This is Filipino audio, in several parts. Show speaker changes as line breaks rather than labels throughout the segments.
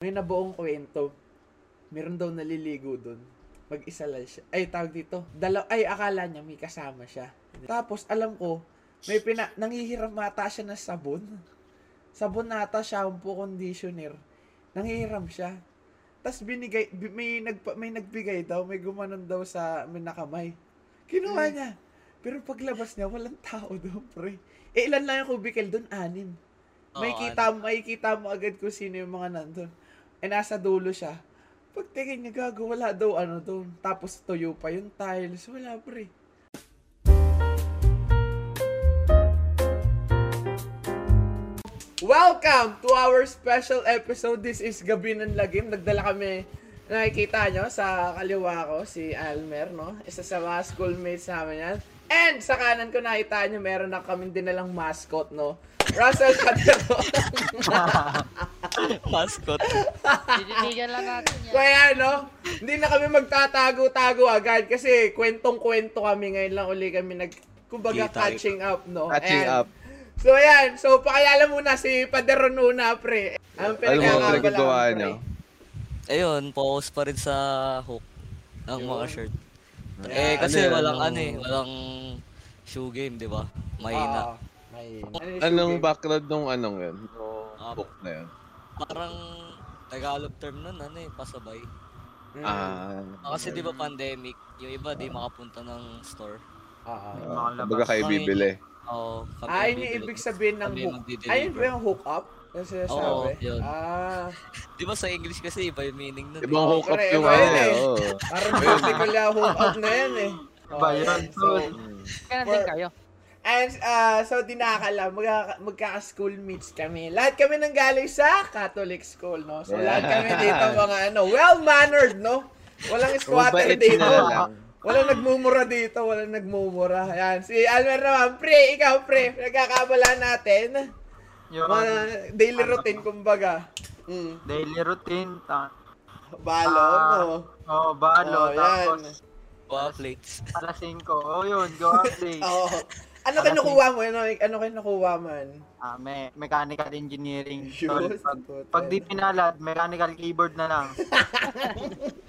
May nabuong kwento. Meron daw naliligo doon. Mag-isa lang siya. Ay, tawag dito. Dalaw ay, akala niya may kasama siya. Tapos, alam ko, may pina... Nangihiram ata siya ng sabon. Sabon na ata, shampoo, conditioner. Nangihiram siya. Tapos binigay, bi- may, nagpa, may nagbigay daw, may gumanon daw sa may nakamay. Kinuha
Mm.
niya. Pero paglabas niya, walang tao doon, pre. Eh, ilan lang yung cubicle doon? Anim. May
Oo,
kita, may kita mo agad kung sino yung mga nandun. Eh, nasa dulo siya. Pagtingin niya, gago, wala daw ano doon. Tapos tuyo pa yung tiles. Wala, pre. Welcome to our special episode. This is Gabi ng Lagim. Nagdala kami, nakikita nyo, sa kaliwa ko, si Almer, no? Isa sa mga schoolmates namin yan. And sa kanan ko nakita nyo, meron na kami dinalang mascot, no? Russell Cadero.
Mascot.
Didiligan lang natin yan.
Kaya no, hindi na kami magtatago-tago agad kasi kwentong-kwento kami ngayon lang uli kami nag kumbaga
Hindi tayo-
catching up no.
Catching
Ayan.
up.
So ayan, so pakilala muna si Pader Nuna pre. Ang
Alam mo,
pinagkakabalaan,
pinagagawa
pre.
niyo.
Ayun, focus pa rin sa hook ng mga
Yun.
shirt.
Yeah,
eh, kasi
ano,
walang ano
ano?
eh, walang shoe game, di ba?
Oo,
Mahina.
mahina. Ano yung
Anong
shoe game?
background nung anong yun? Nung
Ah,
book na yun?
Parang Tagalog term nun, ano eh, pasabay.
Mm.
Ah,
Ah, kasi di ba pandemic, yung iba di makapunta ng store.
Oo.
ah, kumbaga kayo
Mga-
bibili.
Oo, kami
Ah, yun yung
bibili.
ibig sabihin ng
Kami
hook.
magdi-deliver.
Ayun ba yung hook up? Yung sinasabi?
Oo, yun.
Ah,
Di ba sa English kasi iba yung meaning nun. eh.
Ibang
Oo,
hook up
pre,
yung
iba
ano
yun eh.
eh. oo.
parang vertical yung hook up na yan eh.
Iba yun,
Ayan, so,
Mm.
Kaya din kayo.
And uh, so di nakakala, magka, magkaka-schoolmates kami. Lahat kami nang galing sa Catholic school, no? So lahat kami dito mga ano, well-mannered, no? Walang squatter
Mabait sila
dito.
lang.
Walang nagmumura dito, walang nagmumura. Ayan, si Almer naman, pre, ikaw pre, nagkakabala natin.
Yun. Ano?
Mga daily routine, kumbaga. Mm.
Daily routine. Ta-
Balon,
Ah,
no?
oh,
Oh,
balo.
yan.
tapos,
Wow, plates.
alas 5. Oh, yun. Go update.
Oo. Ano kinukuha mo? Ano, ano kinukuha man?
Ah, me- mechanical engineering. Tol,
Yun,
pag,
puta.
pag di pinalad, mechanical keyboard na lang.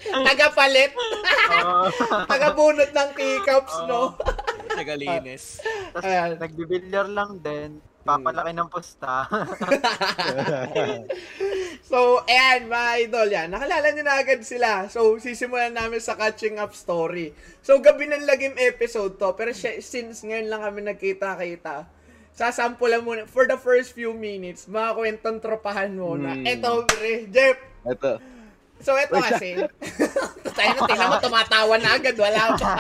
Tagapalit?
Oh,
Tagabunot ng teacups, no?
Tagalines.
Ah, Ayan.
nagbibilyar lang din. Papalaki ng pusta.
So, ayan, mga idol, yan. Nakalala nyo na agad sila. So, sisimulan namin sa catching up story. So, gabi ng lagim episode to. Pero siya- since ngayon lang kami nagkita-kita, sasampulan muna, for the first few minutes, mga kwentong tropahan muna.
Hmm.
Eto, pre, Jeff.
Ito.
So, eto kasi. Tayo na, tingnan mo, tumatawa na agad. Wala pa.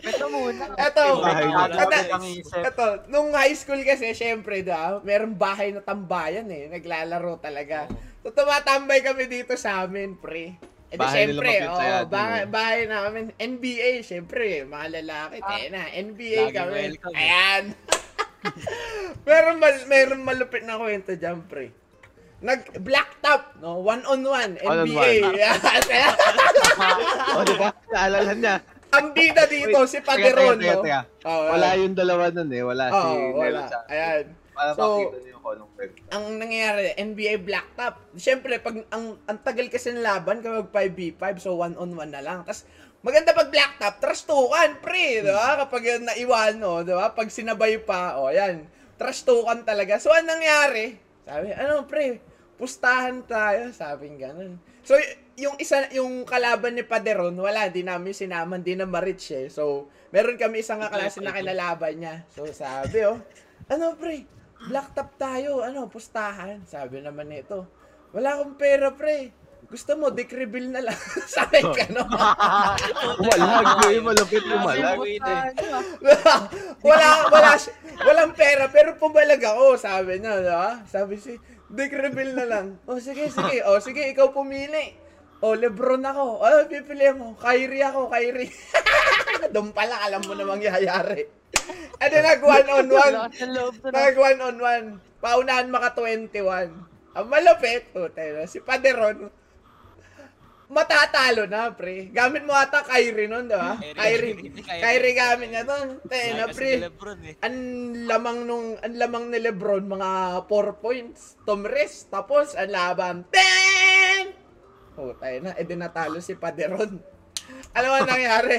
Ito muna.
eto.
Bahay na
Ano
Tada-
lang isip.
Eto, nung high school kasi, syempre, da, merong bahay na tambayan eh. Naglalaro talaga. So, tumatambay kami dito sa amin, pre. Eh, di,
Bahay nila
syempre,
mapinta
oh,
yan,
bahay,
eh.
bahay namin. NBA, syempre, mga lalaki. tayo na, NBA
Laging
kami.
welcome, eh.
Ayan. meron, mal- meron malupit na kwento dyan, pre. Nag black top, no? One on one,
on
NBA.
one.
Yes.
O, Oh, di ba? Naalala niya.
Ang bida dito si Paderon, no?
teka, teka.
Oh,
Wala yung dalawa nun eh. Wala si
Oh,
Nero
wala.
Chan.
Ayan.
Para
So-
makita niyo yung kolong peg.
ang nangyayari, NBA blacktop. Siyempre, pag ang, ang tagal kasi ng laban, kaya mag 5v5, so one-on-one na lang. Tapos, maganda pag blacktop, trastukan, pre, di ba? Kapag yun naiwan, no, di ba? Pag sinabay pa, o, yan, trastukan talaga. So, anong nangyari? Sabi, ano, pre, pustahan tayo, sabi ng ganun. So, y- yung isa, yung kalaban ni Paderon, wala, di namin sinaman, di na marich eh. So, meron kami isang kaklase na kinalaban niya. So, sabi, oh, ano, pre, Black top tayo, ano, pustahan. Sabi naman nito, wala akong pera, pre. Gusto mo, decrebil na lang. Sabi ka, no?
Umalag eh. Malapit umalag.
ano,
wala, wala, si- walang pera, pero pumalag ako, sabi niya, di ba? Sabi si, decrebil na lang. O, sige, sige, o, sige, ikaw pumili. O, Lebron ako. O, pipili mo. Kyrie ako, Kyrie. Doon pala, alam mo namang yayari. And then, nag one on one.
Lakas ng loob to na.
Nag one on one. Oh, Paunahan maka 21. Ang malupit. O, tayo na. Si Paderon. matatalo na, pre. Gamit mo ata Kyrie nun, di ba? Kyrie. Kyrie gamit niya nun. Tena, pre.
Lebron eh.
Ang lamang nung ang lamang ni LeBron mga 4 points. Tomres tapos ang laban 10. Oh, tayo na eh di natalo si Paderon. Alam mo ang nangyari?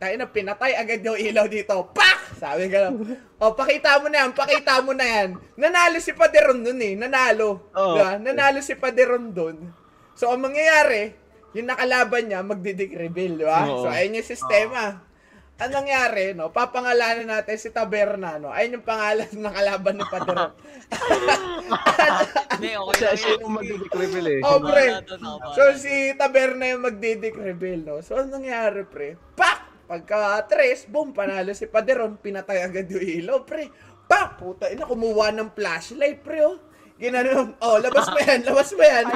Tayo na pinatay agad yung ilaw dito. Pak! Sabi ka lang. Oh, pakita mo na yan, pakita mo na yan. Nanalo si Paderon dun eh, nanalo.
Oo.
Diba? Nanalo si Paderon dun. So, ang mangyayari, yung nakalaban niya, magdidig reveal, di ba?
Oo.
Diba? So, ayun yung sistema. Ang nangyari, no, papangalanan natin si Taberna, no? Ayun yung pangalan ng kalaban ni Padron.
Hindi, okay
Siya,
lang
siya
yun.
yung magdi-decrypil eh.
Oh, pre.
Wala doon, oh,
So,
wala.
si Taberna yung magdidik reveal, no? So, ang nangyari, pre? Pak! Pagka tres, boom, panalo si Paderon, pinatay agad yung ilaw, pre. Pak! Puta, ina, kumuha ng flashlight, pre, oh. Ginanon, oh, labas mo yan, labas mo yan.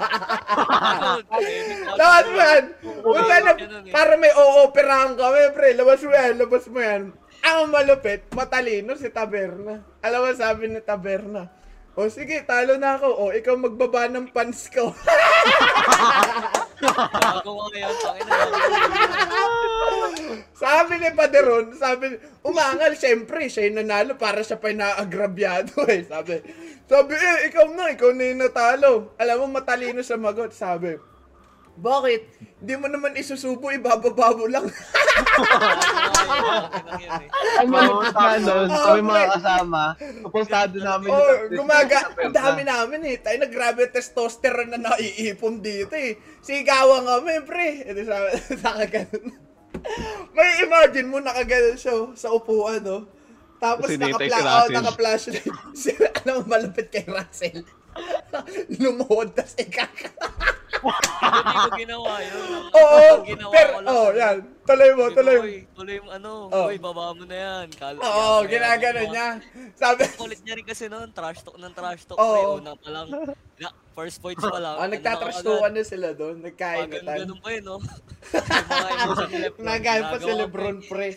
Lahat mo yan! Puta na, para may o-operahan kami, pre. Labas mo yan, labas mo yan. Ang malupit, matalino si Taberna. Alam mo, sabi ni Taberna, o sige, talo na ako. O, ikaw magbaba ng pants ko.
Bago ko ngayon, Panginoon.
sabi ni Paderon, sabi, umangal, syempre, siya yung nanalo para siya pa yung naagrabyado eh. Sabi, sabi, eh, ikaw na, ikaw na yung natalo. Alam mo, matalino sa magot. Sabi, bakit? Hindi mo naman isusubo, ibababa mo lang. Oh,
Ang mga
Oo,
kasama nun,
tama.
kami mga kasama, kapostado namin.
Oo, oh, gumaga.
Taberna.
Ang dami namin eh. Tayo na grabe yung testosterone na naiipon dito eh. Sigawan kami, pre. Ito sa, sa kaganon. May imagine mo nakaganon siya oh, sa upuan, no? Tapos
Sinita
naka-pla-
kay
oh,
Russell.
naka-flash si ano malapit kay Russell. Lumuhod tas ikaka.
Hindi ko ginawa yun.
Oo.
Ginawa
pero
ko lang.
oh, yan. Tuloy mo,
Sabi ko,
tuloy mo.
"Uy, Tuloy mo ano.
Oh.
Uy, baba mo na yan. Kala,
Oo,
kaya-
ginaganon
kaya-
niya. Sabi,
Ang Kulit niya rin kasi noon, trash talk ng trash talk.
Oo.
Pre, una pa lang. Na- First points pa lang.
oh, nagtatrastuhan na sila doon. Nagkainatan.
Ganun pa yun, no? Yung mga emotion ni Lebron,
Nagayon pa si
ginagawa
Lebron, pre.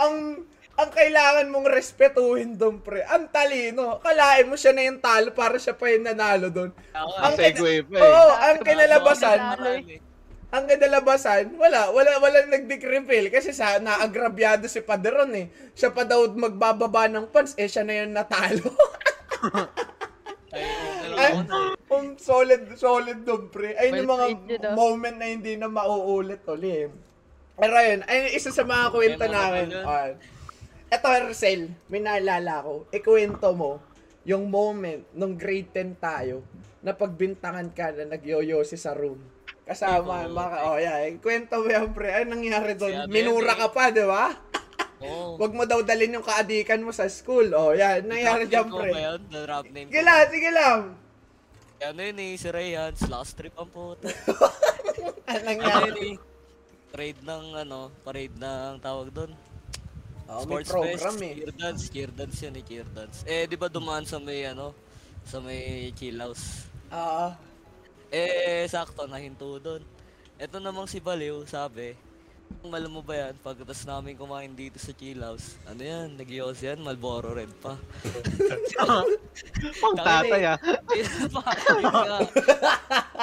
Ang ang kailangan mong respetuhin doon, pre. Ang talino. Kalain mo siya na yung talo para siya pa yung nanalo doon.
Ako,
Ang Oh.
eh.
segue
kina-
pa eh.
Oo, ang
Mga
kinalabasan,
ganun, marami.
ang kinalabasan, wala, wala, walang nagdikrefill kasi sa naagrabyado si Paderon eh. Siya pa daw magbababa ng pants, eh siya na yung natalo.
Ay,
Ay,
dalawa na.
um, solid, solid doon, pre. Ayun yung
Well
mga
played yun, ah.
moment na hindi na mauulit uli eh. Pero ayun, ayun yung isa sa mga kwento
Memorable
namin.
Ano yun.
Ayun. Eto, Ercel, may naalala ko. Ikwento mo yung moment nung grade 10 tayo na pagbintangan ka na nagyoyosi sa room. Kasama,
Oo.
mga, oh yeah, kwento mo yan, pre. Ano nangyari doon?
Sabi,
Minura
eh.
ka pa, di ba?
Oo.
Huwag mo daw dalhin yung kaadikan mo sa school. Oh, yeah, nangyari
Rap name
dyan,
ko
pre.
ba yun? The rap name ko.
Sige lang, sige lang.
Ano yun eh, si Rayhan, last trip ang puto.
Ano
Ano
nangyari?
yun eh, parade ng ano, parade ng tawag doon.
Oh, may
Sports
program
fest,
eh.
cheer dance, cheer dance yun eh, cheer dance. Eh, di ba dumaan sa may ano, sa may chill house.
Oo.
Eh, sakto, nahinto doon. Ito namang si Baliw, sabi, "Ang alam mo ba yan, pagkatapos namin kumain dito sa chill house, ano yan, nag yan, Malboro Red pa.
Pang tatay ah.
Hindi pa, yun nga.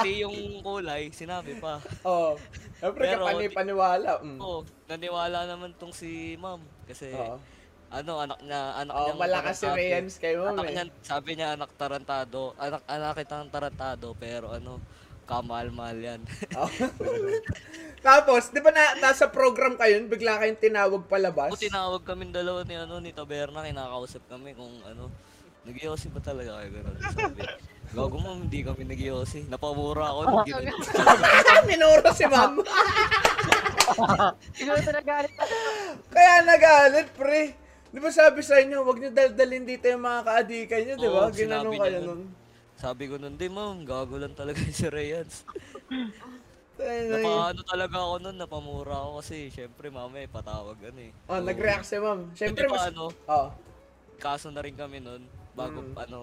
Hindi yung kulay, sinabi pa.
Oo. Siyempre,
Pero-
kapani-paniwala. Mm. Oo.
Oo, naniwala naman tong si ma'am. Kasi,
Oo.
ano, anak niya, anak
Oo,
niyang
malakas si
tarantado.
Reyans kay ma'am
Anak
eh.
niya, sabi niya anak tarantado, anak anak kitang tarantado, pero ano, kamal-mal yan.
Tapos, di ba na, nasa program kayo, bigla kayong tinawag palabas?
Ako tinawag kami dalawa ni ano ni Taberna, kinakausap kami kung ano, nag-iossi ba talaga kayo ganun? Sabi. Gago mo, hindi kami nag-iossi. Napamura ako nung ginanito.
Minuro si ma'am.
Siguro talaga galit na.
Kaya nagalit, pre. Di ba sabi sa inyo, huwag niyo daldalin dito yung mga kaadikan niyo, di ba?
Oo,
Ginanong
sinabi niya
kayo
nun.
nun.
Sabi ko nun, di ma'am, gago lang talaga si Reyans.
Ay, ay.
Napaano talaga ako nun, napamura ako kasi syempre mama eh, patawag ano eh.
Oh, nag-react si ma'am. Siyempre,
Hindi pa
mas... Oh.
ano,
Oo.
kaso na rin kami nun, bago
Mm.
ano,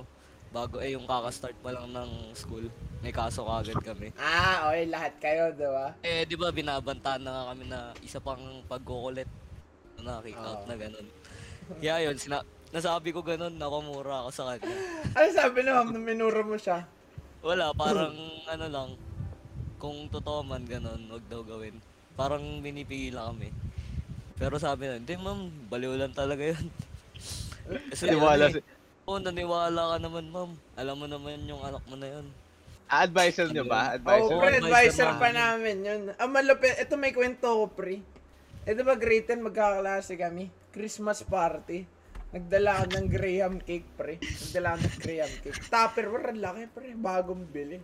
bago eh yung kakastart pa lang ng school, may kaso kagad kami.
Ah, okay, lahat kayo, di ba?
Eh, di ba binabantaan na nga kami na isa pang pagkukulit na kick
Ah.
out na ganun. Kaya yun, sina- nasabi ko ganun, napamura ako sa kanya.
Ano sabi na ma'am nung minuro mo siya?
Wala, parang ano lang, kung totoo man ganun, wag daw gawin. Parang binipigilan kami. Pero sabi na, hindi ma'am, baliw lang talaga yun. Kasi
Tiwala
ano eh,
si-
Oo, naniwala ka naman ma'am. Alam mo naman yung anak mo na yun.
Ah, advisor nyo ba?
Oh,
Advisor.
pre,
Advisor
advisor pa
namin.
namin yun. Ang malupit, ito may kwento ko, pre. Ito ba, grade 10, magkaklase kami. Christmas party. Nagdala ako ng graham cake, pre. Nagdala ako ng graham cake. Tupperware, ang laki, pre. Bagong bili.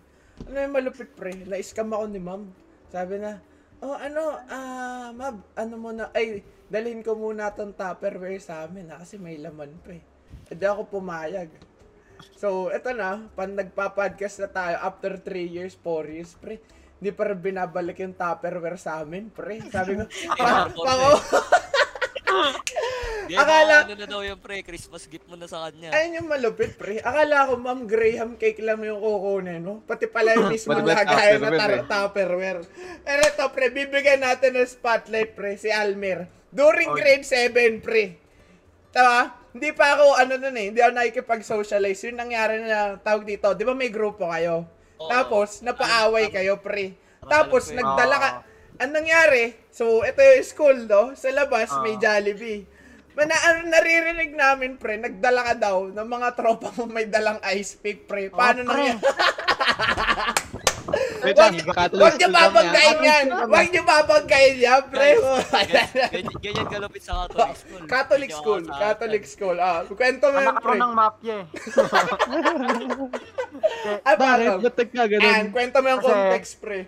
Ano yung malupit, pre? Na-scam ako ni ma'am. Sabi na, oh, ano, ah, ma'am, ano muna, ay, dalhin ko muna tong tupperware sa amin, ha, kasi may laman, pre. Hindi ako pumayag. So, eto na, pan nagpa-podcast na tayo after 3 years, 4 years, pre. Hindi pa rin binabalik yung Tupperware sa amin, pre. Sabi ko, pa,
Tupperware.
pako.
Di,
Akala-
Ano na daw yung pre, Christmas gift mo na sa kanya.
Ayun yung malupit, pre. Akala ko, ma'am, Graham cake lang yung kukunin, no? Pati pala yung mismo
Pati pala
lagayan na
Tupperware,
tar- Tupperware. Pero ito, pre, bibigyan natin ng spotlight, pre, si Almer. During
Oy.
grade 7, pre. Tama? Hindi pa ako, ano nun eh, hindi ako nakikipag-socialize. Yung nangyari na tawag dito, di ba may grupo kayo?
Oo.
Tapos, napaaway
Alam-
kayo, pre.
Alam
Tapos,
ko yun.
nagdala ka.
Oo.
Ang nangyari, so, ito yung school, no? Sa labas, may
Oo.
Jollibee. Mana, ano, naririnig namin, pre, nagdala ka daw ng mga tropa mo may dalang ice pick, pre. Paano
pre.
nangyari?
Wait lang,
Huwag
katuloy
niyo babanggain yan! Huwag niyo babanggain yan, pre!
Gan- ganyan- Ganyan galapit sa Catholic school.
Catholic
Ganyan
school,
ako sa-
Catholic school. Ah, kwento mo
Anak
yan,
ako
pre.
ng mafia eh.
Ay,
Bakit?
paano?
Ba't nagkaganon?
Ah, Ayan, kwento mo yung
Kasi-
context, pre.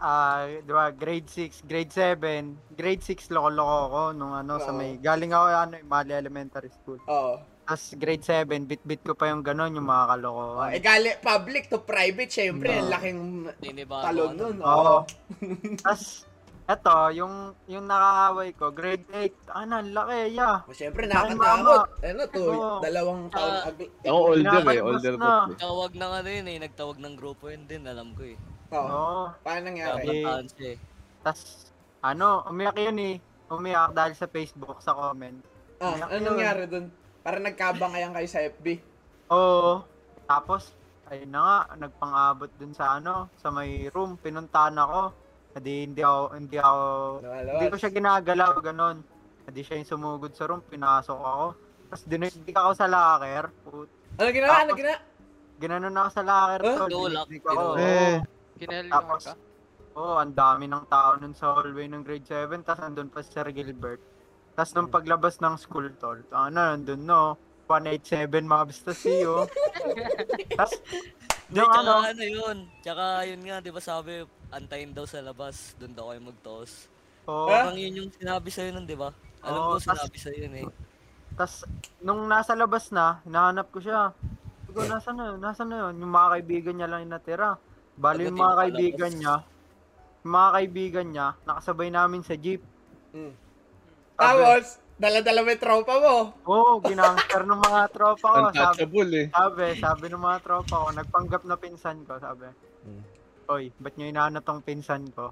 Ah, di ba, grade 6, grade 7, grade 6 loko-loko ako nung ano sa
Oo.
may, galing ako ano, Mali Elementary School.
Oo.
Tapos grade 7, bit-bit ko pa yung ganun, yung mga
Oh,
kalokohan.
eh, gali, public to private, syempre. Ang laking oh.
Ninibago
talon
ka na.
nun. Oo.
Oo. Tapos, eto, yung, yung nakakaway ko, grade 8, ano, ang laki, yeah.
Oh, syempre,
Laking
nakakatakot. Ano to,
Oo.
dalawang taon.
Ah.
ag-
Ako older eh,
Pinakalabas
older
na.
po.
Tawag ng ano yun eh, nagtawag ng grupo yun din, alam ko eh.
Oo.
Oo.
Paano nangyari?
Grabe.
Kabataan siya eh.
Tapos, ano, umiyak yun eh. Umiyak dahil sa Facebook, sa comment.
Ah, ano nangyari dun? Para nagkabangayan kayo sa FB.
Oo. Tapos, ayun na nga, nagpang-abot dun sa ano, sa may room, pinuntahan ako. Hindi, hindi ako, hindi ako,
Lumalabas.
hindi ko siya ginagalaw, ganun. Hindi siya yung sumugod sa room, pinasok ako. Tapos dinig ako sa locker. Put-
Ano ginawa? Ano
Tapos-
ginawa?
Ginanon ako sa locker.
Huh?
tol.
Tulak,
Dinig ako.
tinulak.
Eh,
Kinahalilangan
Tapos,
ka.
oo, ang dami ng tao nun sa hallway ng grade 7, tapos andun pa si Sir Gilbert. Tapos nung paglabas ng school, tol, ano, nandun, no, 187 mobs to see you. eh, oh. tapos,
Di,
yung
tsaka
ano,
ano yun. Tsaka yun nga, di ba sabi, antayin daw sa labas, doon daw kayo magtoos.
Huh?
oo,
Parang yun yung sinabi sa'yo nun, di ba? Alam
Oo,
ko sinabi sa'yo yun eh.
Tapos, nung nasa labas na, hinahanap ko siya. Sabi ko, nasa na yun? Nasa na yun? Yung mga kaibigan niya lang yung natira. Bali yung
Pagdating
mga
ko
kaibigan
palabas.
niya, yung mga kaibigan niya, nakasabay namin sa jeep.
Mm.
Sabi,
Tapos, dala-dala may tropa mo.
Oo, ginangster ng mga tropa ko. Sabi,
untouchable eh.
sabi, sabi ng mga tropa ko, nagpanggap na pinsan ko, sabi. Oy, ba't nyo inaano tong pinsan ko?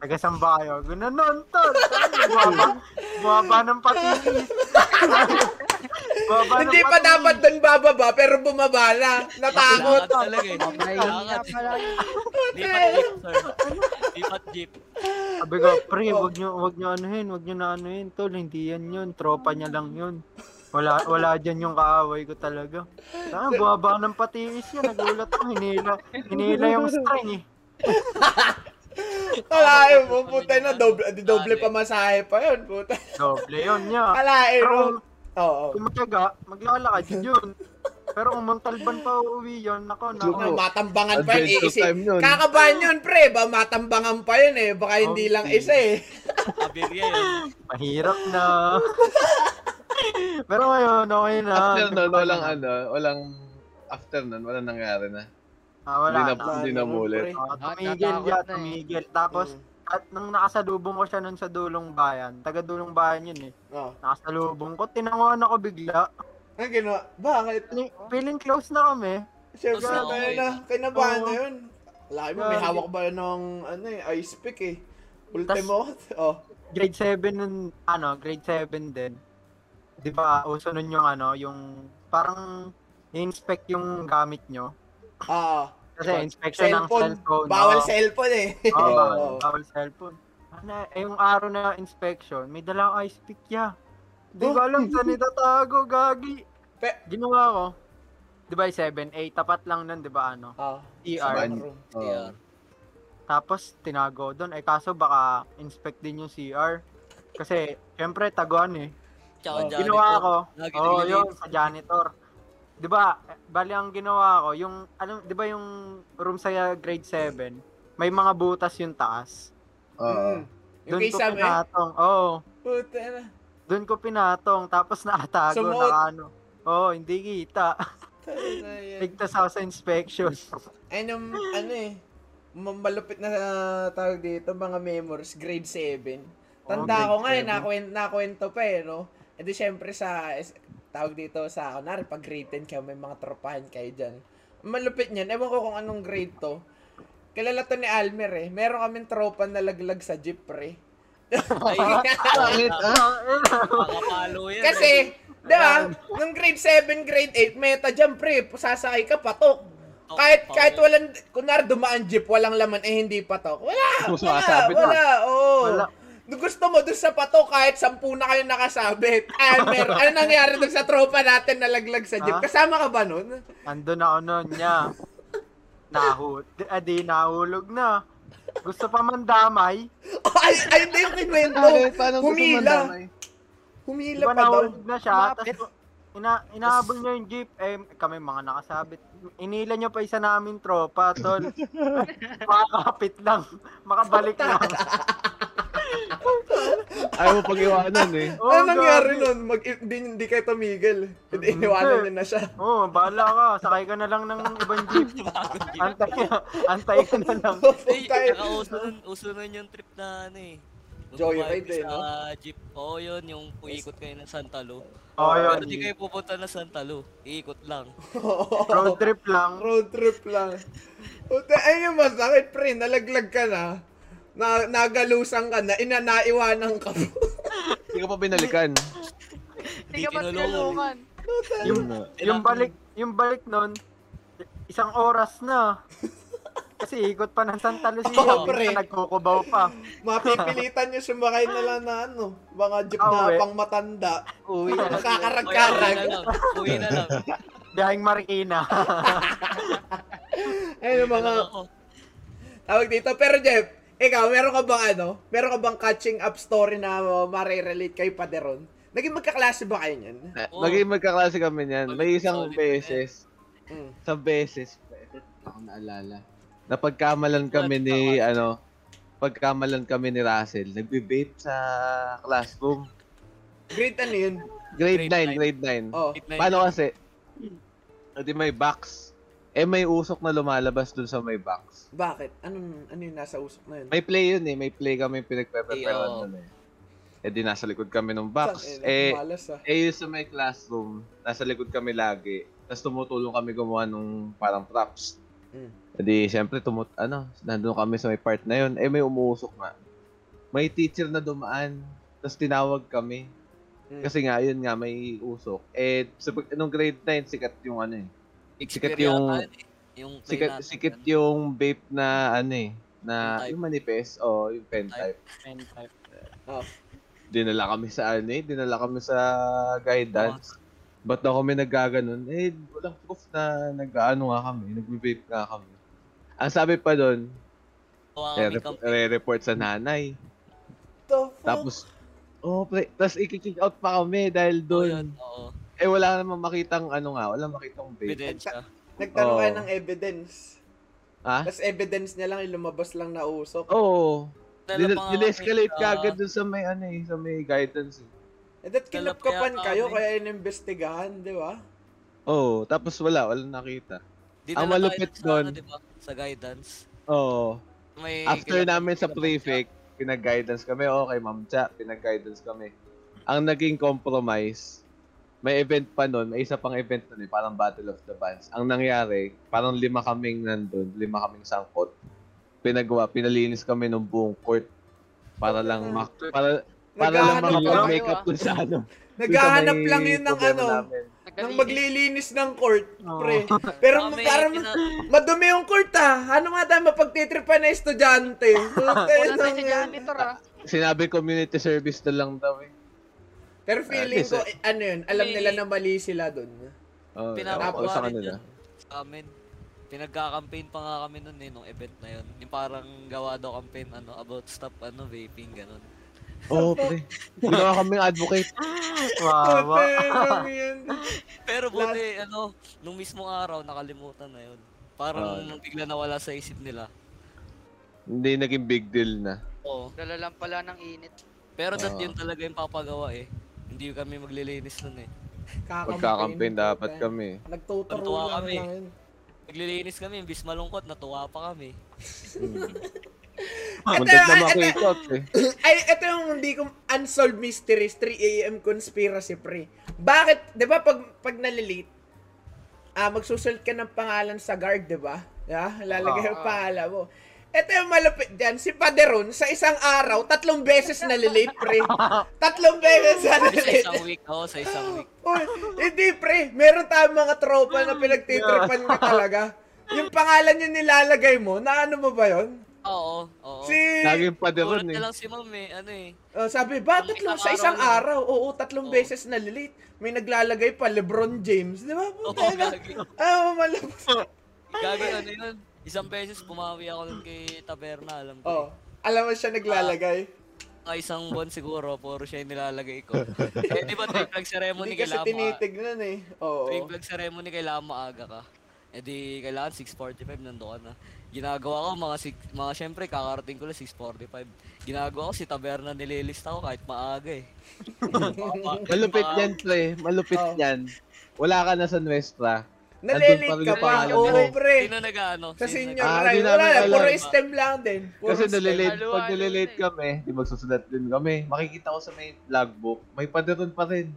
Taga saan ba kayo? Gano'n, tol! Ay, Baba, baba ng patinis! Baba ng
Hindi pa
patinis.
dapat dun bababa, pero bumaba na. Natakot.
Kailangan talaga eh. Kailangan. Lipat jeep, sir. Lipat jeep.
Sabi ko, pre, wag nyo, wag nyo anuhin, wag nyo na anuhin, tol, hindi yan yun, tropa niya lang yun. Wala, wala dyan yung kaaway ko talaga. Ah, buhaba ng patiis yan, nagulat ko, hinila, hinila yung string eh.
Kalain mo, puta na. Doble, di doble pamasahe pa yun, puta.
Doble yun niya.
Kalain mo.
Pero,
Oo.
kung matyaga, maglalakad yun. Pero kung mantalban pa uuwi yun, nako,
Ano,
nako.
matambangan pa yun,
Adventure
iisip.
time nun.
Kakabahan yun, pre. Ba, matambangan pa yun eh. Baka hindi
Okay.
lang isa eh.
Abirya yun.
Mahirap na. Pero ngayon, okay na.
After nun, walang ano, walang after nun, walang nangyari na.
Ah,
Hindi
wala
na,
na.
hindi na
Ano,
mulit.
pre?
Ah, tumigil siya,
Natatakot na eh.
tumigil. Tapos, At nung nakasalubong ko siya nun sa dulong bayan, taga dulong bayan yun eh.
Oh.
Nakasalubong ko, tinanguan ako bigla.
Ano ginawa? Bakit?
Ni- Feeling close na kami.
Siyempre, tayo
Tapos nakauwi
na. Kinabahan
Oo.
na yun. Laki mo, may
Grabe.
hawak ba ng ano eh, ice pick eh. Ultimo. Oh.
Grade 7 nun, ano, grade 7 din. Di ba, uso nun yung ano, yung parang inspect yung gamit nyo.
Ah.
Kasi inspection ng
Cellphone,
cellphone.
bawal
oo.
cellphone eh.
Oo, bawal,
Oo.
bawal cellphone. Ano, eh, yung araw na inspection, may dalang ice pick ya. Di ko alam saan itatago, gagi.
Oh, Pe-
Ginawa ko. Di ba, 7, 8, tapat lang nun, di ba, ano?
Ah, sa
CR.
Sabay.
room.
Oo.
Yeah.
Tapos, tinago ko doon. Eh, kaso baka inspect din yung CR. Kasi, syempre, taguan eh.
Tsaka
Oh,
janitor.
Ginawa ko.
Lagi
Oo, oh,
nililinis.
yun, sa janitor. 'Di ba? eh, Bali ang ginawa ko, yung alam, 'di ba yung room sa grade 7, may mga butas yung taas.
Oo.
Mm. Yung
Doon
kay
ko
Sam eh.
pinatong. Oo,
Puta na.
doon ko pinatong tapos naatago
Sumuot.
na ano. Oo, hindi kita.
Tara yan.
Ligtas ako sa inspection.
Ay, nung, ano eh, ma- malupit na ah, tawag dito, mga memories, grade 7. Tanda
Oh,
ko
grade
nga eh,
seven.
nakwento, nakwento pa eh, no? E di syempre sa, es- tawag dito sa, kunwari, pag grade 10 kayo, may mga tropahan kayo dyan. Ang Malupit niyan, ewan ko kung anong grade to. Kilala to ni Almer eh, meron kaming tropa na laglag sa jeep, pre.
Ay,
Bakit? Ah?
makapalo yan. eh.
Kasi, di ba, nung grade 7, grade 8, meta dyan, pre, sasakay ka, patok.
Oh,
Kahit,
patok.
kahit walang, kunwari dumaan jeep, walang laman, eh hindi patok. Wala,
Gusto
wala,
makasabit na.
wala, oo.
Wala.
Gusto mo dun sa patok, kahit sampu na kayo nakasabit. Almer, ano nangyari dun sa tropa natin na laglag sa jeep?
Ha?
Kasama ka ba nun?
Andun ako noon niya. Nahu, eh, di nahulog na. Gusto pa man damay.
ay, ay, hindi yung kinwento.
Bakit? Paano gusto mo
Humila.
damay?
Humila
Diba
pa daw.
nahulog na siya,
Lumapit.
tapos ina, inahabol niya yung jeep, eh kami mga nakasabit. Inila niya pa isa namin tropa, tol. Makakapit lang, makabalik lang.
Ano
Ayaw mo pag-iwanan eh.
Oh,
Ano nangyari nun? Mag, hindi, hindi kayo tumigil. Hindi, iniwanan niya na siya.
Oo, oh, bahala ka, sakay ka na lang ng ibang jeep. Antay, antay ka na lang.
Ay,
Puta eh.
saka uso nun, uso nun yung trip na ano eh.
Joyride
Bumabike
eh, no?
sa jeep. Oo, yun, yung puikot kayo ng Santa Lu.
Oh,
Ano,
Pero di
yun.
kayo pupunta na Santa Lu. Iikot lang.
Road trip lang.
Road trip lang. Puta, ay yung masakit, pre. Nalaglag ka na. Na, nagalusang ka na. Ina, naiwanan ka po.
Hindi ka pa binalikan.
Hindi ka pa
Tinulungan.
tinulungan.
Yun
Yung,
na.
yung balik, yung balik nun, isang oras na. Kasi ikot pa ng Santa Lucia,
Oo, pre.
minsan nagkukubaw pa.
Mapipilitan nyo sumakay na lang na ano. Mga jeep na
Awe.
pang matanda.
Kaya uwi
Uwi.
na
Nakakarag-karag.
lang. Uwi na lang.
Dahing Marikina.
Ayun yung mga
Ako.
tawag dito. Pero Jeff, ikaw, meron ka bang ano? Meron ka bang catching up story na uh, marirelate kay Paderon? Naging magkaklase ba kayo niyan?
Oo.
Eh, Naging magkaklase kami niyan. May isang
Solid.
beses.
Mm.
Sa beses. beses, Ako naalala. Napagkamalan kami
Ba't
ni, ano, pagkamalan kami ni Russell. Nagbe-vape sa classroom.
Grade ano yun?
Grade
Grade
9, grade 9.
Oh.
Late night.
Paano kasi? Hindi may box. Eh may usok na lumalabas dun sa may box.
Bakit? Anong, ano yung nasa usok na yun?
May play yun eh. May play kami pinagpe-preparean
Eh, oo.
nun eh. Eh di nasa likod kami ng
Saan?
box. Eh,
malas ah.
eh yun sa may classroom. Nasa likod kami lagi. Tapos tumutulong kami gumawa nung parang props.
Mm.
Eh di syempre tumut ano, nandun kami sa may part na yun. Eh may umuusok nga. May teacher na dumaan. Tapos tinawag kami.
Mm.
Kasi nga yun nga may usok. Eh sa, pag- nung grade 9 sikat yung ano eh. sikat
Experience
yung-
yan eh. yung play
Sikat
natin
sikat
yan.
yung vape na ano eh na
Pen type.
yung manifest o yung pen
Type.
type. Dinala kami sa ano eh, dinala kami sa guidance. Ba't daw kami naggaganon? Eh, walang proof na nag-ano nga kami, nagbe-vape nga kami. Ang sabi pa doon,
Tawa kami kampi.
re-report sa nanay.
Oh.
The fuck?
Tapos, oh, pre, tapos i-kick out pa kami dahil
Oo,
doon.
Oh, yun, Oo.
Eh, wala namang makitang ano nga, wala makitang vape.
Bidensya.
Nagtanong
Oo.
kayo ng evidence.
Ha?
Tapos evidence niya lang, ilumabas lang na usok. Eh,
Oo.
Dala ah, pa nga
Din- escalate
kami
ka
sa-
agad doon sa may ano eh, sa may guidance. eh.
Eh, that
Dala
kinapkapan
kaya
kayo,
kami.
kaya inimbestigahan, di ba?
Oo, tapos wala, wala nakita.
Di dala
Ang
tayo
malupit
sa
doon.
ano, di ba? Sa guidance.
Oo.
May
Eh,
After
kilala-
namin sa
kilala-
prefect, pinag-guidance kami. Okay, Ma'am Cha, pinag-guidance kami. Ang naging compromise, may event pa nun, may isa pang event nun eh, parang Battle of the Bands. Ang nangyari, parang lima kaming nandun, lima kaming sangkot. Pinagawa, pinalinis kami ng buong court. Para lang, mak- para, para lang
Naghahanap
lang.
makapag-makeup dun sa ano. dun sa
Naghahanap
may
lang yun ng
problema
ano.
namin.
Nang
Tagalinis.
maglilinis ng court,
Oo.
pre. Pero
Kami,
parang
pina-
madumi yung court ah. Ano nga tayo mapagtitripan na estudyante? Puta
Wala
yun
tayo
ang-
sa janitor ah.
Sinabi community service na lang daw eh.
Pero feeling ko, eh, ano yun, alam nila na mali sila dun.
Oh,
Pinapagawa
sa
rin
kanila.
yun Sa amin. Pinagka-campaign pa nga kami nun eh, nung event na yun. Yung parang gawa daw campaign ano, about stop ano, vaping, ganun.
Oo, oh, pre. Ginawa kaming advocate.
Wawa.
Puta yun.
Pero buti, ano, nung mismong araw, nakalimutan na yun.
Ah,
Parang bigla nawala sa isip nila.
Hindi naging big deal na.
Oo.
Dala lang pala ng init.
Pero that
Ah.
Oo.
yun talaga yung papagawa eh. Hindi kami maglilinis nun eh.
Pagka-campaign dapat kami.
Nagtuturo
Tuwa
lang
kami.
lang yun.
Maglilinis kami, imbis malungkot, natuwa pa kami.
Muntik Ah, na
Ito, ito.
makikot eh.
Ay, ito yung hindi ko unsolved mysteries, 3 a.m. conspiracy, pre. Bakit, di ba, pag, pag nalilate, ah, magsusulat ka ng pangalan sa guard, di ba? Yeah, lalagay yung
Ah.
pangalan mo. Ito yung malupit dyan, si Paderon, sa isang araw, tatlong beses nalilate, pre. Tatlong beses na
Sa
nalilate.
isang week, oo, sa isang week.
Uy, hindi pre, meron tayong mga tropa na pinagtitripan ka talaga. Yung pangalan yung nilalagay mo, na ano mo ba yon?
Oo, oo.
Oh.
Si...
Tulad
Laging paderon eh.
na lang si ma'am eh, ano eh.
Oh, sabi, ba,
Ang
tatlong sa
isang
isang araw?
araw
Oo, tatlong
Oo.
beses na lilate. May naglalagay pa, Lebron James. Di ba?
Oo,
Puta na.
gagi.
Ah, malabas.
Gagi, ano yun? Isang beses, bumawi ako nun kay Taberna, alam ko. eh.
Oh, alam mo siya naglalagay.
Ah, isang buwan siguro, puro siya yung nilalagay ko. eh, di ba tuwing flag ceremony
Hindi
kay
kasi
Lama?
tinitignan eh. Oo.
Tuwing flag ceremony kay Lama aga ka. Eh di, kailangan 6.45 nandoon ka na. Ginagawa ko mga, six, mga syempre, kakarating ko lang 6.45. Ginagawa ko si Taberna nililista ko kahit maaga eh. Papa-
Malupit yan, pre. Malupit
Oh.
yan. Wala ka na sa Nuestra.
Nalilate ka
Nandun yung
pa.
pangalan
Oo,
mo.
pre.
Sino nag-ano?
Sa
sino
senior
nag-
Ah,
ride.
di
Wala
namin
na, puro
alam.
stem lang din. Puro
Kasi
stem.
nalilate,
Halo-halo
pag nalilate
na eh.
kami, di magsusulat din kami. Makikita ko sa may logbook, may paderon pa rin.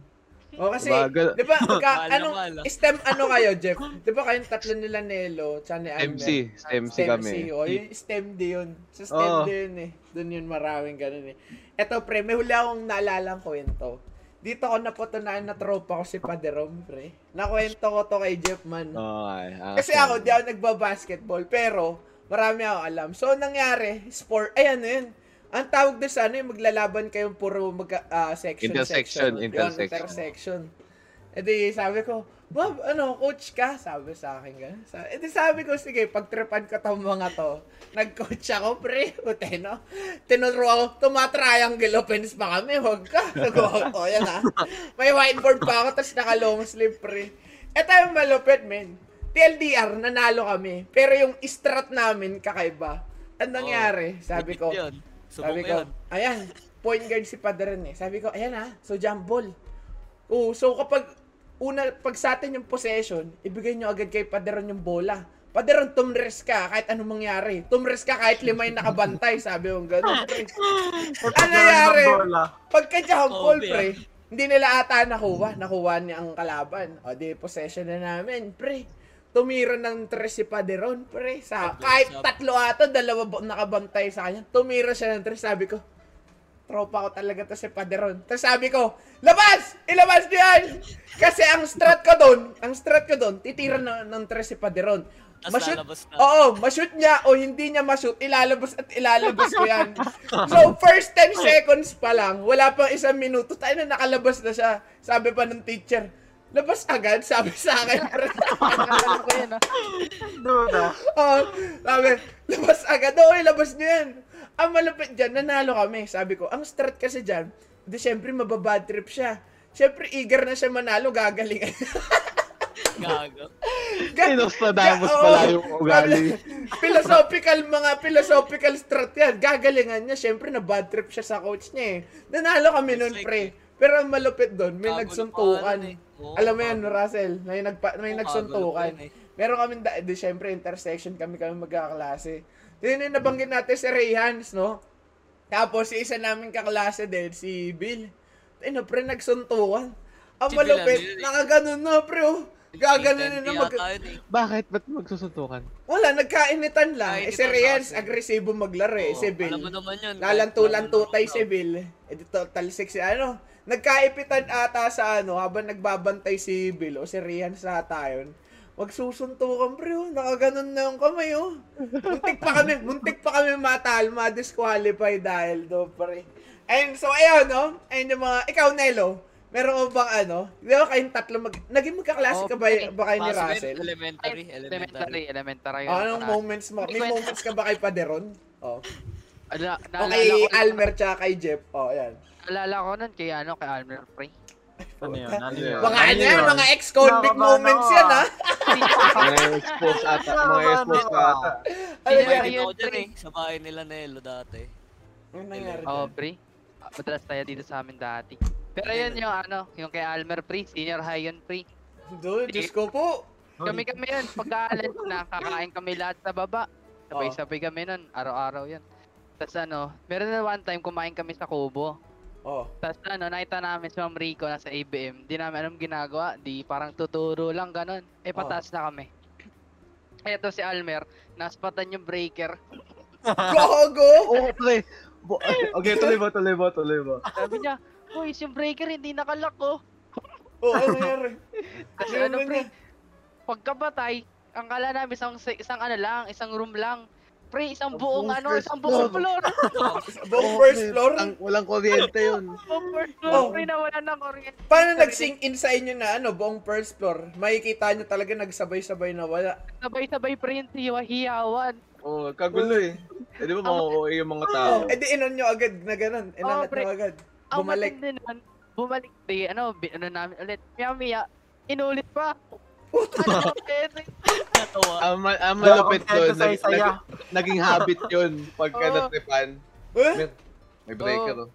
O kasi,
Bagal.
di ba, ka,
Mahal na
anong,
mahal, ah.
stem ano kayo, Jeff? Di ba kayong tatlo nila Nelo, tsaka ni Almer?
MC, MC
Stem
kami. Oh.
C, oh, yung stem D yun. Sa stem
Oo.
D yun eh. Doon yun maraming ganun eh. Eto pre, may huli akong naalalang kwento. Dito ko napotunayan na tropa ko si Paderom pre. Nakwento ko to kay Jeff man.
Okay. ah,
Kasi ako, di ako nagbabasketball. Pero, marami ako alam. So, nangyari, sport, ayan ano yun. Ang tawag doon sa ano, yung maglalaban kayong puro magka, ah, section.
Intersection,
section. Yun,
intersection.
intersection. E di, sabi ko, Bob, ano, coach ka? Sabi sa akin, gano'n. Sa- E di, sabi ko, sige, pagtripan ko tong mga to. Nag-coach ako, pre. Ute, no? Tinuro ako, tumatriangle offense pa kami. Huwag ka. Nagawa ko, "Oh, yan ha. May whiteboard pa ako, tapos naka-long sleeve, pre. Eto yung malupit, men. TLDR, nanalo kami. Pero yung strat namin, kakaiba. Ang nangyari,
Oo,
sabi
Oh, legit
ko,
Yun. Subok
sabi ko,
yun.
ayan, point guard si Padron eh. Sabi ko, ayan ah, so jump ball. Oo, so kapag una, pag sa atin yung possession, ibigay nyo agad kay Padron yung bola. Padron, tumres ka kahit anong mangyari. Tumres ka kahit lima yung nakabantay, sabi ko gano'n. pre. Ang Ano nangyari, pagka jump ball,
Kobe,
pre, hindi nila ata nakuha. Nakuha niya ang kalaban. O di, possession na namin, pre. Tumira ng tres si Paderon, pre. Sa, kahit tatlo ata, dalawa ba- nakabantay sa kanya. Tumira siya ng tres. Sabi ko, tropa ko talaga to si Paderon. Tapos sabi ko, labas! Ilabas niyo yan! Kasi ang strat ko doon, ang strat ko doon, titira ng, ng tres si Paderon.
Tapos
Mashoot,
lalabas na.
oo, mashoot niya o hindi niya mashoot, ilalabas at ilalabas ko yan. So, first 10 seconds pa lang, wala pang isang minuto, tayo na nakalabas na siya. Sabi pa ng teacher, labas agad, sabi sa akin.
Nakakala ko yun ah.
Duda.
Oo, Oh, sabi, labas agad. Oo, labas nyo yan. Ang malapit dyan, nanalo kami. Sabi ko, ang start kasi dyan, di syempre mababad trip siya. Syempre, eager na siya manalo, gagalingan.
Gago.
Gan-
Inostradamus
Ga-
pala
oo.
yung ugali.
philosophical, mga philosophical strat yan. Gagalingan niya. Siyempre, na bad trip siya sa coach niya eh. Nanalo kami nun,
It's like-
pre. Pero ang malupit doon, may
Bago
nagsuntukan.
na pangalan eh. Oo,
Alam mo yan,
bago.
Russell, may, nagpa- may
Oo,
nagsuntukan.
bago na yun eh.
Meron kami, da- di syempre, intersection kami kami magkaklase. Yun yung nabanggit natin si Rayhans, no? Tapos, si isa namin kaklase din, si Bill. Ay, no, pre, nagsuntukan. Ang
Si Bill, ano
malupit,
yun eh.
nakaganon na, pre, oh. Gaganon na
Hindi
mag...
ata yun eh.
Bakit? Ba't magsusuntukan?
Wala, nagkainitan lang. Eh, si
Kainitan
Rians,
kasi.
agresibo maglaro eh,
Oo,
si Bill.
Alam mo naman yun.
Lalantulan tutay si Bill. Eh, di total six si ano. nagkaipitan ata sa ano, habang nagbabantay si Bill o si Rian sa tayon. Wag susuntukan pre, oh. nakaganon na yung kamay oh. Muntik pa kami, muntik pa kami matal, ma-disqualify dahil do pre. And so ayun no, ayun yung mga, ikaw Nelo, meron mo bang ano? Di ba kayong tatlo, mag, naging magkaklase ka ba, ba kayo ni
Possible,
Russell?
Elementary, elementary.
Elementary, elementary.
Oh, anong moments mo? May moments ka ba kay Paderon? Oh.
Ala,
O
naalala
kay
ko-
Almer tsaka kay Jeff. Oh, ayan.
Naalala ko nun kay ano, kay Almer Pre.
Ano yun? Ano yun?
Ah,
Mga
Ano
ano yan,
yun?
mga ex-convict
Nakakabahan
moments
ako,
yan, ha?
ah.
Mga expose ata. Mga expose ka ata.
Ano
May
yan?
Ayun,
tinaw dyan
pre.
eh, sa bahay nila Nelo dati.
Ano nangyari?
Oo, Pre. Ah, Madalas tayo dito sa amin dati. Pero yun yung ano, yung kay Almer Pre, senior high yun Pre.
Dude, Diyos ko po.
Kami kami yun, pagka-lunch na, kakain kami lahat sa baba. Sabay-sabay kami nun, araw-araw yun. Tapos ano, meron na one time kumain kami sa Kubo.
Oh.
Tapos ano, nakita namin si Ma'am Rico nasa ABM. Di namin alam ginagawa. Di parang tuturo lang, ganun.
Oo.
Eh, pataas na kami. Eto si Almer, naspatan yung breaker.
Ah.
Gogo!
Oo, pre. Bo- Okay, tuloy mo, tuloy mo, tuloy mo.
Sabi niya, Uy, yung breaker hindi nakalak ko.
Oh, ano nangyari?
Kasi
Yun,
ano,
yun,
pre,
yun.
pagkabatay, ang kala namin isang, isang ano lang, isang room lang. Pre, isang
Ang
buong
buong
ano,
first
isang buong floor.
Buong
Oo,
first
pre.
floor?
Oh, Ang walang kuryente yun.
buong first floor,
Oh.
pre, nawala ng kuryente.
Paano
Sabi
nag-sink in sa inyo na ano, buong first floor? Makikita nyo talaga nagsabay-sabay na wala.
niya, Sabay-sabay, pre, yung hiyawan.
Oo, kagulo eh. Eh, di ba mga OA yung mga tao?
Oh, edi inon nyo agad na ganun. Inanat
Oh, pre.
nyo agad.
Ang
Bumalik.
matindi nun, bumalik di, ano, bi, ano namin ulit, maya maya, inulit pa. Ano, Henry?
Natawa.
Ang, ma- ang malupit
Wala akong
doon,
kwento
nag-
sa isaya.
nag- naging habit yun pagka
Oo.
natripan.
Eh?
May, may breaker. Oh.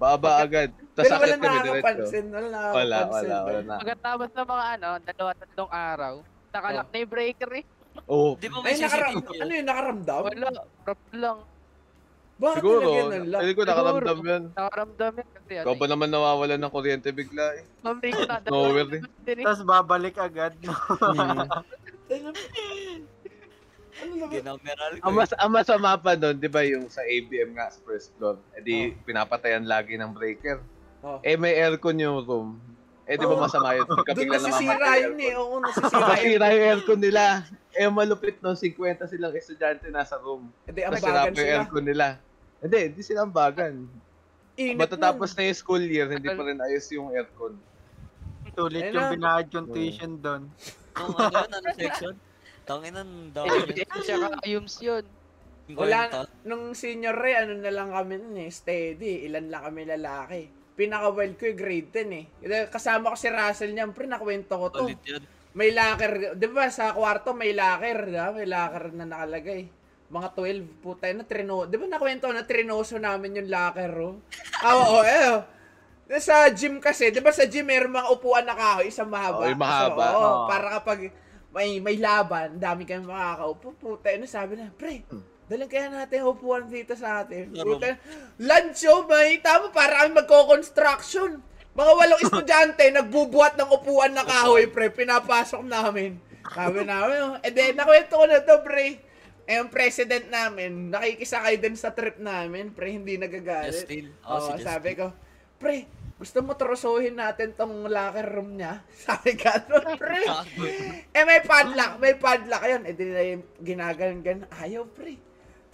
Baba agad. Tapos
Pero wala
sakit kami diretso.
nakakapansin. Wala
Wala,
nakakapansin.
wala, wala na.
Pagkatapos ng mga ano, dalawa tatlong araw,
Oh.
nakalak na yung breaker eh.
Oo.
Di ba may
Ay, nakaram...
CCTV?
Ano yun, nakaramdam?
Wala, prop lang.
Bakit
Siguro, eh,
nilagyan ano ng lock?
hindi ko nakaramdam
Siguro.
yun.
Nakaramdam yan kasi ano.
Ikaw ba naman nawawala ng kuryente bigla eh?
Mabrik na
No, really?
din eh.
Tapos babalik agad.
Eh, Ano na ba?
Ginameral ko. eh.
ang, mas, ang masama pa nun, di ba yung sa ABM nga sa first floor, eh di pinapatayan lagi ng breaker.
Oh.
Eh may aircon yung room. Eh di ba
Oo.
masama yun? Pagka
Doon
bigla
nasisira
namamatay
yun
yung
eh.
aircon.
Oo, nasisira yun.
Masira yung aircon nila. Eh malupit nun, 50 silang estudyante nasa room.
Hindi, Eh, ang
Masira
bagan
pa yung
sila.
aircon nila. Hindi, hindi sila ambagan.
Init
Matatapos
nun.
na yung school year, hindi pa rin ayos yung aircon.
Tulit yung binahad yung tuition doon.
Kung ano yun, ano section? Tanginan
Eh,
daw yun.
LBM tsaka IUMS yun.
Wala
Kwenta.
Nung senior re, ano na lang kami nun eh. Steady. Ilan lang kami lalaki. Pinaka-wild ko yung grade 10 eh. Kasi Kasama ko si Russell niyan. Pre, nakwento ko to.
Ulit yun.
May locker. Di ba sa kwarto may locker. Di ba? May locker na nakalagay. Mga 12. Puta na trino. Di ba nakwento ko na trinoso namin yung locker oh? Ah, oo. eh. oh. Sa gym kasi, di ba sa gym meron mga upuan na kahoy, isang mahaba.
Oo, Oh, yung mahaba.
So, oo,
Oo.
para kapag may may laban, dami kami makakaupo. Puta, ano sabi na, pre,
Hmm.
dalhin kaya natin yung upuan dito sa atin.
Laro.
Puta, lunch oh, may tama, para kami magko-construction. Mga walong estudyante, nagbubuhat ng upuan na kahoy, pre, pinapasok namin. Sabi namin, oh. and then, nakwento ko na to, pre. Eh, yung president namin, nakikisakay din sa trip namin, pre, hindi nagagalit.
Justin.
Oo,
Oh, si Justin.
sabi ko, pre, gusto mo trosohin natin tong locker room niya? Sabi ka, "Ano, pre.
Gago.
eh, may padlock, may padlock yun. Eh, di na yung ginagalan gan Ayaw, pre.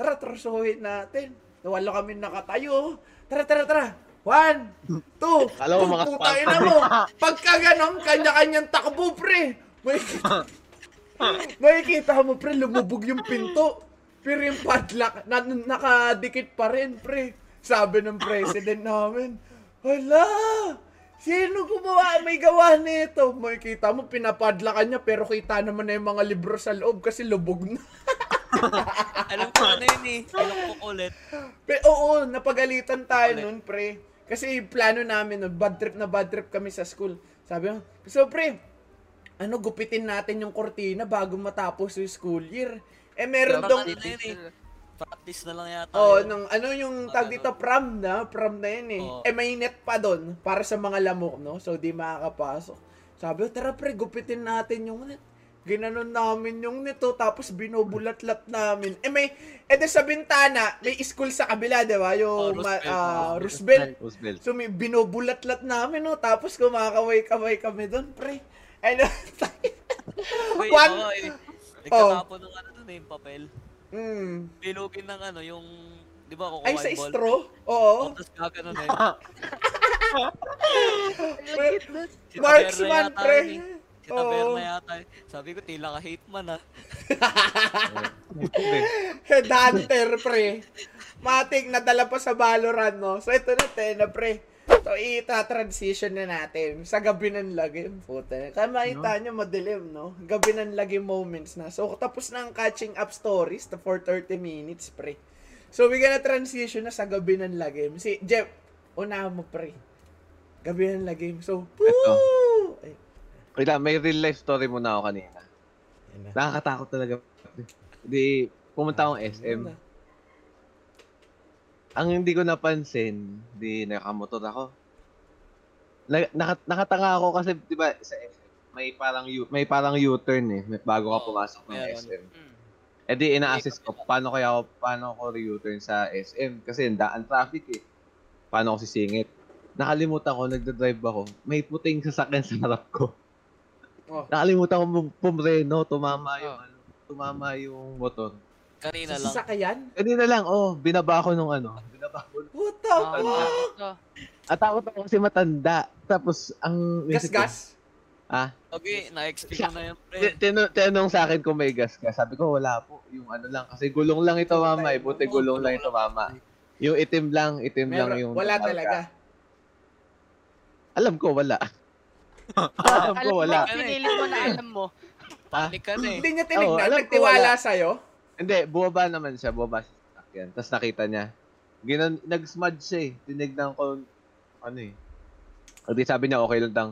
Tara, trosohin natin. Walo kami nakatayo. Tara, tara, tara. One, two,
Kala ko
two,
mga
putangin na mo. Pagka ganon, kanya-kanyang takbo, pre. Makikita, makikita mo, pre, lumubog yung pinto. Pero yung padlock, na, nakadikit pa rin, pre. Sabi ng president namin, Hala! Sino gumawa? May gawa nito. Makikita mo, pinapadlakan niya, pero kita naman na yung mga libro sa loob kasi lubog na.
Alam ko na yun eh. Alam ko ulit.
Pero oo, napagalitan tayo
Ulit.
nun, pre. Kasi plano namin, nun, bad trip na bad trip kami sa school. Sabi ko, so pre, ano, gupitin natin yung kortina bago matapos yung school year. Eh, meron
Parang
dong,
ano yun eh. Practice na lang yata.
oh,
yun.
nung, ano yung
Parang
tag dito,
ano. Oh.
prom na, prom na yun eh.
Oo.
Eh, may net pa doon para sa mga lamok, no? So, di makakapasok. Sabi ko, tara pre, gupitin natin yung net. Ginanon namin yung nito, tapos binubulat-lat namin. Eh may, eh di sa bintana, may school sa kabila, di ba?
Oh,
Yung
Roosevelt.
ma- ah,
Oh,
Roosevelt.
Roosevelt.
So may binubulat-lat namin, no? Tapos kumakaway-kaway kami doon, pre. Ano?
Wait,
One- Oh.
One... ako eh. Nagkatapon ng ano dun eh, yung papel.
mm.
Pilugin ng ano, yung... Di ba, kukuha
Ay, sa
yung ball.
straw?
Oh,
Oo.
tapos gaganon eh.
Pre-
Si
Marksman,
Taberna yata
pre.
yun eh. Si
Oo.
Taberna yata. eh. Sabi ko, tila ka hate man ah.
Headhunter, pre. Matik, nadala pa sa Valorant, no? So, ito na, Tena, pre. So, ita-transition na natin. Sa gabi ng lagim, puta. Kaya makita nyo, madilim, no? Gabi ng lagim moments na. So, tapos na ang catching up stories to for 30 minutes, pre. So, we gonna transition na sa gabi ng lagim. Si Jeff, una mo, pre. Gabi ng lagim. So,
Ito.
woo! Ay,
Wait lang, may real life story muna ako kanina.
yan na.
Nakakatakot talaga. Di, pumunta akong SM.
Yun na.
Ang hindi ko napansin, di nakamotor ako. Na, naka- nakatanga ako kasi, di ba, sa SM, may parang, U, may parang U-turn eh, may- bago ka
Oo,
pumasok ng
meron.
SM.
Mm.
Eh di, ina-assist ko, paano kaya ako, paano ako re-U-turn sa SM? Kasi ang daan traffic eh. Paano ako sisingit? Nakalimutan ko, nagdadrive ako, may puting sasakyan sa harap ko.
Oh.
Nakalimutan ko pum- pumreno, tumama yung,
Oh.
ano, tumama yung motor.
Kanina
Sa
lang.
sasakayan?
Eh di na lang, oh, binaba ko nung ano. Binaba ko.
What the fuck?
Ah,
Atakot ako kasi matanda. Tapos, ang... isip ko,
Gas-gas?
Ah,
Okay, na-explain ko na yan, pre.
ti- tinu- tinanong sa akin kung may gas ka. Sabi ko, wala po. Yung ano lang, kasi gulong lang ito, mama. Eh. Buti gulong lang ito, mama. Yung itim lang, itim lang
Meron-
yung...
wala
marka.
talaga.
Alam ko, wala. alam ko, wala.
alam mo, pinilit mo na alam mo.
Panic ka na eh.
Hindi niya
Oo,
tinignan,
alam ko
nagtiwala
wala.
sa'yo.
Hindi, buwaba naman siya. Buwaba siya. sa sasakyan. Tapos nakita niya. Ginan, nag-smudge siya eh. Tinignan ko, ano eh. At di sabi niya, okay lang daw.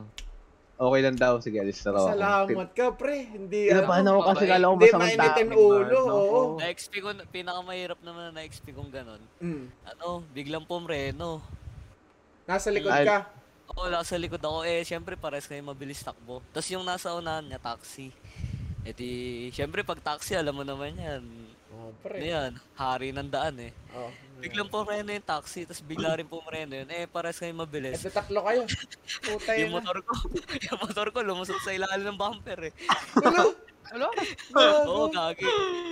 Okay lang daw. Sige, alis na raw ako.
Salamat ka, pre. Hindi,
Kinabahan
ano.
ako kasi
Mabait.
kala ko
Hindi,
masamang
mainit yung
timing,
ulo, oh.
man.
oo.
Oo.
Na-XP ko, na- pinakamahirap naman na na-XP kong ganun.
Mm.
Ano, biglang pumreno.
Nasa likod
Ay.
ka.
Ako, nasa likod ako. Eh, syempre, pares kayo mabilis takbo. Tapos yung nasa unahan niya, taxi. E di, syempre, pag taxi, alam mo naman yan.
Oh,
Ano
pre.
yan, hari ng daan eh.
Oh.
Biglang pumreno yung taxi, tapos bigla rin pumreno yun. Eh, pares kayo mabilis.
Ito tatlo kayo. Puta
Yung
yun.
motor ko, yung motor ko lumusot sa ilalim ng bumper eh.
Ano?
Gago.
Oo, gagi.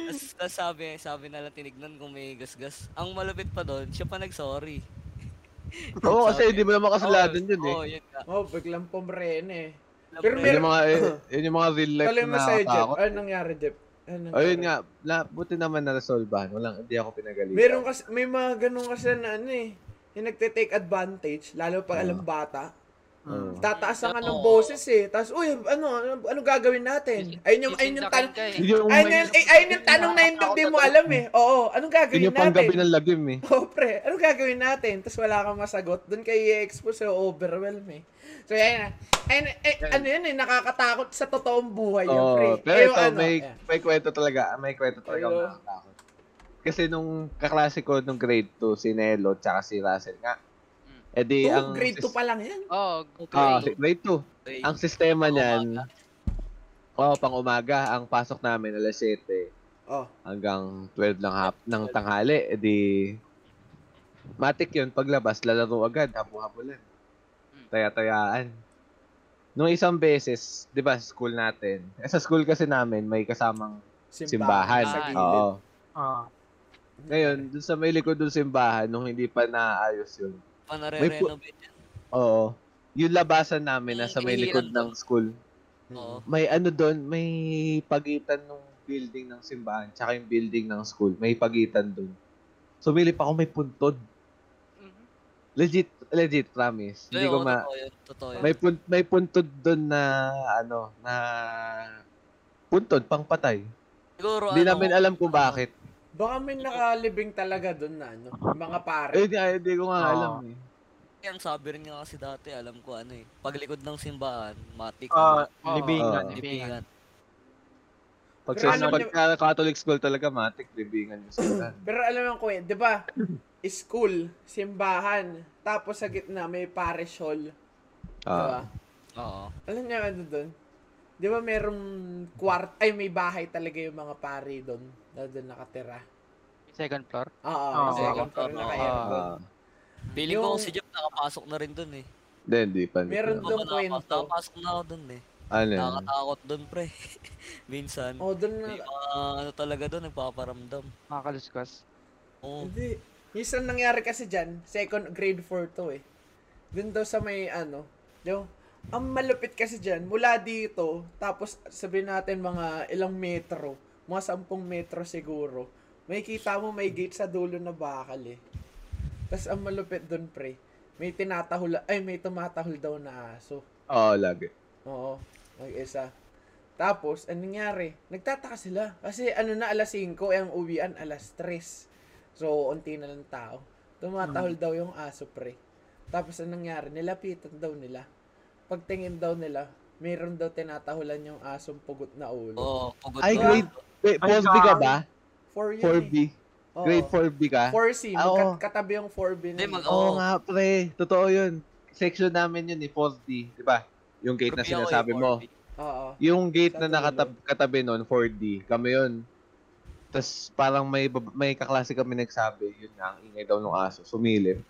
Tapos tas sabi, sabi nalang tinignan kung may gasgas. Ang malapit pa doon, siya pa nag-sorry.
Oo, kasi hindi mo naman kasalanan yun eh.
Oo, yun nga.
Oh, biglang pumreno eh.
Alam
Pero
mo
Yun
meron-
yun.
yung mga, eh, yun yung mga real life
Tuloy mo
na
sa'yo, Jeff.
nakatakot.
Ano nangyari, Jeff? Ano nangyari?
Ayun nga, na, buti naman na resolbahan. Walang, hindi ako pinagalitan.
Meron kasi, may mga ganun kasi na ano eh. Yung nagte-take advantage, lalo pag alam
Ah.
bata. Mm.
Oo.
Tataasan ka ng
Oo.
boses eh. Tapos, uy, ano, ano, ano gagawin natin? Ayun yung, ayun yung tanong.
Sisindakan ka eh.
Yun yung,
Ayun yung, ay, ayun yung tanong na hindi hindi mo alam eh. Oo, anong
yun
gagawin
yung panggabi
natin?
ng lagim eh.
Oo, pre, anong gagawin natin? Tapos wala kang masagot. Doon kayo i-expose sa overwhelm eh. So, ayun na. Ayun, eh, ano yun eh, nakakatakot sa totoong buhay yun, pre.
Oo, pero
Eh, yung
ito, may,
ayan.
may kwento talaga. May kwento talaga ako
Hello.
nakatakot. Kasi nung kaklase ko nung grade 2, si Nelo tsaka si Russell nga. Eh di,
Oh,
ang...
grade 2 pa lang yan.
Oh,
Ah,
okay.
si- grade 2.
Ay,
Ang sistema
Pang
niyan, oo, pang umaga, ang pasok namin alas 7
Oh.
hanggang 12 ng, hap, ng tanghali, eh di matik yun, paglabas, lalaro agad, hapo-hapulan.
Hmm.
Taya-tayaan. Nung isang beses, di ba, sa school natin, eh, sa school kasi namin, may kasamang simbahan.
Sa
Ah,
gilid.
Oo.
Ah,
Ngayon, dun sa may likod dun simbahan, nung hindi pa naayos yun,
pa nare-renovate yan.
oo, yung labasan namin nasa may likod ng school,
Oo.
may ano doon, may pagitan nung building ng simbahan, tsaka yung building ng school, may pagitan doon. Sumilip ako may puntod.
Mhm. legit
Legit, legit, promise. Hindi ko
Oo,
ma...
Totoo yun, totoo yun.
May, pun- may puntod doon na, ano, na... Puntod, pangpatay.
Siguro,
Hindi
ano,
namin alam kung bakit.
Baka may nakalibing talaga doon na, ano, mga pare.
Eh, hindi, hindi ko nga
Oo.
alam eh.
Ang sabi rin nga kasi dati, alam ko ano eh. Paglikod ng simbahan, matik.
ah,
Oo.
libingan.
Oo.
Libingan.
Pag
Pero
sa
alam
pagka Catholic school talaga, matik, libingan yung sila.
Pero alam mo ko eh, 'di ba? School, simbahan, tapos sa gitna may parish hall, 'di ba?
Ah.
Oo.
Alam niyo ano doon? Di ba merong kwart, ay may bahay talaga yung mga pare doon na doon nakatira.
Second floor?
Oo,
Oo.
kasi second floor
Oo.
naka-aircon.
Ah,
Feeling ko
Yung-
kung si Jeff nakapasok na rin dun eh.
Hindi, hindi pa. hindi
Meron doon
pa.
Ako nakapa-
kwento.
Nakapasok na ako dun eh.
Ano yan?
Nakakatakot dun pre. Minsan.
Oh, doon na.
May mga ano talaga dun, nagpaparamdam.
Makakaluskas.
Oo.
Hindi. Minsan nangyari kasi dyan, second grade 4 to eh. Doon daw sa may ano, yung, ang malupit kasi dyan, mula dito, tapos sabihin natin mga ilang metro, mga sampung metro siguro, may kita mo may gate sa dulo na bakal eh. Tapos ang malupit doon pre, may tinatahol, ay may tumatahol daw na aso.
Oo, Ah, lagi.
Oo, mag-isa. Tapos, anong nangyari? Nagtataka sila. Kasi ano na, alas 5, eh, ang uwian, alas 3. So, unti na lang tao.
Mm.
Tumatahol daw yung aso, pre. Tapos, anong nangyari? Nilapitan daw nila. Pagtingin daw nila, meron daw tinatahulan yung asong pugot na ulo.
Oo, pagod
Ay,
na.
grade... Wait, 4B ka ba?
For yun
4B.
eh. Oo.
Grade 4B ka?
4C.
Ah,
magkat-
oo.
katabi yung 4B na
oh. Hindi,
yun.
mag-
Oo
Oo.
nga, pre. Totoo yun. Section namin yun eh, 4D. Di ba? Yung gate
Grabe
na
ako eh,
sinasabi mo.
4B.
Oo.
Yung gate
Sa
na nakatab katabi nun, 4D. Kami yun. Tapos parang may, bab- may kaklase kami nagsabi, yun nga, ang ingay daw ng aso. Sumilip.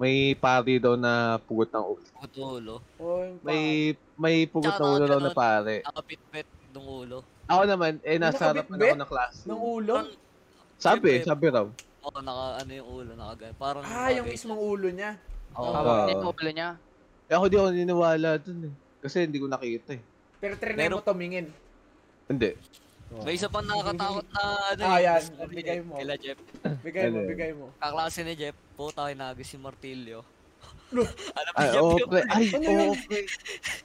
May pari daw na pugot ng ulo.
Pagod na ulo.
Oo, yung pa-
May, may pugot
Tsaka
ng ulo daw na
ganun.
pare.
Nakapitpit ng ulo.
Ako naman, eh, nasa harap na ako
nakabitbit?
ng klase.
Ng ulo?
Sabi,
Siyempre.
sabi raw.
Oo, naka ano yung ulo, naka gan- Parang
Ah, yung
naka-
mismong ulo niya.
Oo.
Ah.
Hawak din yung ulo niya.
Eh, ako di ako niniwala dun eh. Kasi hindi ko nakita eh.
Pero trinay mo
Meron-
tumingin.
Hindi.
May isa pang nakakatakot na ano
Ah,
eh,
yan.
story
Bigay
eh,
mo.
Kila Jeff.
Bigay mo,
Ano yun?
bigay mo.
Kaklase ni Jeff, puta hinagis si Martilyo. Alam ni
Ay,
Jeff
oo,
yun.
pre. Ay,
Ano
oo,
yun?
pre.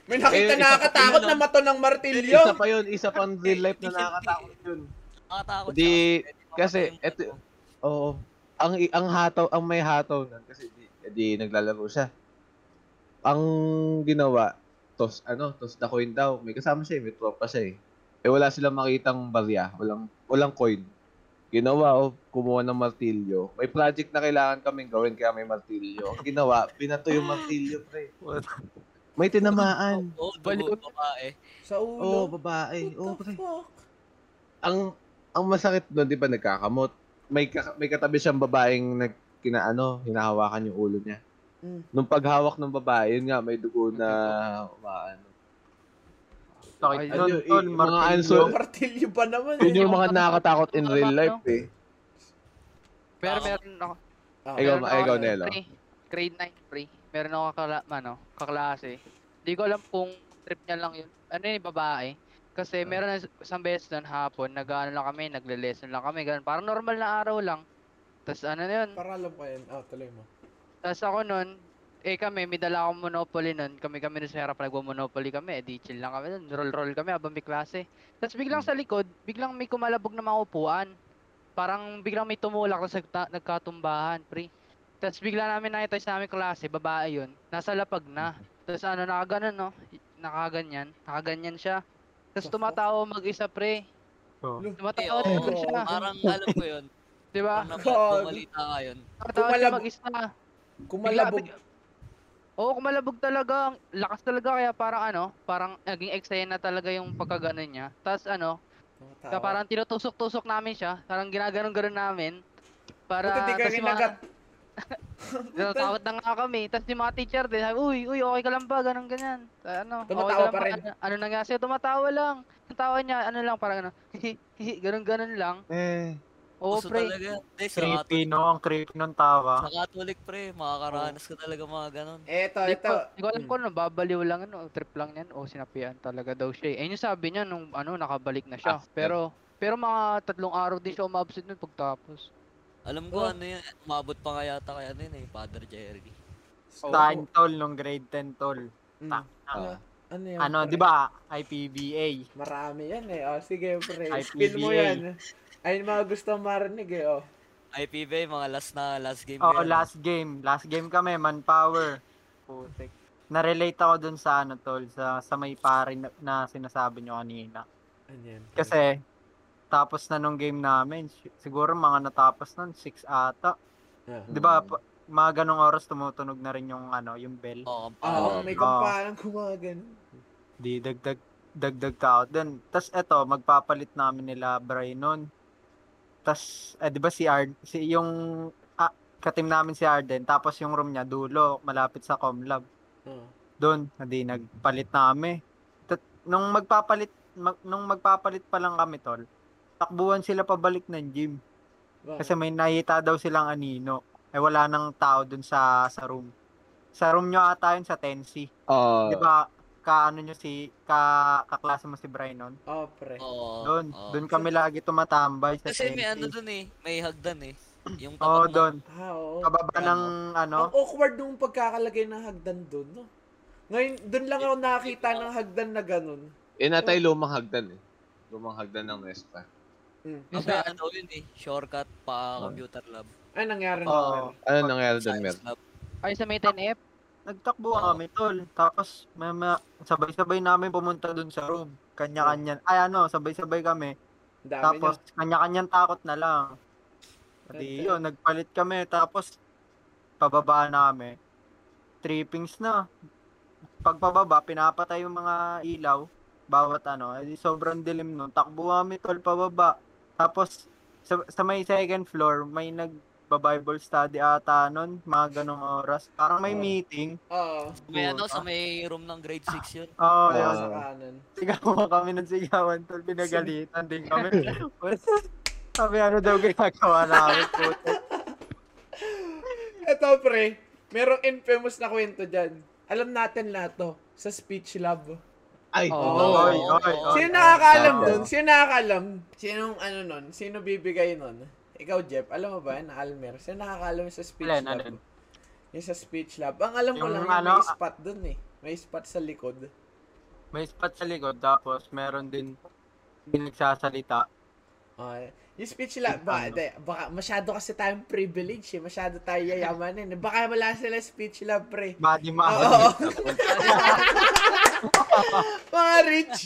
May nakita
Eh, isa
na
pa-
nakatakot
yun
na
lang.
mato ng martilyo.
Isa pa yun, isa pang real life na nakakatakot yun.
Nakakatakot
Di,
siya
kasi,
Pwede mamatay
eto-
yung ano.
Oo. Ang ang hataw, ang may hataw nun kasi di, di naglalaro siya. Ang ginawa, toss ano, toss the coin daw. May kasama siya, eh, may tropa siya eh. Eh wala silang makitang barya, walang walang coin. Ginawa, oh, kumuha ng martilyo. May project na kailangan kaming gawin kaya may martilyo. Ang ginawa, pinato yung
Ah.
martilyo, pre.
What?
May tinamaan.
Oo, dugo, babae.
Sa
Oo, oh,
ulo.
babae. Oo,
What the
pre.
fuck?
ang ang masakit doon, 'di ba, nagkakamot. May ka- may katabi siyang babaeng nag kinaano, hinahawakan yung ulo niya.
Mm.
Nung paghawak ng babae, yun nga may dugo na ano. umaano.
Sakit
Ay,
nun,
yun,
tol.
yung eh, mga
Martilyo.
answer-
Martilyo pa naman.
Yun
Eh.
yung mga nakakatakot in real life eh.
Pero
Tama.
meron ako.
Ah,
Ikaw,
meron
ma- ikaw
ako- ano,
Nelo.
pre, Grade 9, pre. Meron ako kakala, ano, kaklase. Hindi ko alam kung trip niya lang yun. Ano yun, babae. Kasi
Ah.
meron na isang beses noon hapon, nag lang kami, nagle-lesson lang kami, ganun. Parang normal na araw lang. Tapos ano na yun,
Para alam ko yan. Ah, tuloy mo.
Tapos ako nun, eh kami, may dala akong Monopoly nun. Kami kami nun sa harap nagwa-Monopoly kami. Eh di chill lang kami nun. Roll-roll kami habang may klase. Tapos biglang sa likod, biglang may kumalabog na mga upuan. Parang biglang may tumulak tapos nagta- nagkatumbahan, pre. Tapos bigla namin nakita sa aming klase, babae yun. Nasa lapag na. Tapos ano, nakaganon no? Nakaganyan. Nakaganyan siya.
The
Tapos
fuck?
tumatawa mag-isa, pre.
Oh.
Eh,
Tumatawa
oo,
Tawad
talaga
ko
Ah.
siya.
parang ano, alam ko yun.
Di ba?
Parang
God.
malita nga yun.
Tumatawa siya
Kumalab-
mag-isa.
Kumalabog.
Oo, kumalabog talaga. Ang Lakas talaga kaya parang ano, parang naging eksena talaga yung pagkaganon niya. Tapos ano, ka-
Parang
parang tinutusok-tusok namin siya. Parang ginaganon-ganon namin. Para
Buti di ka
tas yung mga-
ginagat.
Natatakot na nga kami. Tapos yung mga teacher din, sabi, uy, uy, okay ka lang ba? Ganun, ganyan. Ah, Ano, okay
Tumatawa
ka lang
pa
ba?
rin.
Ano, ano nangyari sa'yo? Tumatawa lang. Ang tawa niya, ano lang, parang ano, hihi, ganun, ganun lang.
Eh,
Oo,
Gusto
pre.
talaga. Hindi, sa
Creepy,
Catholic-
no? Ang creepy ng tawa.
Sa Catholic, pre, makakaranas ka talaga mga ganon.
Eto,
Di
eto.
ko- di ko alam
Mm.
kung ano, babaliw lang ano, trip lang yan o sinapian talaga daw siya. eh. Ayun yung sabi niya nung ano, nakabalik na siya.
After.
Pero pero mga tatlong araw din siya umabsent nun pagtapos.
Alam ko ano yun, umabot pa nga yata kaya ano yun eh, Father Jerry.
Stan, tol, nung grade 10, tol.
Mm.
Tak.
Ano? Ano yun?
Ano,
pre?
di ba? IPBA.
Marami yan eh. Oh, sige, pre.
Ay,
Spin mo
PBA.
yan. Ayun mga gusto marinig eh. Oh.
IPB, mga last na, last game. yun.
Oo,
ano?
Oh, last game. Last game kami, manpower. Putik. Na-relate ako dun sa ano, tol, sa, sa may pare na, na sinasabi nyo kanina.
Ano yan? pre?
Kasi, tapos na nung game namin, si- siguro mga natapos nun, 6 ata.
Ah.
Di ba,
Mm.
pa- mga ganong oras tumutunog na rin yung ano, yung bell.
Oo,
Oo, parang
Ah, oh, may
Ah.
kumpalang kumagan.
Di dagdag dagdag tao din. Tapos eto, magpapalit namin nila Bray nun. Tapos, eh, di ba si Arden, si yung ah, katim namin si Arden, tapos yung room niya dulo, malapit sa Comlab.
Oo.
Doon, hindi nagpalit na kami. Tat- nung magpapalit, mag- nung magpapalit pa lang kami tol, takbuhan sila pabalik ng gym.
Bakit?
Kasi may nakita daw silang anino. Eh wala nang tao dun sa sa room. Sa room nyo ata yun sa Tensi.
Oo.
Di ba? Kaano nyo si, ka, kaklase mo si Brian nun?
Oh, pre.
Oo.
Doon,
oo.
doon kami lagi tumatambay sa
Kasi
Tensi.
may ano dun eh, may hagdan eh. Yung tapat
Oo,
ng-
doon.
Ah, oo.
Kababa ng
oh.
ano.
Ang awkward nung pagkakalagay ng hagdan doon, no? Ngayon, doon lang ako nakakita ng hagdan na ganun.
Inatay lumang hagdan eh. Lumang hagdan ng Nespa.
Mm.
Kasi ano yun eh, shortcut pa computer lab.
Ay, nangyari na.
Oo.
pre?
Ano nangyari doon, Mer?
Science lab.
Ay, sa may 10F.
Nagtakbo
Oo.
kami tol. Tapos may, may- sabay-sabay namin pumunta dun sa room. Kanya-kanya. Ay ano, sabay-sabay kami.
Ang Dami
Tapos
niya.
kanya-kanyang takot na lang. Pati
Ganda.
yun, nagpalit kami. Tapos pababa na kami. Trippings na. Pagpababa, pinapatay yung mga ilaw. Bawat ano. Eh, di sobrang dilim nun. Takbo kami tol pababa. Tapos sa, sa may second floor, may nag-Bible study ata nun. Mga ganong oras. Parang may
Oh.
meeting.
Oo.
May ano, sa
Puta.
may room ng grade 6 yun.
Oo,
Ah.
Oh, yun.
Sa kanan.
Sigawan kami ng sigawan tol. Pinagalitan din kami. Sabi ano daw ginagawa namin. Puto.
Eto, pre. Merong infamous na kwento dyan. Alam natin na to. Sa speech lab.
Ay!
Oo.
Oy, oy, oy.
Sino nakakaalam
Oo.
nun? Sino nakakaalam? Sinong ano nun? Sino bibigay nun? Ikaw, Jeff. Alam mo ba yan? Almer. Sino nakakaalam sa speech
Alin,
lab?
alin?
Yung sa speech lab. Ang alam ko
Yung
lang, yung
ano,
may spot dun eh. May spot sa likod.
May spot sa likod, tapos meron din din nagsasalita.
Ah, yung speech lab, ba,
Ano?
de, baka masyado kasi tayong privilege eh. Masyado tayo yayamanin. eh. Baka wala sila speech lab, pre.
Body
Oo.
mask.
Mga rich.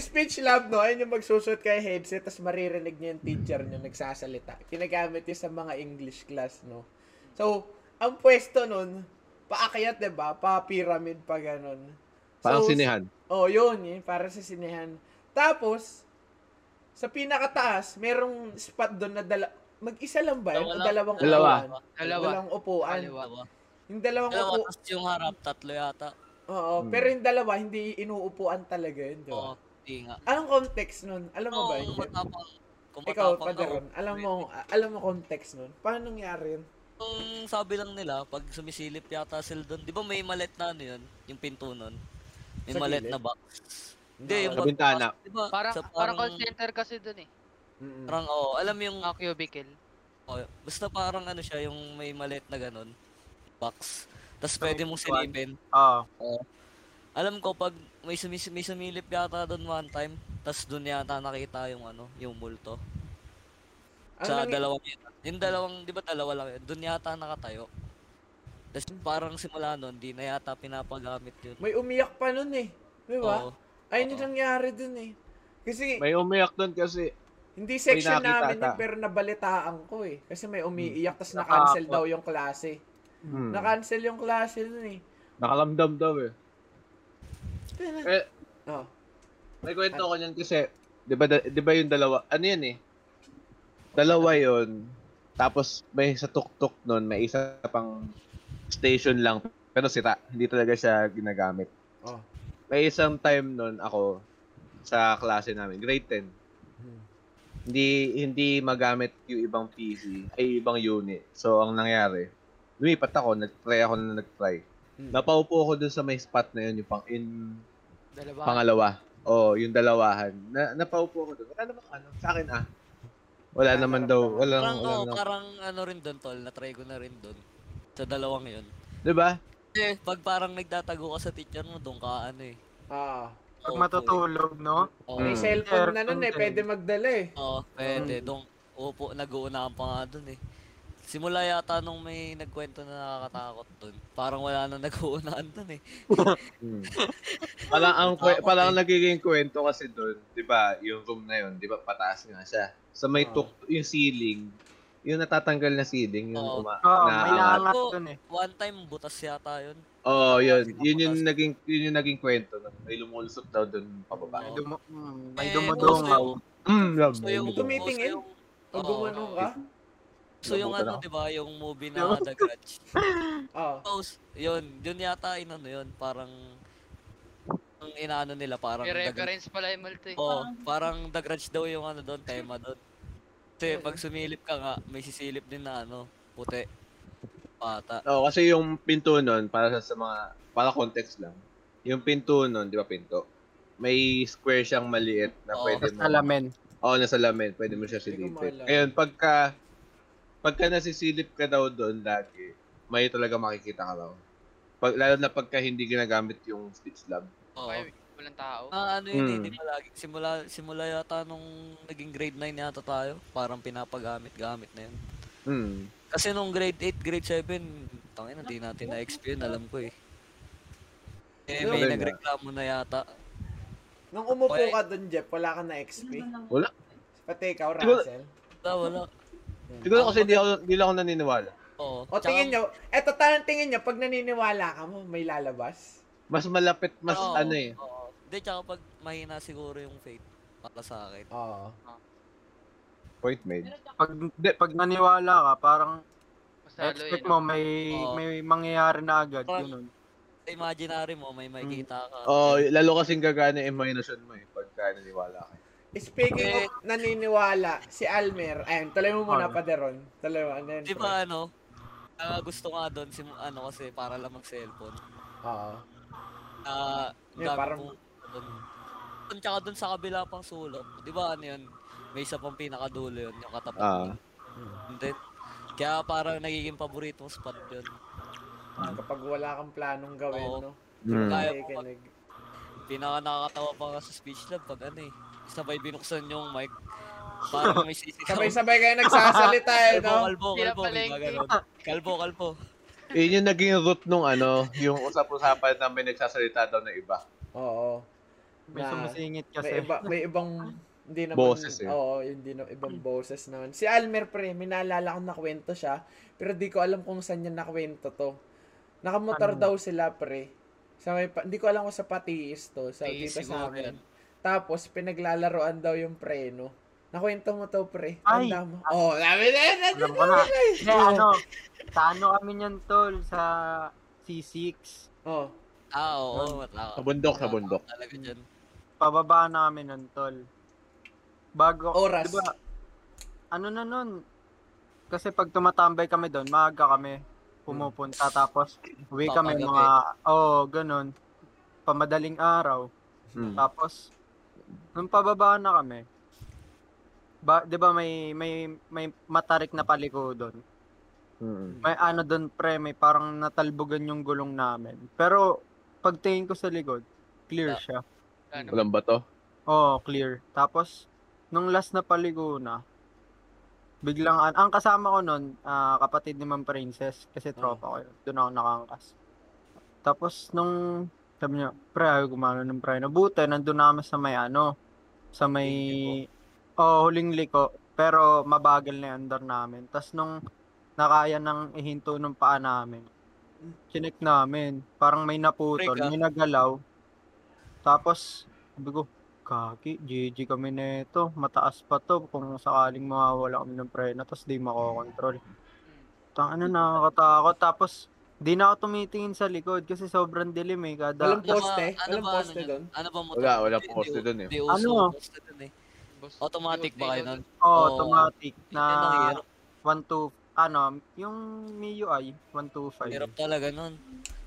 Speech lab, no? Ayun yung magsusot kay headset, tapos maririnig niya yung teacher niya nagsasalita. Ginagamit yun sa mga English class, no? So, ang pwesto nun, paakyat, di ba? Pa-pyramid, pa ganun.
Parang
So,
sinehan.
Oh, yun, yun, para sa sinehan. Tapos, sa pinakataas, merong spot doon na dala- mag-isa lang ba yun? O
Dalawa.
dalawang
Dalawa.
upuan?
Dalawa.
Dalawang
Ah,
upuan.
Dalawa.
Dalawa.
Yung dalawang
Dalawa,
upuan.
tapos yung harap, tatlo yata.
Oo,
Hmm.
pero yung dalawa, hindi inuupuan talaga yun, di ba?
Oo, di Ano nga.
Anong context nun? Alam mo ba?
Oo,
yun?
matapang. Kung
Ikaw,
matapang ka,
Paderon, alam mo, alam mo context nun? Paano nangyari yun?
Ang sabi lang nila, pag sumisilip yata sila doon, di ba may malet na ano yun? Yung pinto nun. May
Sa
malet
gilid?
na box. Hindi, yung
Sa
box-
bintana.
Di ba?
Parang,
sa
parang call center kasi dun eh.
Mm-mm.
Parang, oo, alam mo yung,
Mga cubicle.
oh, basta parang ano siya, yung may malet na ganun. Box. Tapos pwede mong
kuwan.
silipin.
Oo.
Alam ko, pag may, sumis- may sumilip yata doon one time, tapos doon yata nakita yung ano, yung multo.
Ang
sa
nangy-
dalawang yun. Yung dalawang, di ba dalawa lang yun? Doon yata nakatayo. Tapos parang simula nun, di na yata pinapagamit yun.
May umiyak pa nun eh. Di ba?
Oo.
Ayun yung
Oo.
nangyari dun eh. Kasi,
May umiyak doon kasi.
Hindi section
nakita
namin yun,
ka.
pero nabalitaan ko eh. Kasi may umiiyak, tapos na-cancel
Nakakot.
daw yung klase.
Hmm.
Na-cancel yung klase dun eh.
Nakalamdam daw eh. Eh,
Oh.
May kwento ko niyan kasi, 'di ba 'di ba yung dalawa? Ano 'yan eh? Dalawa 'yon. Tapos may sa tuktok noon, may isa pang station lang pero sira. Hindi talaga siya ginagamit.
Oh.
May isang time noon ako sa klase namin, grade 10.
Hmm.
Hindi hindi magamit yung ibang PC, ay ibang unit. So ang nangyari, lumipat ako, nag-try ako na nag-try.
Hmm.
Napaupo ako dun sa may spot na yun, yung pang in
Dalawa.
Pangalawa. Oo, oh, yung dalawahan. Na, napaupo ko doon. Wala namang ano. Sa akin ah. Wala
Wala
naman
namang
daw.
tama.
Wala
Parang,
wala
oo,
namang-
parang ano rin doon, tol. Na-try ko na rin doon. Sa dalawang yun.
Diba?
Eh, pag parang nagtatago ka sa teacher mo, doon ka ano eh.
Ah.
Pag
Opo,
matutulog, no?
eh. Oo,
May
Mm.
cellphone na nun eh,
Cellphone.
pwede magdala eh.
Oo, pwede. Doon, upo, nag-uunahan pa nga doon eh. Simula yata nung may nagkwento na nakakatakot doon. Parang wala na nag-uunahan doon eh.
Hmm. parang ang kwe-
Takot eh.
parang nagiging kwento kasi doon, 'di ba? Yung room na 'yon, 'di ba? Pataas nga siya. Sa may
Ah.
tuk yung ceiling, yung natatanggal na seeding, yung
Oo.
uma-
Oo, Ah, may
naangat.
langat
Ako-
yun eh.
One time, butas yata yun.
Oo, oh, yun.
Sinaputas.
Yun yung naging, yun yung naging kwento. Na may lumulusot daw dun pababa.
May, dumo, mm, may
Eh,
dumudungaw.
Mm, love.
So yung,
Tumit- Tumitingin?
so yung-
Pag
oo.
gumano ka?
So yung
Nabutan
ano,
ako.
'di ba, yung movie na
Nabutan.
The Grudge.
Oo.
Tapos, yun, yun yata inano yun, parang ang inaano nila parang
May
The
reference pala yung multi.
Grudge. Oh, parang The Grudge daw yung ano doon, tema doon. Kasi pag sumilip ka nga, may sisilip din na ano, puti. Bata.
Oo, kasi yung pinto nun, para sa, sa mga, para context lang, yung pinto nun, di ba pinto? May square siyang maliit na
Oo.
pwede mo.
Salamin.
Oo, nasa lamin. Pwede mo siya
Hindi ko
silipin.
maalala.
Ngayon, pagka, pagka nasisilip ka daw doon lagi, may talaga makikita ka daw. Pag, lalo na pagka hindi ginagamit yung stitch lab.
Oo.
Ay, walang tao.
Ah, ano yun, eh,
Hmm.
di ba lagi, simula, simula yata nung naging grade 9 yata tayo, parang pinapagamit-gamit na yun.
Hmm.
Kasi nung grade 8, grade 7, tangin na, di natin na-experience, alam ko eh. Eh, may
Wala.
nagreklamo na yata.
Nung umupo
Okay.
ka dun, Jeff, wala ka na XP.
Wala.
Pati ikaw,
Siguro-
Russell.
Wala, wala.
Siguro kasi hindi ako, hindi lang ako naniniwala.
Oo.
O tingin nyo, eto tarang tingin nyo, pag naniniwala ka mo, may lalabas.
Mas malapit, mas
Oo,
ano eh.
Oo. Hindi, tsaka pag mahina siguro yung fate para sa akin.
Oo.
Point made.
Pag, de, pag naniwala ka, parang
Masalo ano,
expect
yun.
mo may
Oo.
may mangyayari na agad.
Parang-
Ganun.
Sa imaginary mo,
Mm.
may
Oh,
makikita ka.
Oo, lalo kasing gagana yung imagination mo eh, pagka naniwala ka.
Speaking
Eh.
of naniniwala, si Almer, ayun, tuloy mo muna
Oo.
paderon. Tuloy mo, ano yun?
Ah. Di ba ano? Ang gusto nga doon, sim- ano kasi, para lang mag-cellphone.
Oo.
Ah, ang
Yeah,
dami
parang-
kong- doon. Doon, tsaka doon sa kabila pang sulok. Di ba ano yun? May isa pang pinakadulo yun, yung katapat.
Ah.
nun. And then, kaya parang nagiging paborito mong spot yun.
Ah, kapag wala kang planong gawin,
Oo.
no?
Mm.
Kaya
Kaya
mo mag- Pinaka nakakatawa pa nga sa speech lab pag ano eh. Sabay binuksan yung mic. Parang may sisigaw.
Sabay-sabay kayo nagsasalita, eh,
Kalbo,
no?
kalbo, kalbo.
Hirap
may
palengke.
mga ganun. Kalbo, kalbo.
Yun yung naging root nung ano, yung usap-usapan na may nagsasalita daw na iba.
Oo.
May
Na-
sumisingit kasi.
May, iba, may ibang hindi naman
Boses, eh.
Oo, yung di na, ibang boses naman. Si Almer pre, may naalala ko nakwento siya, pero di ko alam kung saan niya nakwento to. Nakamotor
Ano?
daw sila pre. Sa may, pa- hindi ko alam kung sa Patiis to, sa dito
Patiis
sa
siguro
amin.
yan.
Tapos pinaglalaroan daw yung preno. Nakwento mo to pre.
Ay!
Tanda mo. Oh, dami na yan.
Alam ko na. Hindi, ano, sa ano kami niyan, tol, sa C6.
Oh,
Ah, oo. wala.
Sa bundok, sa bundok.
Talaga dyan.
Pababa namin nun, tol. Bago,
Oras.
Diba?
di ba, ano na nun? Kasi pag tumatambay kami doon, maaga kami pumupunta. Tapos, uwi kami
Papagabi.
mga, oh, ganun. Pamadaling araw.
Mm.
Tapos, nung pababa na kami, ba, di ba may, may, may matarik na paliko doon?
Mm.
May ano doon pre, may parang natalbogan yung gulong namin. Pero pagtingin ko sa likod, clear
Ah.
siya.
Ano?
Walang bato?
Oo, clear. Tapos nung last na paligo na, biglang an- ang kasama ko noon, kapatid ni Ma'am Princess kasi tropa ko yun. Doon ako nakangkas. Tapos nung sabi niya, pre, ayaw gumano ng pre. Nabuti, nandun namin sa may ano, sa may, oh, huling liko. Pero mabagal na yung under namin. Tapos nung nakaya ng ihinto ng paa namin, chinek namin. Parang may naputol,
Break, ah.
may nagalaw. Tapos, sabi ko, kaki, GG kami na ito. Mataas pa to kung sakaling mawawala kami ng preno. Tapos di makokontrol. Tang na, nakakatakot. Tapos, di na ako tumitingin sa likod kasi sobrang dilim eh. Kada,
Walang poste?
Diba? ba-
Walang
ba
poste
yun?
doon?
Ano ba mo?
Wala, wala poste doon eh.
Di uso
Ano?
yung poste doon eh.
Boss-
Automatic ba kayo nun?
oh,
Oo.
automatic na
Yun ang hirap.
1 to, ano, yung MIUI, 125.
Hirap talaga nun.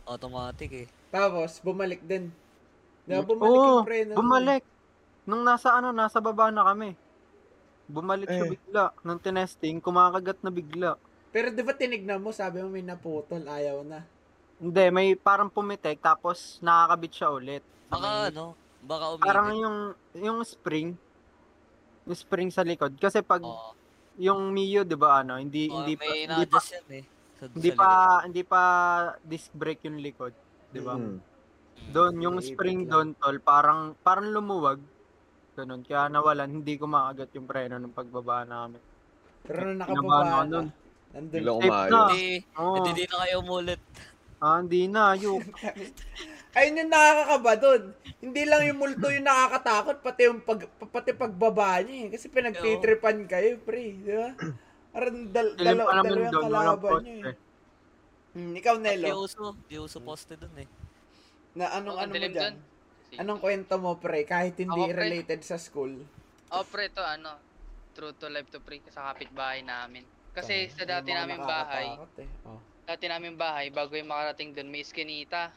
Automatic eh.
Tapos, bumalik din. Na, bumalik
Mm. Oo,
yung preno.
bumalik. Nung nasa ano, nasa baba na kami. Bumalik siya
Eh.
bigla. Nung tinesting, kumakagat na bigla.
Pero di ba tinignan mo, sabi mo may naputol, ayaw na.
Hindi, may parang pumitek tapos nakakabit siya ulit. Sa
Baka
may-
ano, baka umiinit.
Parang yung yung spring yung spring sa likod kasi pag
Oo.
yung Mio 'di ba ano hindi
Oo,
hindi pa
Oh. may
hindi pa
ina-adjust yan eh. Sa,
hindi
sa
pa,
likod.
hindi pa disc brake yung likod 'di ba
Mm.
doon yung
Iipit
spring
lang.
doon tol parang parang
Eh,
lumuwag ganun kaya nawalan hindi ko maagat yung preno ng pagbaba namin
Pero nung
Kinabahan
nakababa
ako
na,
nun.
nandun.
Biglang
Safe
umayo.
Ah.
Hindi,
Oo.
hindi na kayo umulit.
Ah, hindi na. Ayok.
Ayun yung nakakakaba doon. Hindi lang yung multo yung nakakatakot, pati yung pag, pa- pati pagbaba niya eh. Kasi pinagtitripan kayo, pre. Di ba? Parang dal,
Dilim
dalaw,
pa naman
dalawa yung
doon. Walang
kalaban niya
poster.
eh. Hmm, ikaw,
Di
Nelo,
uso, di uso poste dun eh.
na anong
Ang
ano mo
dilim
dyan?
doon. Sige.
Anong kwento mo, pre, kahit hindi
Ako, pre.
related sa school?
Oh, pre, to ano, true to life to pre sa kapitbahay namin. Kasi sa
Yung
dati
mga
naming bahay,
nakakatakot eh. Oh.
dati naming bahay, bago yung makarating doon, may iskinita.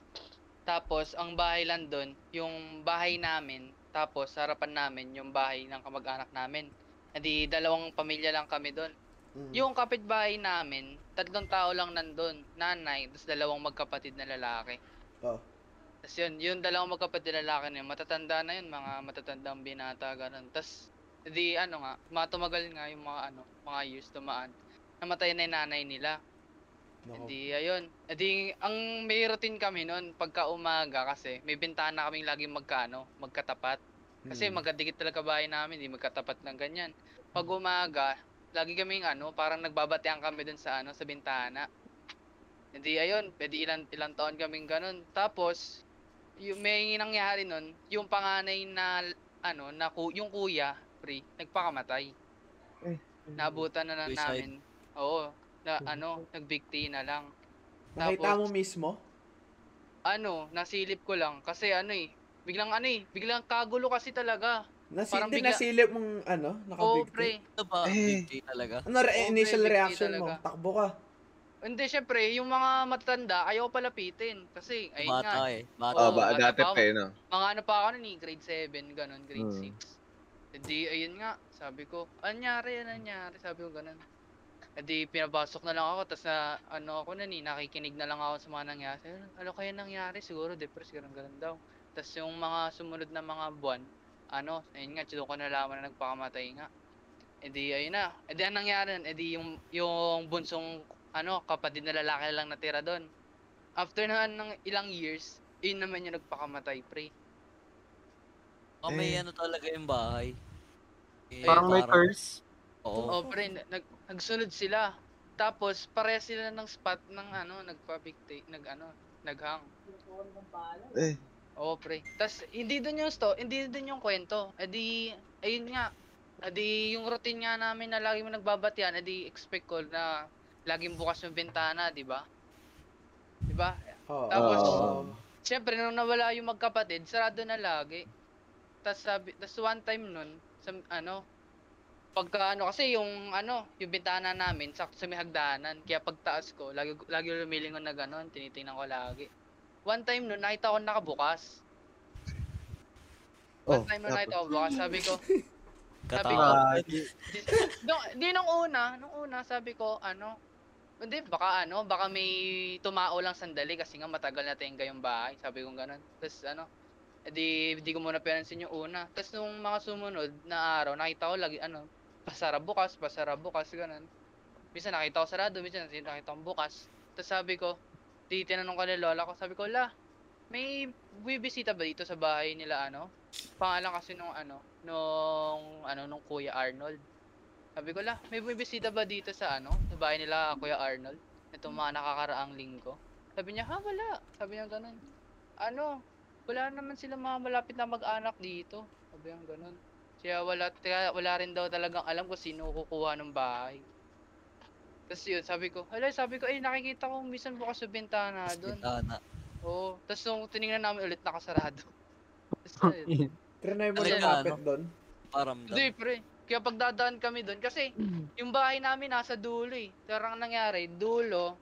Tapos, ang bahay lang doon, yung bahay namin, tapos sa harapan namin, yung bahay ng kamag-anak namin. Hindi, dalawang pamilya lang kami doon.
Mm.
Yung kapitbahay namin, tatlong tao lang nandun. Nanay, tapos dalawang magkapatid na lalaki.
Oh.
Tapos yun, yung dalawang magkapatid na lalaki na yun, matatanda na yun, mga matatandang binata, ganun. Tapos, di ano nga, matumagal nga yung mga ano, mga years tumaan. Namatay na yung nanay nila.
Nako.
Hindi, ayun. Hindi, ang may routine kami noon, pagka umaga kasi, may bintana kaming lagi magkano, magkatapat. Kasi
Hmm.
magkadikit talaga bahay namin, hindi magkatapat ng ganyan. Pag umaga, lagi kaming ano, parang nagbabatean kami dun sa ano, sa bintana. Hindi ayun, pwede ilan ilang taon kaming ganun. Tapos yung may nangyari nun, yung panganay na ano, na ku- yung kuya, pre, nagpakamatay. Nabutan na lang
Suicide.
namin. Oo, na ano, nagbigti na lang.
Nakita mo mismo?
Ano, nasilip ko lang kasi ano eh, biglang ano eh, biglang kagulo kasi talaga.
Nasi,
Parang
hindi
bigla-
nasilip mong ano,
Oh,
nakabigti.
pre.
Ito ba,
Eh.
hindi talaga.
Ano re-
Oo,
initial
pre, bigti
reaction mo?
talaga.
Takbo ka.
Hindi, syempre, yung mga matatanda, ayaw palapitin. Kasi, ayun nga,
Bata eh. Bata.
Oh,
Oo,
ba,
ano
dati
pa ako?
pa eh, no?
mga ano pa ako nun eh, grade 7, ganun, grade
Mm.
6. Hindi, ayun nga, sabi ko, anyari, ano nangyari, sabi ko ganun. Hindi, pinabasok na lang ako, tapos na, ano ako nun eh, nakikinig na lang ako sa mga nangyari. Sabi ko, Ano kaya nangyari? Siguro depressed, ganun, ganun daw. Tapos yung mga sumunod na mga buwan, ano, ayun nga, doon ko nalaman na nagpakamatay nga. Edi ayun na. Edi ang nangyari nun, edi yung yung bunsong ano, kapatid na lalaki lang natira doon. After na ng ilang years, yun naman yung nagpakamatay, pre.
Oh, may
Eh.
ano talaga yung bahay. Eh,
Parang may curse.
Oo.
Oh, pre, na- nag, nagsunod sila. Tapos pare sila ng spot ng ano, nagpa-victate, nag ano, naghang.
Eh.
Oo, pre. Tas hindi doon yung sto, hindi doon yung kwento. Edi ayun nga. Edi yung routine nga namin na lagi mo nagbabatian, edi expect ko na laging bukas yung bintana, di ba? Di ba?
Oo. Um,
Tapos,
Oo.
Siyempre, nung nawala yung magkapatid, sarado na lagi. Tapos sabi, tas one time nun, sa, ano, pagka ano, kasi yung ano, yung bintana namin, sa, sa may hagdanan, kaya pagtaas ko, lagi, lagi lumilingon na gano'n, tinitingnan ko lagi. One time nun, nakita ko nakabukas.
Oh,
One time nun, nakita ko bukas, sabi ko,
Katakot.
Ah,
No, di nung una, nung una sabi ko, ano, hindi, baka ano, baka may tumao lang sandali kasi nga matagal na tenga yung bahay. Sabi ko ganun. Tapos ano, edi, di ko muna pinansin yung una. Tapos nung mga sumunod na araw, nakita ko lagi, ano, pasara bukas, pasara bukas, ganun. Minsan nakita ko sarado, minsan nakita ko bukas. Tapos sabi ko, di tinanong ko ni lola ko, sabi ko, la, may bibisita ba dito sa bahay nila, ano? Pangalan kasi nung ano, nung, ano, nung Kuya Arnold. Sabi ko la, may bumibisita ba dito sa ano? Sa bahay nila Kuya Arnold? Itong mga nakakaraang linggo. Sabi niya, ha wala. Sabi niya ganun. Ano? Wala naman sila mga malapit na mag-anak dito. Sabi niya ganun. Kaya wala, kaya wala rin daw talagang alam kung sino kukuha ng bahay. Tapos yun, sabi ko, hala, sabi ko, eh, nakikita ko minsan bukas sa bintana doon.
Bintana.
Oo. Tapos nung tinignan namin ulit, nakasarado. Tapos yun.
Trinay mo
Ano
na
yun,
lapit
ano?
doon.
Paramdam.
Hindi, pre. Kaya pagdadaan kami doon, kasi yung bahay namin nasa dulo eh. Parang ang nangyari, dulo,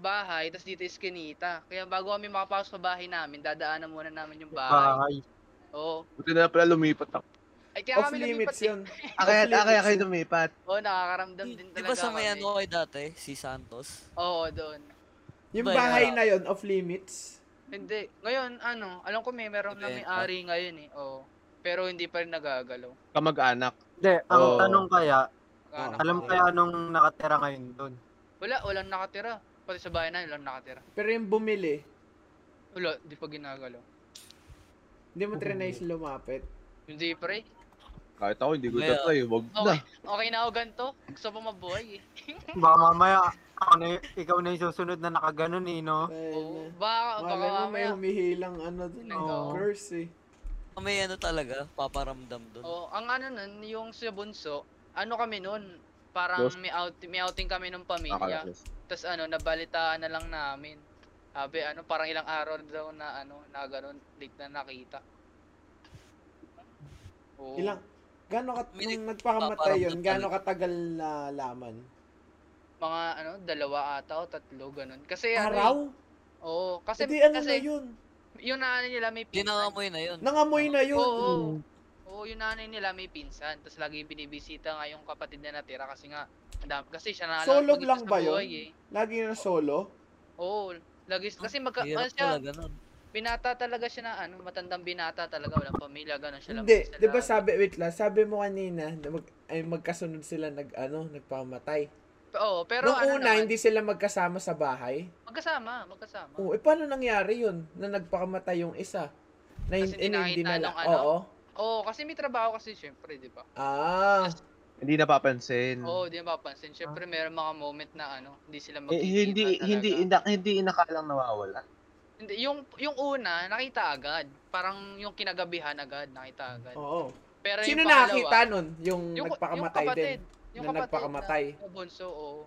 bahay, tapos dito iskinita. Kaya bago kami makapasok sa bahay namin, dadaanan muna namin yung bahay.
bahay.
Oo.
Buti na pala lumipat ako.
Ay, kaya
Off
kami lumipat
limits
eh.
yun.
Ah, kaya, ah, kaya kayo lumipat.
Oo, nakakaramdam din
Di
talaga eh.
ba sa
kami.
may ano kayo dati? Si Santos?
Oo, doon.
Yung
Ba,
bahay
ah,
na yun, off limits.
Hindi. Ngayon, ano, alam ko may meron na
Ibenta.
may ari ngayon eh. Oo. Pero hindi pa rin nagagalaw.
Kamag-anak.
Hindi, ang
Oo.
tanong kaya,
Nagkaanak
alam
pa rin.
kaya nung nakatira ngayon doon.
Wala, walang nakatira. Pati sa bahay namin, walang nakatira.
Pero yung bumili,
Wala, hindi pa ginagalaw.
hindi mo trinay lumapit.
Hindi, pre.
Kahit ako, hindi ko
Well,
tatry. Wag na.
Okay, okay na ako ganito. Gusto pa mabuhay eh.
Baka mamaya, ako na, y- ikaw na yung susunod na nakaganon eh, no?
Oo, Ah,
Ayun, eh.
baka, baka
Malay mo may
mamaya.
humihilang ano dun, eh,
Oo.
curse eh.
May ano talaga, paparamdam doon.
Oh, ang ano nun, yung sa bunso, ano kami nun, parang
Ghost?
may, out, may outing kami ng
Akala
pamilya.
ko.
Tapos ano, nabalitaan na lang namin. Sabi ano, parang ilang araw daw na ano, na ganun, late na nakita. Oo.
Ilang, gano'n ka,
May
nung nagpakamatay
nagpaparamdam
yun, gano'n katagal na laman?
Mga ano, dalawa ata o tatlo, ganun. Kasi ano,
Araw?
eh, oo, kasi,
Hindi, ano
kasi
na yun?
yung nanay nila may pinsan.
Ginangamoy na yun.
Nangamoy na yun.
Oo, oo, yung nanay nila may pinsan. Tapos lagi binibisita nga yung kapatid na natira kasi nga, andam, kasi siya na
Solo
mag-isa
lang
sa
ba yun?
buhay eh.
Lagi na solo?
Oo, lagi,
Ah,
kasi magka, ano
Hirap
siya,
talaga nun.
binata talaga siya na ano, matandang binata talaga, walang pamilya, ganun siya lang.
Hindi, diba di
mag-isa
ba
lagi.
sabi, wait lang, sabi mo kanina, na mag, ay magkasunod sila nag, ano, nagpamatay.
Oo, pero
Nung
ano
una,
naman,
hindi sila magkasama sa bahay.
magkasama, magkasama.
Oo, eh paano nangyari yun? Na nagpakamatay yung isa? Na
Kasi
hindi, na hindi
nakita
nala-
nung ano?
Oo.
Oo, kasi may trabaho kasi syempre, di ba?
Ah.
Hindi napapansin.
Oo, di ba papansin. Syempre, meron mga moment na ano, hindi sila
Hmm. Ah. Eh,
magkikita
hindi
talaga.
hindi ina, hindi inakalang nawawala.
Hindi, yung, yung una, nakita agad. Parang yung kinagabihan agad, nakita agad.
Oo.
Pero
Sino
yung pangalawa,
nakakita nun? Yung, nagpakamatay
kapatid,
din.
Yung
na
kapatid
nagpakamatay.
Na, na bunso, oo.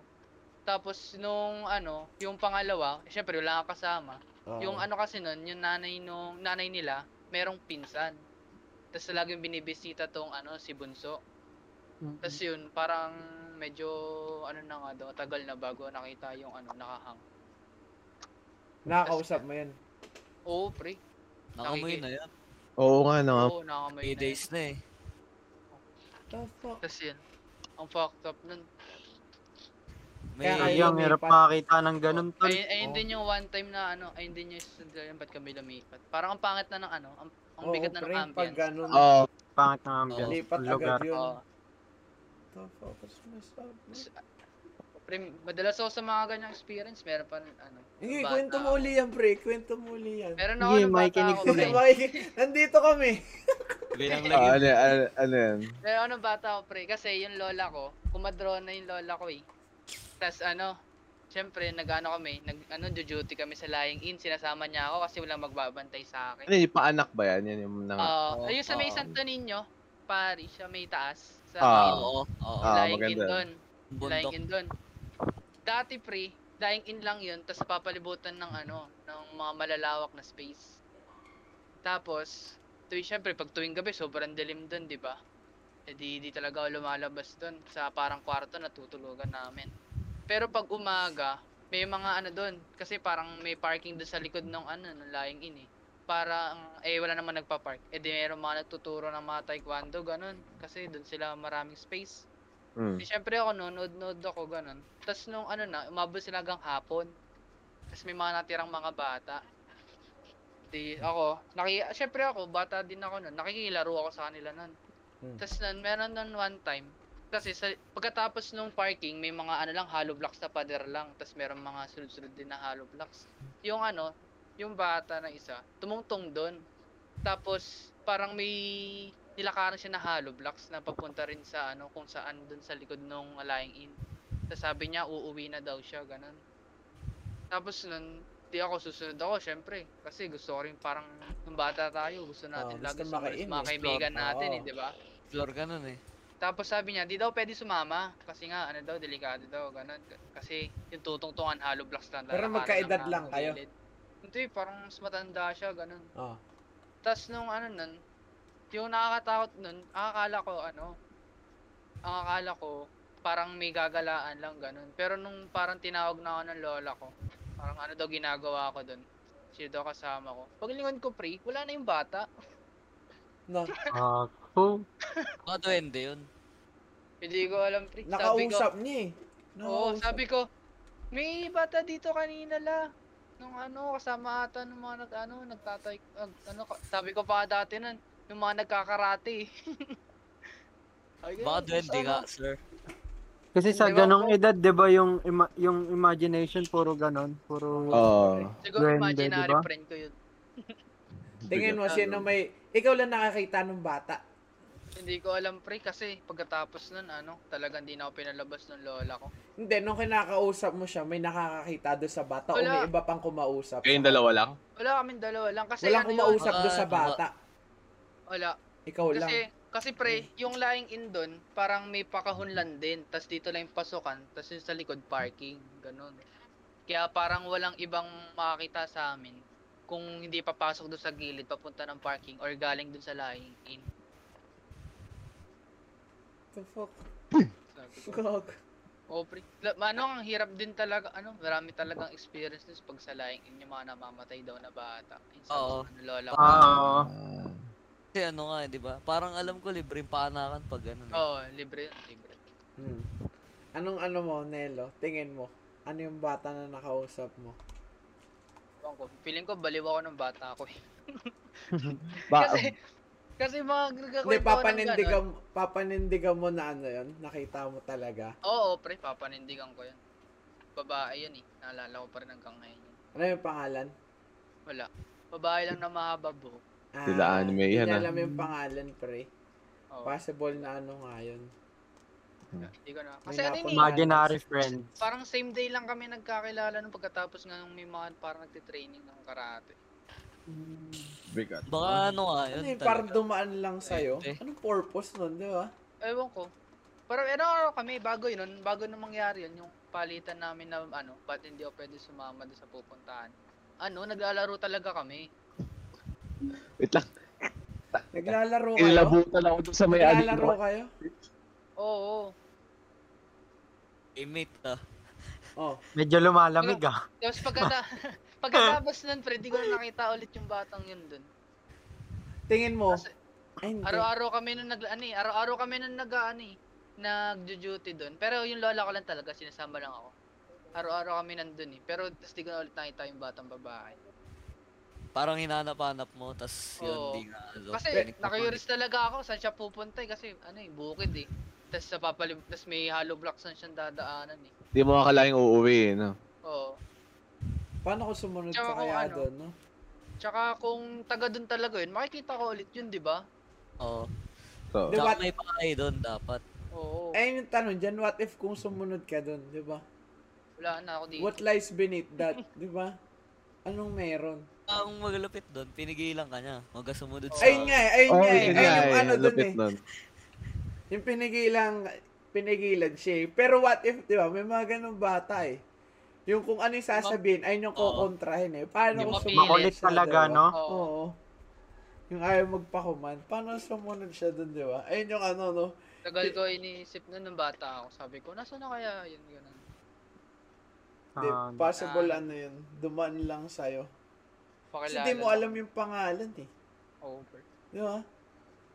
Tapos nung ano, yung pangalawa, syempre wala kang kasama.
Oo.
Yung ano kasi nun, yung nanay nung nanay nila, merong pinsan. Tapos laging binibisita tong ano si Bunso. Tapos
Mm.
yun, parang medyo ano na nga daw, tagal na bago nakita yung ano nakahang.
Nakakausap mo yun.
Oo, pre.
Nangamoy na yun.
Oo nga
Ah,
no.
Oo,
3
nakakamay na. yun.
days na eh.
The fuck?
Tapos yun, ang fucked up nun.
May
Kaya
Ay,
Ayun,
ang hirap
lipat.
makakita ng ganon, tol.
Ayun, ayun
Oo.
din yung one time na ano, ayun din yung sandalian ba't kami lumipat. Parang ang pangit na ng ano, ang, ang
Oo,
bigat na ng
pre, Pag
ambience. Ah.
ganun,
Oo.
Pangit ng ambience.
lipat
ng
agad
lugar.
yun.
Oo.
The fuck? What's messed up, man?
Pre, madalas ako sa mga ganyang experience, meron pa rin, ano.
Hindi,
bata
kwento mo
ako.
uli yan, pre. Kwento mo uli yan.
Meron ako
Hindi,
nung bata
makikinig
ako.
sila
Kasi
Pre.
eh.
makiki- nandito kami.
bilang
Ah,
lagi.
ano, ano, ano yan?
Meron ako nung bata ako, pre. Kasi yung lola ko, kumadro na yung lola ko eh. Tapos ano, syempre, nag-ano kami, nag, ano, duty kami sa lying in. Sinasama niya ako kasi walang magbabantay sa akin.
Ano yung paanak ba yan? Yan yung nang...
Ah,
oo,
ayun sa may
oo.
Santo Niño, pari, siya may taas. Sa
Ah,
may-
Oo, oo.
Ah,
lying in
maganda.
doon. Lying
Bundok.
in doon. Dati pre, dying in lang yun, tapos papalibutan ng ano, ng mga malalawak na space. Tapos, tuwing syempre, pag tuwing gabi, sobrang dilim doon, di ba? Eh di, di talaga ako lumalabas doon sa parang kwarto na tutulugan namin. Pero pag umaga, may mga ano doon, kasi parang may parking doon sa likod ng ano, ng lying in eh. Parang, eh wala naman nagpa-park. Eh di meron mga nagtuturo ng mga taekwondo, ganun. Kasi doon sila maraming space.
Mm.
Eh, syempre ako noon, nood-nood ako, ganun. Tapos nung ano na, umabot sila hanggang hapon. Tapos may mga natirang mga bata. Di ako, naki, syempre ako, bata din ako noon. Nakikilaro ako sa kanila noon.
Hmm.
Tapos noon, meron noon one time. Kasi sa, pagkatapos nung parking, may mga ano lang, hollow blocks na pader lang. Tapos meron mga sunod-sunod din na hollow blocks. Yung ano, yung bata na isa, tumungtong doon. Tapos, parang may nilakaran siya na hollow blocks na papunta rin sa ano, kung saan dun sa likod nung lying in. Tapos sabi niya, uuwi na daw siya, ganun. Tapos nun, di ako susunod ako, syempre. Kasi gusto ko rin parang, nung bata tayo, gusto natin
gusto
lagi sumama
makain,
sa mga
explore
kaibigan
pa,
natin, eh,
oo.
di ba?
Floor ganun eh.
Tapos sabi niya, di daw pwede sumama. Kasi nga, ano daw, delikado daw, ganun. Kasi yung tutungtungan, hollow blocks lang.
Pero
lalakaran
magkaedad
ng
lang kayo?
gilid. Hindi, parang mas matanda siya, ganun.
Oh.
Tapos nung ano nun, yung nakakatakot nun, ang akala ko ano, ang akala ko parang may gagalaan lang ganun. Pero nung parang tinawag na ako ng lola ko, parang ano daw ginagawa ko dun. Siya daw kasama ko. Paglingon ko pre, wala na yung bata.
No.
Ako.
Mga duwende yun.
Hindi ko alam pre. Sabi ko,
Nakausap niya eh.
oo,
Nakausap.
sabi ko, may bata dito kanina la. Nung ano, kasama ata nung mga nag, ano, nagtatay, nag- ano, ka- sabi ko pa dati nun, yung mga nagkakarate. eh. Ay, ano,
Baka
ganun,
duwende
kasama.
ka, sir.
Kasi sa
Diba?
ganong edad, di ba, yung, ima- yung imagination, puro ganon. Puro...
Oo.
Siguro
Duwende,
imaginary
diba?
friend ko yun.
Ah.
Tingin mo, sino may... Ikaw lang nakakita nung bata.
Hindi ko alam pre kasi pagkatapos nun ano, talagang hindi na ako pinalabas ng lola ko.
Hindi, nung kinakausap mo siya, may nakakakita doon sa bata o
Wala.
may iba pang kumausap.
Kayong dalawa lang?
Wala kaming dalawa lang kasi
Walang
ano yun,
kumausap doon
Ah,
sa bata.
Wala.
Ikaw lang.
Kasi kasi pre, yung lying in doon, parang may pakahunlan din, tas dito lang yung pasukan, tas yung sa likod parking, ganun. Kaya parang walang ibang makakita sa amin kung hindi papasok doon sa gilid papunta ng parking or galing doon sa lying in.
The fuck?
Sabi
Gag.
ko, Oh, pre. La- Ano, ang hirap din talaga, ano, marami talagang experiences pag sa lying in yung mga namamatay daw na bata. Yung sa
Oo.
ano, lola
Oh.
ko.
Ah, oo.
Kasi ano nga, eh, di ba? Parang alam ko, libre yung paanakan pag ano. eh.
Oo, libre yun, libre.
Hmm. Anong ano mo, Nelo? Tingin mo. Ano yung bata na nakausap mo?
Ewan ko, feeling ko baliw ako ng bata ako eh.
Ba-
Kasi, kasi mga
Hindi,
nagkakwento ako ng ganun.
papanindigan, papanindigan mo na ano yun. Nakita mo talaga.
Oo, pre, papanindigan ko yun. Babae yun eh. Naalala ko pa rin hanggang ngayon yun.
Ano yung pangalan?
Wala. Babae lang na mahaba buhok.
Ah,
Sila anime yan,
hindi
ah.
alam yung pangalan, pre.
Oo.
Possible na ano nga yun.
Hindi ko na.
May
Kasi ano yun eh,
napon-
Imaginary friend.
parang same day lang kami nagkakilala nung pagkatapos nga nung may mga parang nagtitraining ng karate.
Bigat.
Baka ano nga, yun.
Ano yun,
talaga.
parang dumaan lang sa'yo.
Eh, eh.
Anong purpose nun, di ba?
Ewan ko. Pero ano araw kami, bago yun, nun, bago nung mangyari yun, yung palitan namin na ano, ba't hindi ako pwede sumama doon sa pupuntahan. Ano, naglalaro talaga kami.
Wait lang.
Naglalaro kayo?
Kinilabutan ako dun sa may
Naglalaro
aligaw.
kayo?
Oo.
Imate, ah.
Oh,
Medyo lumalamig ah.
Tapos pagkata pagkatapos nun, pre, di ko na nakita ulit yung batang yun dun.
tingin mo.
Kasi-
Ay, hindi.
Araw-araw kami nung nag ano eh, araw-araw kami nung nag ano eh, nagjo-duty doon. Pero yung lola ko lang talaga sinasama lang ako. Araw-araw kami nandun eh. Pero tas di ko na ulit nakita yung batang babae.
Parang hinanap-hanap mo, tas yun,
Oo.
di nga. ano,
Oh.
eh,
Kasi
pinik-
na-curious talaga ako saan siya pupunta eh. Kasi ano eh, bukid eh. Tas sa papalim, tas may hollow blocks na siyang dadaanan eh.
Hindi mo akalaing uuwi, eh, no?
Oo.
Paano ko sumunod pa
Tsaka kung
kaya
ano.
doon, no?
Tsaka kung taga doon talaga yun, makikita ko ulit yun, di ba?
Oo.
So,
Di-
Tsaka
what-
may bahay doon dapat.
Oo.
Ayun yung tanong dyan, what if kung sumunod ka doon, di ba?
Wala na ako dito.
What lies beneath that, di ba? Anong meron?
Ang maglapit doon, pinigilan ka niya. Huwag ka sumunod sa...
Ayun nga, eh, ayun
oh,
nga, eh,
yun
ayun
nga,
yung
eh,
ano
ang
doon
lapit
eh.
nun.
Yung pinigilang, pinigilan siya eh. Pero what if, di ba, may mga ganun bata eh. Yung kung ano yung sasabihin, ayun yung
Oo.
kukontrahin eh. Paano
Yung
kung
mapilit.
sumunod
Makulit
siya,
talaga,
di ba?
no?
Oo.
Oo. Yung ayaw magpakuman. Paano sumunod siya doon, di ba? Ayun yung ano, no?
Tagal ko iniisip nun nung bata ako. Sabi ko, nasa na kaya yun, ganun.
Di,
Ah,
possible
ah.
ano yun. Dumaan lang sa'yo. Kasi
Pakilala
di mo
lang.
alam yung pangalan eh.
Over.
Di ba?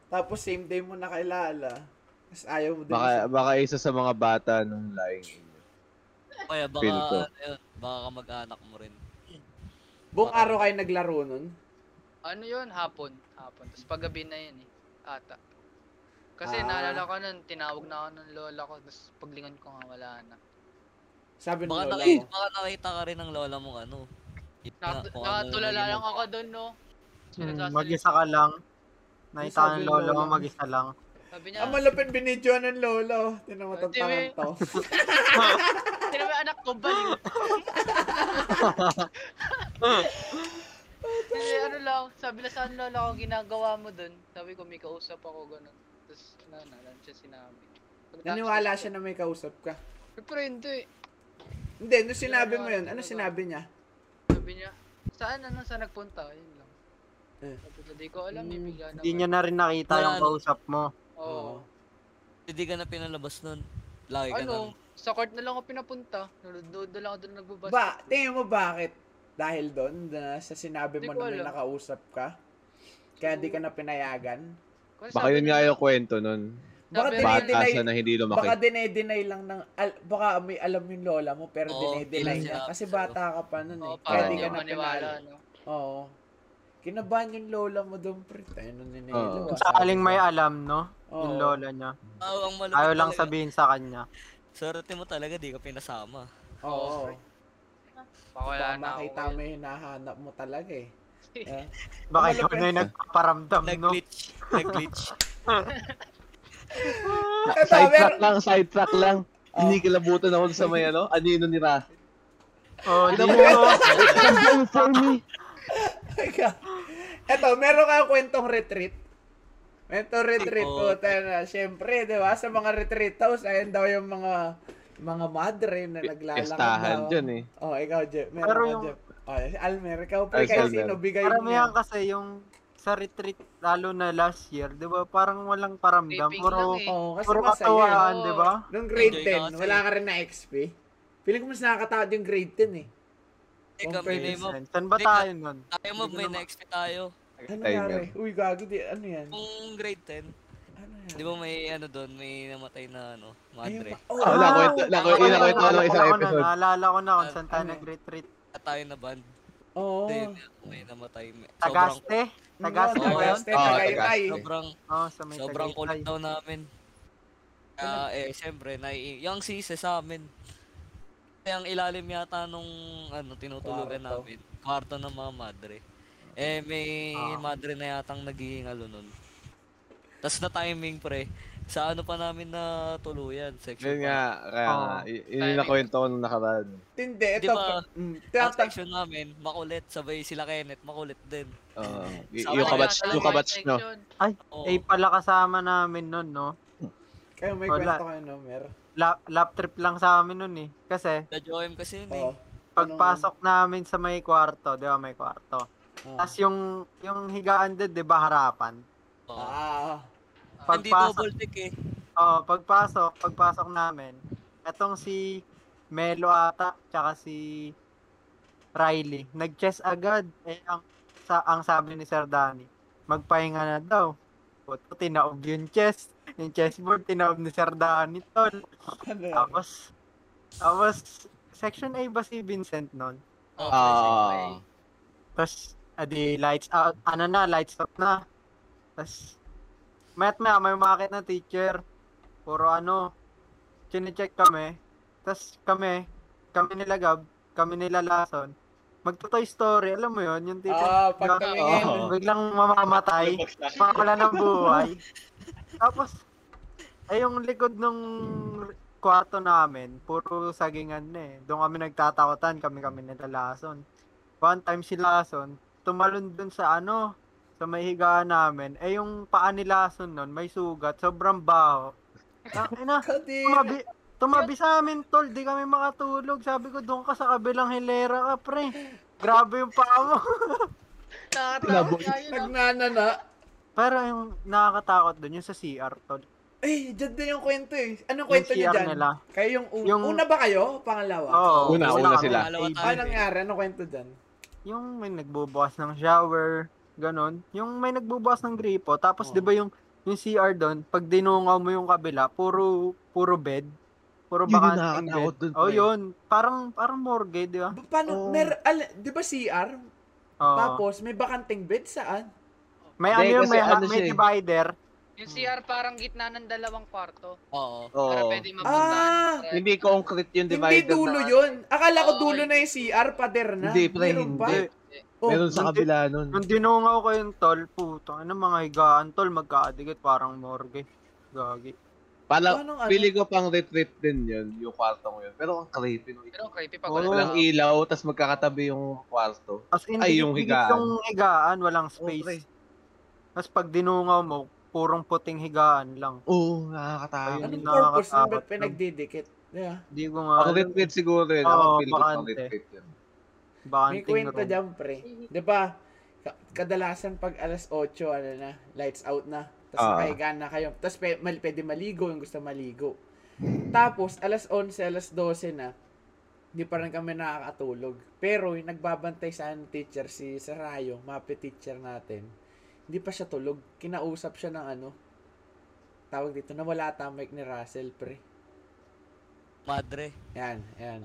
Tapos same day mo nakilala. Tapos ayaw mo din.
Baka, baka isa sa mga bata nung lying in.
Kaya baka,
Feel ko.
ano yun, baka kamag-anak mo rin.
Buong araw kayo naglaro nun.
Ano yun? Hapon. Hapon. Tapos paggabi na yun eh. Ata. Kasi
Ah.
naalala ko nun, tinawag na ako ng lola ko. Tapos paglingon ko nga wala na.
Sabi ng
Baka,
lola
nakita,
mo.
baka nakita ka rin ng lola mong ano. Yun nga,
Nak-
kung ano yung
nakatulala
naging-
lang ako doon, no?
Hmm,
Sinasasalita-
mag-isa ka lang. Nakita
Sabi
ng
mo
lolo mo,
lang.
mag-isa lang.
Sabi niya,
Ang malapit binidyo ng lolo. Tinamatang
Hindi,
tangan
may-
to.
sinabi anak ko, baliw. Kasi ano lang, sabi na saan lola ko, ginagawa mo doon. Sabi ko, may kausap ako, ganun. Tapos, na, na, lang siya sinabi. Pagkatapos-
Naniwala siya na may kausap ka.
Pero hindi.
Hindi, nung sinabi mo yun, ano sinabi niya?
Sabi niya, saan ano saan nagpunta? Yun lang.
Eh. Hmm,
Sabi ko, di ko alam, eh, bigla na.
Hindi niya na rin nakita
Wala
yung
na.
kausap mo.
Oo.
Hindi ka na pinalabas nun. Lagi ka
Ano,
na.
sa court na lang ako pinapunta. Nanood na lang ako doon nagbabas.
Ba, tingin mo bakit? Dahil doon, na- sa sinabi mo
Hindi
na
ko
may
alam.
nakausap ka, kaya di ka na pinayagan.
Kasi ano
Baka
sabi
yun
niya,
nga yung kwento nun.
Baka
Sabi
dinay
rin-
Bata
deny
siya na hindi
baka
lumaki.
dinay-deny lang ng, al- baka may alam yung lola mo, pero
Oo,
dinay deny
bilang
niya.
sinabi
Kasi
sa'yo.
bata ka pa nun eh,
Oo,
kaya
parang
di
hindi
ka
ako
na
maniwala,
pinala.
no?
Oo. Kinabahan yung lola mo doon, pre. Tayo nun ni Nelo,
Oo.
ah,
Kung
sabi
sakaling
ko.
may alam, no? Yung
Oo.
lola niya.
Ah, ang malapit
Ayaw lang
talaga.
sabihin sa kanya.
Swerte mo talaga, di ka pinasama.
Oo.
Baka wala
Baka
na ako. eh.
makita
ngayon.
mo yung hinahanap mo talaga eh. Eh,
Baka
Malapit.
ikaw na yung nagpaparamdam, no?
Nag-glitch. Nag-glitch.
Ito,
Side track
meron-
lang, side track lang.
Oh.
Kinikilabutan ako sa may ano, anino ni Rafi.
Oh, di
Alam mo,
mo.
it's a goal for me.
Teka. Eto, meron kang kwentong retreat. Kwentong retreat
Ay,
po,
oo.
na. Siyempre, di ba? Sa mga retreat house, ayun daw yung mga mga madre na naglalakad.
Piestahan
daw.
dyan eh.
Oh, ikaw, Jeff. Meron
Pero
ka,
yung-
Jeff. Oh, si Almer, ikaw pre,
Ay,
kayo
si
sino?
Almer.
Bigay mo
Karamihan
yan.
kasi yung sa retreat, lalo na last year, di ba? Parang walang paramdam.
Taping
Puro,
lang eh.
Oo, Oh, kasi
puro
masaya.
katawaan, di ba?
Nung grade
Enjoy ka
10,
kasi.
wala ka rin na XP. Feeling ko mas nakakatawad yung grade 10 eh.
Eh,
Kung
kami may
pwede
mo.
Saan ba tayo nun?
Tayo mo, may next tayo.
Ano
Timer.
nangyari? Uy, gago, di, ano yan?
Kung grade 10,
Ano yan?
di ba may ano doon, may namatay na ano,
Ayun
madre.
pa. Oh,
Oh,
ah!
nakwento, nakwento, nakwento ko
Naalala
lang
ko
isang
na,
episode.
Naalala ko na
Ah,
kung saan tayo
Ano?
nag-retreat.
At tayo na band.
Oo.
Then, may namatay. May, sobrang,
Tagaste?
Tagaste,
Tagaste ba yun?
Tagaste,
Oo,
Tagaytay.
sobrang,
Oo, sa may
sobrang kulit
Tagaytay.
daw namin. Kaya, eh, syempre, nai yung sise sa amin. Kaya ang ilalim yata nung ano, tinutulugan
Kwarto.
namin. Kwarto ng mga madre. Eh, may madre na yatang naghihingalo nun. Tapos na timing, pre. Sa ano pa namin na tuluyan? Section
Yun nga, kaya
Oh.
nga. y- Yun yung nakwento ko nung nakaraan.
Hindi,
Di
ito.
ba,
Mm,
Ang
tata-
section namin, makulit. Sabay sila Kenneth, makulit din.
Oo. Oh, Y-
Sa
yung
mga
kabatch,
nasa
yung kabatch no.
Ay,
Oo.
eh pala kasama namin nun, no?
Kayo may
Wala.
kwento kayo, no, Mer?
Lap, lap trip lang sa amin nun eh. Kasi,
Na-join kasi yun eh.
Oo.
pagpasok namin sa may kwarto, di ba may kwarto?
Ah.
Tapos yung, yung higaan din, di ba harapan?
Oo.
Ah,
Oh. Hindi
Pagpasok.
double tick eh.
Oo, pagpasok, pagpasok namin, etong si Melo ata, tsaka si Riley, nag-chess agad. Eh, ang, sa, ang sabi ni Sir Danny, magpahinga na daw. Puto, tinaob yung chess. Yung chessboard, tinaob ni Sir Danny, tol.
ano yan?
Tapos, tapos, section A ba si Vincent nun?
Oh, eh.
Ah.
Tapos, adi, lights out, ano na, lights out na. Tapos, mayat maya, may market na teacher. Puro ano, chinecheck kami. Tapos kami, kami nila Gab, kami nila Lason. Magto-Toy Story, alam mo yon yung teacher.
Ah,
na
pag tumingin.
Oo.
biglang mamamatay, makakala ng buhay. Tapos, ay yung likod ng kwarto namin, puro sagingan na eh. Doon kami nagtatakutan, kami-kami nila Lason. One time si Lason, tumalon dun sa ano, sa may higaan namin. Eh yung paa ni Lason nun, may sugat, sobrang baho. Ah, ina,
Kadi.
tumabi, tumabi sa amin, tol. Di kami makatulog. Sabi ko, doon ka sa kabilang hilera ka, pre. Grabe yung paa mo.
Nakatawa nga yun, ah.
Nagnanana.
Pero yung nakakatakot doon, yung sa CR, tol.
Eh, dyan din yung kwento eh. Anong
Yung
kwento niyo
CR
dyan?
nila.
Kayo yung, un-
Yung-
una ba kayo? Pangalawa?
Oo.
Una, una sila.
Dalawa
Yung-
Ano
tayo. eh.
nangyari? Anong kwento dyan?
Yung may nagbubukas ng shower, ganun. Yung may nagbubukas ng gripo. Tapos,
Oo.
di ba yung, yung CR doon, pag dinungaw mo yung kabila, puro, puro bed. Puro
Yun yung
bakanteng
nakakatakot
bed.
dun,
Oh,
pre.
yun. Parang, parang morgue, di ba?
Ba- Paano,
Oo.
mer, al, di ba CR?
Oo.
Tapos, may bakanting bed saan?
may
Hindi,
ano yung
kasi
may,
ano
may
siya eh.
divider.
Yung CR parang gitna ng dalawang kwarto.
Oo.
Para
Oo.
pwede mapuntahan.
Ah!
Para-
Hindi concrete yung
Hindi
divider
dulo
na-
yun. Akala ko
Oo,
dulo
eh.
na yung CR, pader na.
Hindi, pre,
Meron ba?
hindi.
Oh,
Meron sa kabila nun.
Nung dinungaw ko yung tol, puto, ano mga higaan tol, magkaadikit parang morgue. Gagi.
Pala,
Anong ano?
pili ko pang retreat din yun, yung kwarto ko yun. Pero ang creepy nung
Pero creepy pag
Oo.
wala.
Walang ilaw, tas magkakatabi yung kwarto.
As in,
Ay, yung
dikit-dikit
higaan.
Yung higaan, walang
pre.
space. Tapos pag dinungaw mo, purong puting higaan lang.
Oo, nakakatakot.
Anong purpose
Ayun,
nun? Ba't
nakakatakot.
pinagdidikit? Yeah.
Hindi ko nga
Pang
alam.
retreat siguro yun.
Oo,
Ako pili ko pang
bakante.
retreat yun.
May
Bakanting
kwento
room.
dyan, pre. Di ba? ka- Kadalasan pag alas 8, ano na, lights out na. Tapos
Ah.
nakahiga na kayo. Tapos pe, mal, pwede maligo yung gusto maligo. Tapos, alas 11, alas 12 na, hindi pa rin kami nakakatulog. Pero, yung nagbabantay sa akin ng teacher, si Sarayo, mapi teacher natin, hindi pa siya tulog. Kinausap siya ng ano, tawag dito, nawala ata ang mic ni Russell, pre.
Madre.
Yan, yan.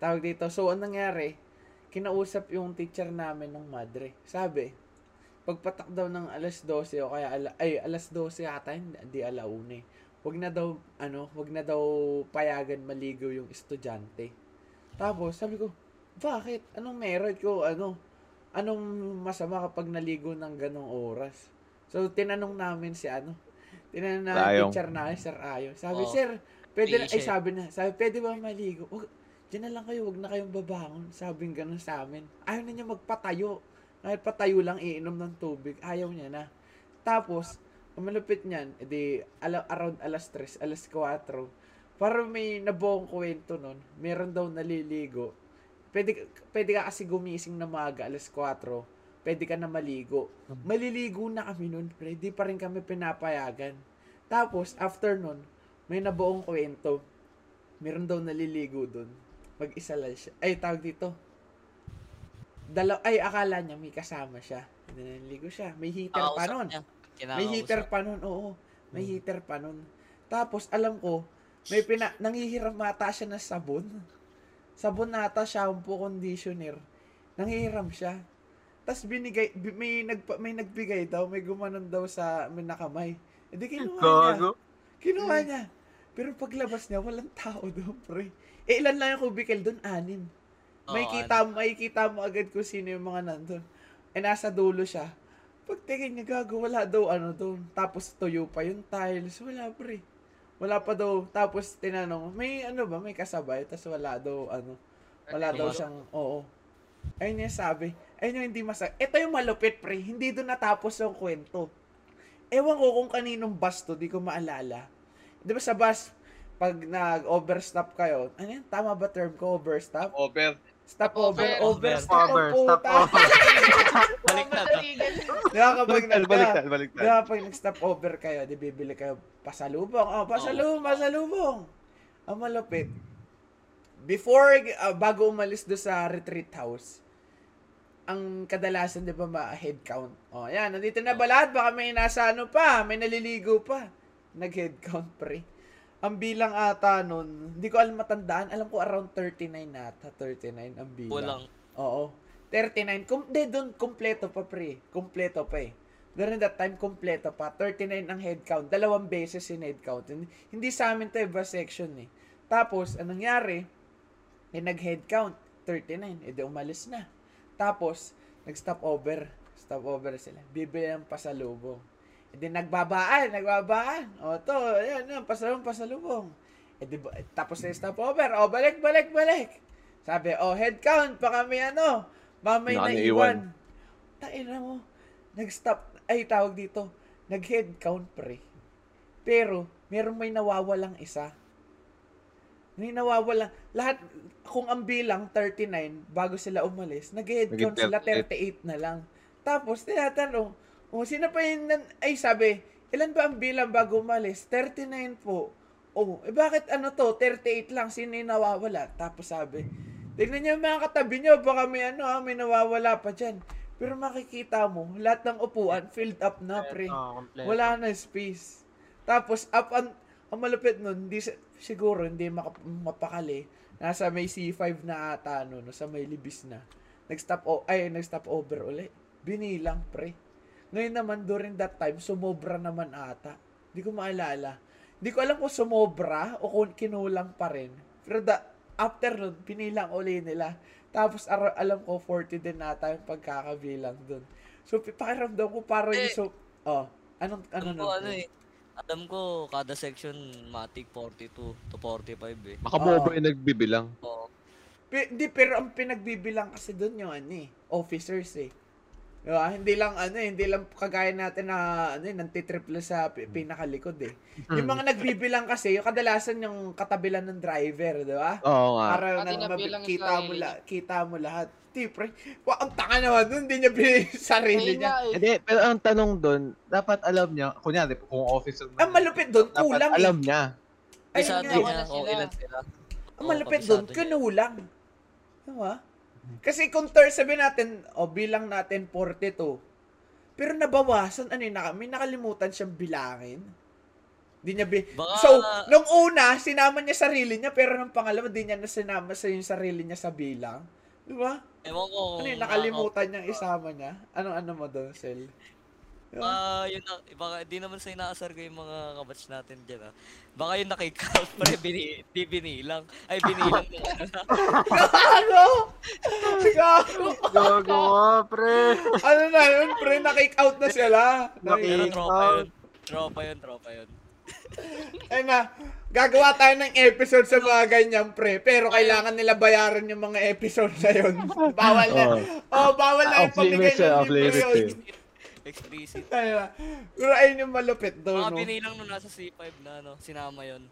Tawag dito. So, anong nangyari? Kinausap yung teacher namin ng madre. Sabi, pagpatak daw ng alas 12 o kaya ala, ay alas 12 ata hindi, hindi alauna eh. Wag na daw ano, wag na daw payagan maligo yung estudyante. Tapos sabi ko, bakit? Anong meron ko ano? Anong masama kapag naligo ng ganong oras? So tinanong namin si ano, Tinanong na
Ayong.
teacher na Sir Ayo. Sabi,
Oo.
sir, pwede na, ay
Teacher.
sabi na, sabi, pwede ba maligo? Wag, diyan na lang kayo, wag na kayong babangon. Sabi ganun sa amin. Ayaw na niya magpatayo. Kahit patayo lang, iinom ng tubig. Ayaw niya na. Tapos, ang malupit niyan, edi, ala, around alas 3, alas 4, parang may nabuong kwento nun. Meron daw naliligo. Pwede, pwede ka kasi gumising na maaga, alas 4. Pwede ka na maligo. Maliligo na kami nun, pre. Di pa rin kami pinapayagan. Tapos, after nun, may nabuong kwento. Meron daw naliligo dun. Mag-isa lang siya. Ay, tawag dito. Dalaw, ay, akala niya may kasama siya. Naliligo siya. May heater pa
Kakausap
nun.
Ah, niya.
May
Kinakausap.
heater pa nun, oo. May heater pa nun. Tapos, alam ko, may pina, nangihiram ata siya ng sabon. Sabon na ata, shampoo, conditioner. Nangihiram siya. Tapos binigay, bi- may, nagpa, may nagbigay daw, may gumanon daw sa may nakamay. E di kinuha niya.
Gago.
Kinuha niya. Pero paglabas niya, walang tao daw, pre. Eh, ilan lang yung cubicle doon? Anim.
Oo,
May kita, may kita mo agad kung sino yung mga nandun. Eh, nasa dulo siya. Pagtingin niya, gago, wala daw ano doon. Tapos tuyo pa yung tiles. Wala, pre. Wala pa daw. Tapos tinanong, may ano ba, may kasabay? Tapos wala daw, ano. Wala daw
Tumalon.
siyang, oo. Ayun yung sabi. Ayun yung hindi masa... Ito yung malupit, pre. Hindi doon natapos yung kwento. Ewan ko kung kaninong bus to, di ko maalala. Di ba sa bus, pag nag-overstop kayo, ano yan? Tama ba term ko, overstop?
Over.
Stop over,
Over.
over, stop
Over, stop over.
Baliktad, ah.
Di ba kapag
Baliktad,
nag-
baliktad,
Di
baliktad.
ba pag nag-stop over kayo, di bibili kayo pasalubong. Oh, pasalubong, pasalubong. Ang malupit. Before, ah, bago umalis do sa retreat house, ang kadalasan, di ba, ma head count. Oh, yan, nandito na ba lahat? Baka may nasa ano pa, may naliligo pa. Nag-head count, pre. Ang bilang ata nun, hindi ko alam matandaan, alam ko around 39 ata, 39 ang bilang.
Kulang.
Oo. 39. Kom de, doon, kompleto pa, pre. Kompleto pa eh. During that time, kompleto pa. 39 ang headcount. Dalawang beses yung headcount. Hindi, hindi sa amin to iba section eh. Tapos, anong nangyari? Eh, nag-headcount. 39. Eh, di umalis na. Tapos, nag-stop over. Stop over sila. Bibili ng pasalubong. Eh, di nagbabaan, nagbabaan. O, to, ayan, ayan, pasalubong, pasalubong. Eh, di, ba- eh, tapos na yung stop over. O, balik, balik, balik. Sabi, oh, head count, baka may ano, mamay
Baka
na
naiwan.
iwan. Tain na mo, nag-stop, ay, tawag dito, nag-head count, pre. Pero, meron may nawawalang isa. May nawawala. Lahat, kung ang bilang 39, bago sila umalis, nag-head
Nag-head
count sila
count
38 na lang. Tapos, tinatanong, oh, sino pa yun, nan- ay sabi, ilan ba ang bilang bago umalis? 39 po. Oh, eh bakit ano to, 38 lang, sino yung nawawala? Tapos sabi, tignan niyo yung mga katabi niyo, baka may ano ha, may nawawala pa dyan. Pero makikita mo, lahat ng upuan filled up na, pre.
Oo, Ah, kompleto.
Ah, Wala na space. Tapos, up ang, ang malupit nun, hindi, si- siguro, hindi maka, mapakali. Nasa may C5 na ata, ano, no, no, sa may libis na. Nag-stop, o, ay, nag-stop over uli. Binilang, pre. Ngayon naman, during that time, sumobra naman ata. Hindi ko maalala. Hindi ko alam kung sumobra o kung kinulang pa rin. Pero the, after nun, pinilang uli nila. Tapos, ar- alam ko, 40 din ata yung pagkakabilang dun. So, pi- pakiramdam ko parang yung...
Eh,
So, oh, Anong, ano,
Alam
ano,
ko, ano eh. Alam ko, kada section, matik 42 to 45 eh.
Baka mo
Oo.
over yung nagbibilang.
Oo.
Pe- di, pero ang pinagbibilang kasi doon yung ano eh, officers eh. Diba? Hindi lang ano eh, hindi lang kagaya natin na ano eh, nantitriple sa pi- pinakalikod eh. Yung mga nagbibilang kasi, yung kadalasan yung katabilan ng driver, di ba?
Oo nga.
Para
Pati
nang
na
mabi-
bilang yung
kita mo,
sarili
la- kita mo lahat. Di, pre. Wa, ang tanga naman nun, hindi niya binili yung sarili niya.
eh.
Hindi, pero ang tanong doon, dapat alam niya, kunyari, kung officer man,
Ang Ah, malupit doon,
dapat
kulang eh.
alam niya.
Ayun
Kabisado
nga.
niya kung
Sila.
ilan sila.
Ang
Oo,
malupit
kabisado
doon,
niya.
kinulang. Diba? Kasi kung third, sabihin natin, o bilang natin 42. Pero nabawasan, ano yun, naka- may nakalimutan siyang bilangin. Di niya bi-
Baka-
So, nung una, sinama niya sarili niya, pero nung pangalawa, di niya na sinama sa yung sarili niya sa bilang. Diba?
Ewan ko.
Ano yun,
kung
nakalimutan niyang isama niya. Anong ano mo doon, Sel?
Baka, Ah, yun na, baka di naman sa inaasar ko yung mga kabats natin dyan ah. Baka yung nakikount pa rin, bini, di binilang. Ay, binilang ano na.
Gago! Gago!
Gago ka, pre.
Ano na yun, pre? Nakik out na sila.
Pero
Nakik-
tropa yun. Tropa yun, tropa yun.
Ay ma, gagawa tayo ng episode sa mga ganyan, pre. Pero kailangan nila bayaran yung mga episode na yun. Bawal na.
Oo.
Oh, bawal na yung
Off
pamigay
limits,
ng
off
libre
limits
yun.
eh.
Explicit.
Ay ma, pero ayun yung malupit daw, no?
Mga binilang nung nasa C5 na, no? Sinama yun.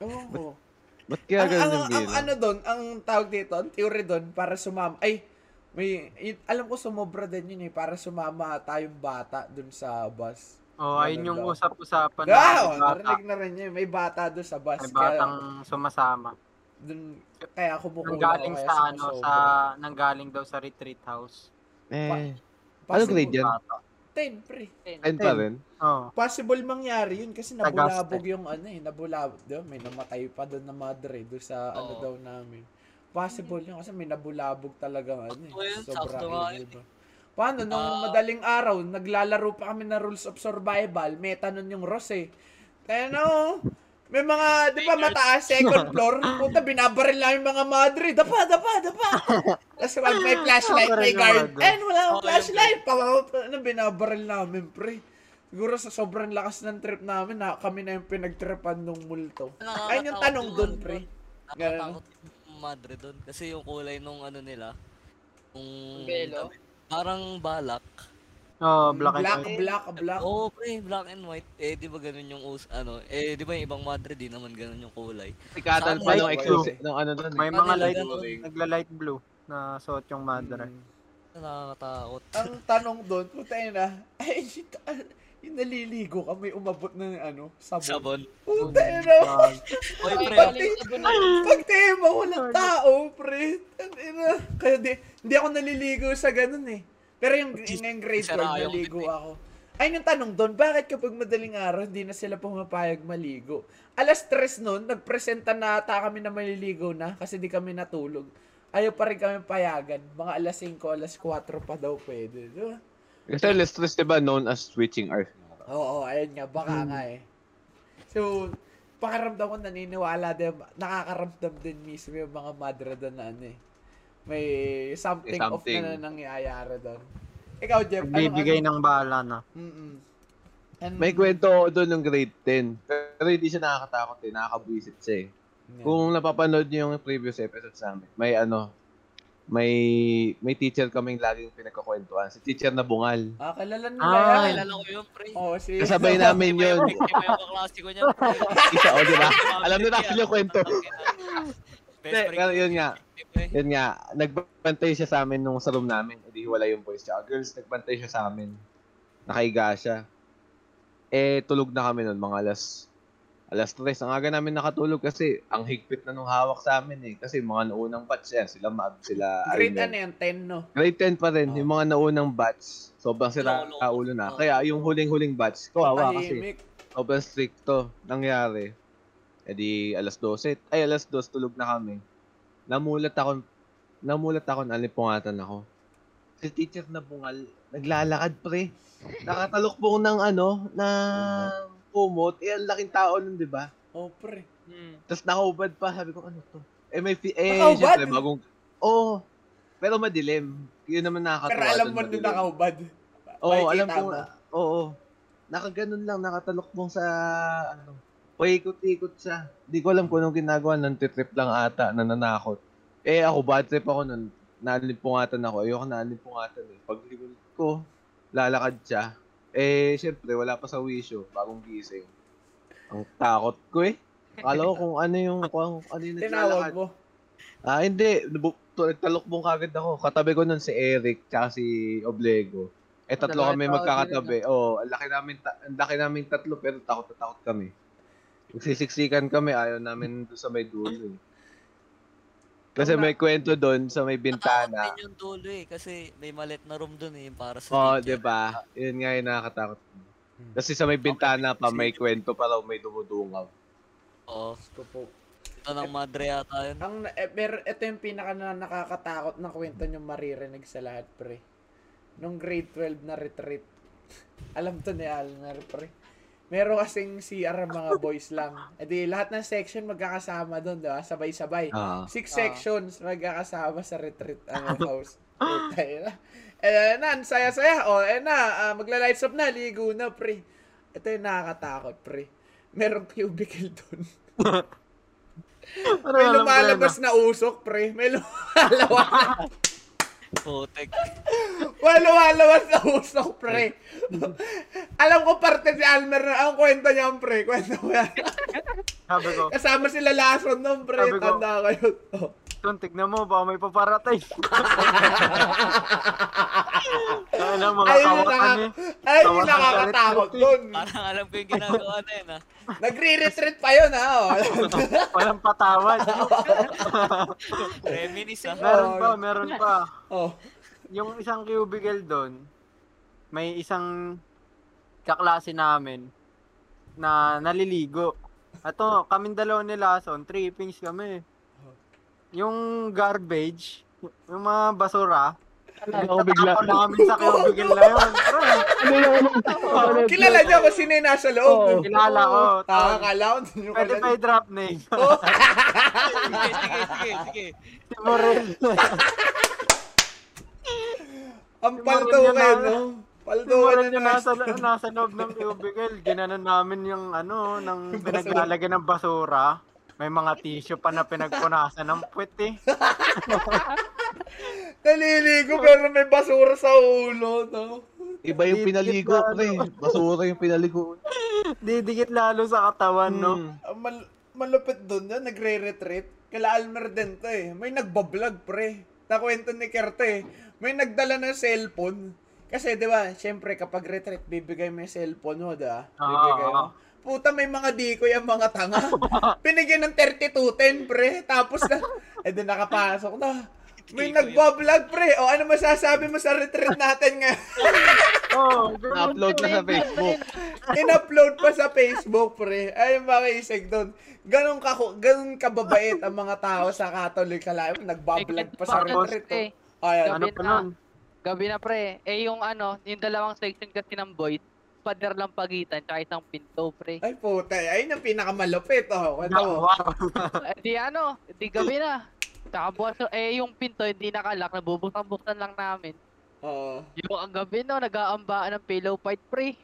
Oo.
Ba't
Ang,
kaya
ang,
ganun yung
ang
bilang?
ano doon, ang tawag dito, ang theory doon, para sumama, ay, may, y- alam ko sumobra din yun eh, para sumama tayong bata doon sa bus.
Oh, ayun yung
Ganun daw.
usap-usapan na
Ah, oh,
may bata.
narinig na rin yun. May bata doon sa bus.
May
kaya,
batang sumasama.
dun, kaya kumukulang.
Nanggaling
kaya
sa ano,
sumusobra.
sa nanggaling daw sa retreat house.
Eh, ano
Possible-
grade yan?
Bata.
10, pre.
Ten pa rin?
Oh.
Possible mangyari yun kasi
Tagaste.
nabulabog yung ano eh, nabulabog. Diba? May namatay pa doon na madre doon sa ano
Oo.
daw namin. Possible yun kasi may nabulabog talaga ano eh.
Sakto yun,
Sobra
sakto nga
eh,
yun
diba? Paano, nung
Ah.
madaling araw, naglalaro pa kami na Rules of Survival, meta nun yung Ross eh. Kaya no, may mga, di ba mataas, second floor, puta, binabaril lang yung mga madre, dapa, dapa, dapa. Tapos pag may flashlight, may
Binabaril yung
guard, Eh,
madre.
and wala akong
Okay,
flashlight, pa, ano, binabaril namin, pre. Siguro sa sobrang lakas ng trip namin, na kami na yung pinagtripan nung multo. Ayun yung tanong dun, pre. Ganun.
Nakakatakot yung madre dun. Kasi yung kulay nung ano nila, yung...
Belo.
Parang balak.
Oh, black and
Hmm, Black,
white.
black, black.
Oo, pre, black and white. Eh, di ba ganun yung us, ano, eh, di ba yung ibang madre, di naman ganun yung kulay.
Sikatan pa
Sana-
nung
Light
exclusive,
blue.
nung ano doon.
May mga light,
Ganun.
nagla-light blue na suot yung madre.
Hmm.
Nakakatakot.
ang tanong doon, puta yun ah, ay, yung naliligo ka, may umabot ng ano, sabon.
Sabon.
Puta yun ah.
Ah,
Oy, pre, oh.
Pag tema, walang tao, pre. Ang ina. Kaya di, hindi ako naliligo sa ganun eh. Pero yung, yung, yung grade 12,
Sira yung
naligo
bibig.
ako. Ay, yung tanong doon, bakit kapag madaling araw, hindi na sila pumapayag maligo? Alas tres noon, nagpresenta na ata kami na maliligo na kasi di kami natulog. Ayaw pa rin kami payagan. Mga alas 5, alas 4 pa daw pwede. Di ba?
Kasi less stress diba known as switching hours.
Oo, ayun nga, baka
Hmm.
nga eh. So, pakaramdam ko naniniwala din, nakakaramdam din mismo yung mga madre doon na ano eh. May something,
Hmm. May something.
off na na nangyayari doon. Ikaw, Jeff, anong-
Nagbibigay
ano?
ng bala na.
Mm-mm. Ano-
May kwento ako doon ng grade 10. Pero hindi siya nakakatakot eh, nakakabuisit siya eh.
Yeah.
Kung napapanood niyo yung previous episodes namin, may ano, may may teacher kaming laging pinagkakwentuhan. Si teacher na bungal.
Ah, kilala nila
Ah,
yan.
Kilala ko yun, pre.
Oo, si...
Kasabay namin yun.
Hindi pa yung kaklase ko niyan, pre.
Isa, o diba? Alam na natin yung kwento.
Best
Hindi,
friend
pero
ko
yun
yun, eh,
nga.
pre.
Yun nga, nagbantay siya sa amin nung sa room namin. Hindi wala yung boys tsaka girls, nagbantay siya sa amin. Nakahiga siya. Eh, tulog na kami nun, mga alas alas 3. Ang aga namin nakatulog kasi ang higpit na nung hawak sa amin eh. Kasi mga naunang batch yan, sila Mab, sila
Grade
Arnel.
ano yan, 10, no?
Grade 10 pa rin,
Oh.
yung mga naunang batch. Sobrang sira
Lolo.
ulo na.
Oh.
Kaya yung huling-huling batch, kawawa
Ah.
kasi.
Tahimik.
Sobrang stricto nangyari. E di alas 12. Ay, alas 2 tulog na kami. Namulat ako. Namulat ako. Nalipungatan ako. Si teacher na bungal. Naglalakad pre. Nakatalukbong ng ano, ng kumot. Eh, ang laking tao nun, di ba?
Oh, pre.
Hmm.
Tapos nakaubad pa. Sabi ko, ano to? Eh, may... Fi- eh,
Nakaubad?
syempre, bagong... Oo. pero madilim. Yun naman nakakatawa.
Pero alam
dun,
mo na
madilim.
nakaubad.
Oo,
Makikita
alam ko.
mo.
nga. Oo. Nakaganon lang, nakatalokbong sa, ano, paikot-ikot siya. Hindi ko alam kung anong ginagawa, nantitrip lang ata, nananakot. Eh ako, bad trip ako nun. Naalimpungatan ako. Ayoko naalimpungatan eh. Pag ko, lalakad siya. Eh, syempre, wala pa sa wisyo, bagong gising. Ang takot ko eh. Akala ko kung ano yung, kung ano yung
Tinawag
naglalakad.
mo.
Ah, hindi. Nabu- to- Nagtalokbong kagad ako. Katabi ko nun si Eric tsaka si Oblego. Eh, tatlo
Dalawa
kami
tao
magkakatabi. Oo, oh, ang laki namin, ta- ang laki namin tatlo pero takot na takot kami. Nagsisiksikan kami, ayaw namin doon sa may dulo eh. Kasi may kwento doon sa may bintana.
Nakatakot din yung dulo eh, kasi may malit na room dun eh, yung para sa
Oo, oh,
teacher.
di ba? Yun nga yung nakakatakot. Kasi sa may bintana pa, may kwento pa raw, may dumudungaw.
Oo,
Ko po.
ito ng madre yata yun.
Ang na- eh, pero ito yung pinaka na nakakatakot na kwento yung maririnig sa lahat, pre. Nung grade 12 na retreat. Alam to ni Alner, pre. Meron kasing CR ang mga boys lang. E di, lahat ng section magkakasama doon, di ba? Sabay-sabay.
Ah.
Six
Ah.
sections magkakasama sa retreat ang house. Eh na, ang saya-saya. O, eh na, ah, magla-lights up na, ligo na, pre. Ito yung nakakatakot, pre. Merong cubicle doon. May
Ano, alam ko yan, ah.
lumalabas na usok, pre. May lumalabas.
Putek.
May lumalabas na usok, pre. alam ko parte si Almer na ang kwento niya, pre. Kwento ko yan.
ah. Sabi ko,
Kasama sila Lason noon, pre.
Sabi ko-
Tanda ko yun. Oh.
Ton, tignan mo, baka may paparatay. Kaya lang, mga
Ayun yung,
kawatan
nakaka- ayun
eh.
yung
Kawakan
nakakatakot doon.
Parang alam ko yung ginagawa na yun, ah. ha?
Nagre-retreat pa yun, ha? Oh.
Walang patawad.
Reminis, ah. ha?
meron pa, meron pa.
oh.
Yung isang cubicle doon, may isang kaklase namin na naliligo. Ato, kaming dalawa ni Lason, trippings kami. Yung garbage, yung mga basura,
Ako bigla.
tinatapon namin sa cubicle na yun. Tara,
Ano yung ano? Ano-
Kilala niyo kung sino yung nasa loob.
Oo.
Kilala ko.
Taka ka lang. Hindi nyo
Pwede
kilala.
pa i-drop eh. name.
Oh,
Sige, sige, sige, sige.
Si Morel.
ang
Yung
palto
mga
kayo,
ganyan
no?
Si
Palto
Morel
na
yung
nasa.
nasa, nasa loob ng cubicle. Ginanan namin yung ano, ng
Yung basura.
pinaglalagyan ng basura. May mga tissue pa na pinagpunasan ng puwet eh.
Naliligo pero may basura sa ulo, no?
Iba yung pinaligo,
Dikit na,
pre. Basura yung pinaligo.
Didikit lalo sa katawan, no?
Ang Ah, mal- malupit doon yan, nagre-retreat. Kala Almer din to eh. May nagbablog, pre. Nakwento ni Kerte eh. May nagdala ng cellphone. Kasi, di ba, syempre, kapag retreat, bibigay mo yung cellphone mo, di ba? Bibigay mo.
Oo.
Puta, may mga dikoy ang mga tanga. Binigyan ng 3210, pre. Tapos na, eh di nakapasok na. May
Dikoy.
nagbablog, pre. O, ano masasabi mo sa retreat natin ngayon?
Oh,
Na-upload na sa Facebook.
in-upload pa sa Facebook, pre. Ay, makisig doon. Ganon ka, ganon kababait ang mga tao sa Catholic Kalayo. Nagbablog pa sa retreat.
Bakit,
pre?
Oh. Ayan.
ano pa nun?
Eh, Gabi na pre. Eh yung ano, yung dalawang section kasi ng boys, pader lang pagitan, tsaka isang pinto pre.
Ay, puta. Ayun ang pinakamalupit, oh. Ano mo?
Wow.
Eh, di ano, di gabi na. Tsaka bukas, eh yung pinto hindi nakalock, nabubuksan-buksan lang namin.
Oo.
Yung ang gabi no, nag-aambaan ng pillow fight pre.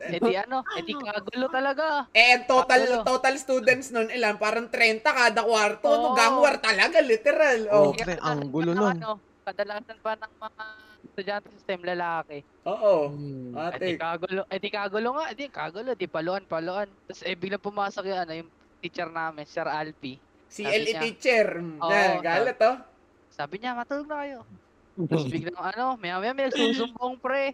Eh di ano, eh di kagulo talaga.
Eh, ang total
Ano?
total students nun, ilan? Parang 30 kada kwarto. No?
Oo.
Gang war talaga, literal. Oh.
Pre, ang gulo
nun.
nun.
ano, kadalasan pa ng mga estudyante system lalaki.
Oo.
Hmm.
Eh
Ate.
di kagulo, eh di kagulo nga, eh di kagulo, di paluan, paluan. Tapos eh biglang pumasok yung ano, yung teacher namin, Sir Alpi.
CLE
niya.
teacher. Mm,
Oo,
na, galit, oh.
Sabi niya, matulog na kayo. Tapos biglang ano, maya maya may nagsusumbong pre.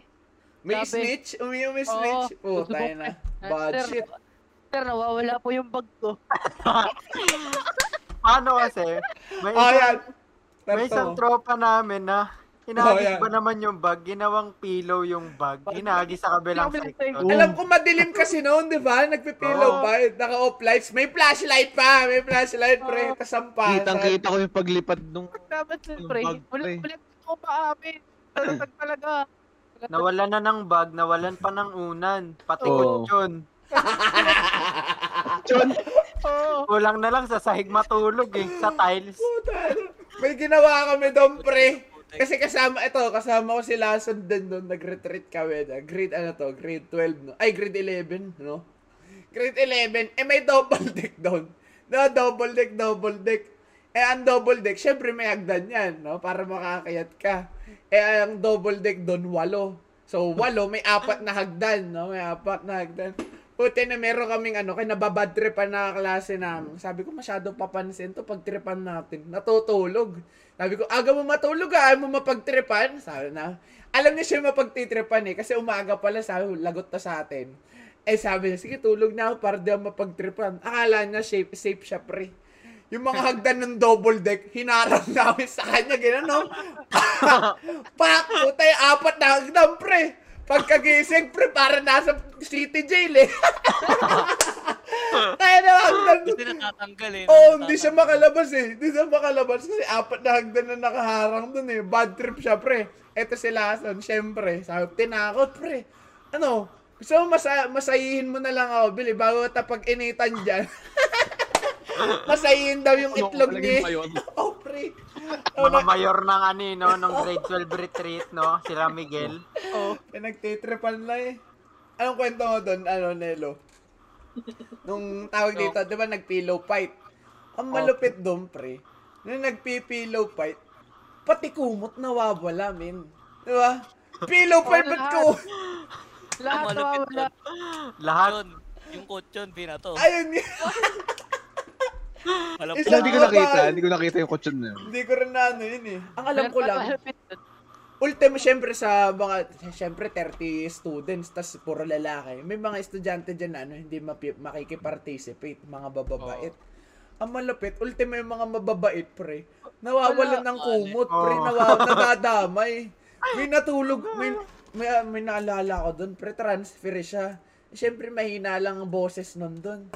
May
Sabi.
snitch? Umi may snitch?
Oo.
Puta, yun na.
Ah,
Bad
sir,
shit.
Sir, nawawala po yung bag ko.
Paano kasi? May
Oh, yan.
isang, may isang
Tarto.
tropa namin na hinagis
Oh, yan.
ba naman yung bag? Ginawang pillow yung bag. Hinagis sa kabilang
Kabilang
section.
section.
Alam ko madilim kasi noon, di ba? Nagpipilo
Oo.
pa, naka-off lights. May flashlight pa, may flashlight, pre.
Oo.
Tas ang pasan.
Kitang kita ko yung paglipat nung...
Dapat nun
Yung
pre.
bag, pre.
Ulit-ulit ko pa amin. Talatag talaga.
Nawalan na ng bag, nawalan pa ng unan. Pati oh.
Oo.
kutsyon.
Oo.
Kulang na lang sa sahig matulog eh, sa tiles.
May ginawa kami doon, pre. Kasi kasama, ito, kasama ko si Lason din doon. Nag-retreat kami. na- Grade, ano to, grade 12, no? Ay, grade 11, no? Grade 11, eh may double deck doon. No, double deck, double deck. Eh, ang double deck, syempre may hagdan yan, no? Para makakayat ka. Eh, ang double deck doon, walo. So, walo, may apat na hagdan, no? May apat na hagdan. Puti na meron kaming ano, kaya nababadripan na klase namin. Sabi ko, masyado papansin to pagtripan natin. Natutulog. Sabi ko, aga mo matulog ah, ayaw mo mapagtripan. Sabi na, alam niya siya mapagtitripan eh, kasi umaga pala, sabi ko, lagot to sa atin. Eh sabi niya, sige tulog na ako para di ako mapagtripan. Akala niya safe, safe siya pre. Yung mga hagdan ng double deck, hinarang namin sa kanya, gano'n no? Pak! Puta yung apat na hagdan pre! Pagkagising pre, para nasa city jail eh. Kaya na hagdan.
Kasi natatanggal, eh.
Oo, oh, hindi siya
Natatanggal.
makalabas eh. Hindi siya makalabas kasi apat na hagdan na nakaharang dun eh. Bad trip siya, pre. Eto si Lason, syempre. Sabi, tinakot, pre. Ano? Gusto mo masa- masayihin mo na lang ako, Billy, bago kita pag-initan dyan. masayihin daw yung itlog niya. Oh, pre. Oh,
Mga mayor ng ano eh, no, nung grade 12 retreat, no? Sila Miguel.
Pinagtitripan lang eh. Anong kwento mo doon, ano, Nelo? Nung tawag dito, di ba nag-pillow fight? Ang malupit doon, pre. Nung nag-pillow fight, pati kumot nawawala, min. Di ba? Pillow fight, ba't ko?
Lahat
Ang malupit
nawawala.
Lahat.
Yun, yung coach yun, binato.
Ayun yun.
Alam
Isa-
ko,
Hindi ko nakita, hindi ko nakita yung kutsyon na yun.
Hindi ko rin na ano yun eh. Ang alam
Meron
ko
pa
lang,
malupit dun.
ultimo syempre sa mga, syempre 30 students, tas puro lalaki. May mga estudyante dyan na ano, hindi mapi- makikiparticipate, mga bababait. Ang malapit, ultimo yung mga mababait, pre. Nawawalan
Wala,
ng
wala.
kumot, pre.
Oo.
Nawaw, nadadamay. May natulog, may, may, ah, may naalala ko dun, pre. Transfer siya. Syempre mahina lang ang boses nun dun.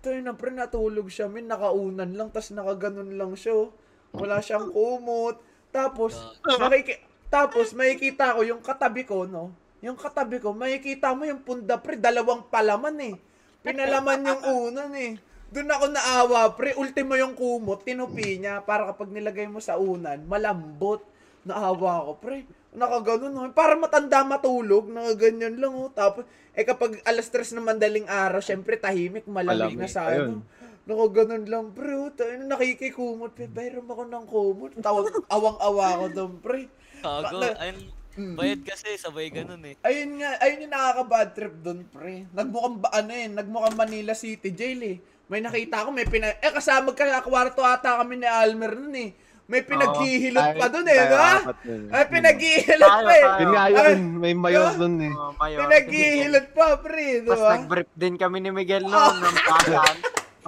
Tayo na, pre, natulog siya. May nakaunan lang, tas nakaganon lang siya. oh. Wala siyang kumot. Tapos,
Ah.
makiki- tapos makikita ko yung katabi ko, no? Yung katabi ko, makikita mo yung punda, pre, dalawang palaman eh. Pinalaman yung unan eh. Doon ako naawa, pre, ultimo yung kumot, tinupi niya para kapag nilagay mo sa unan, malambot. Naawa ako, pre. Nakaganon, no? para matanda matulog, nakaganyan lang, oh. Tapos, eh kapag alas tres na mandaling araw, syempre tahimik, malamig,
Malamig,
na sa ano.
ayun.
Naku, ganun lang, pre. oh, Tayo na nakikikumot, pre. Bayram ako ng kumot. Tawag, awang-awa ako doon, pre.
kago.
na-
Ayun,
Mm.
bayad kasi, sabay ganun eh.
Ayun nga, ayun yung nakaka-bad trip doon, pre. Nagmukhang ba, ano eh, nagmukhang Manila City Jail eh. May nakita ko, may pina... Eh, kasama ka, kwarto ata kami ni Almer nun eh. May pinaghihilot pa doon eh,
Tayo,
no?
apat yun.
Ay, pinaghihilot
Tayo,
pa eh.
tayo.
Yun nga
Ay,
yun, may mayor dun eh.
Oh, mayor.
Pinaghihilot ah. pa, pre, di
Tapos
ba?
nag-brief din kami ni Miguel noon ng pasan.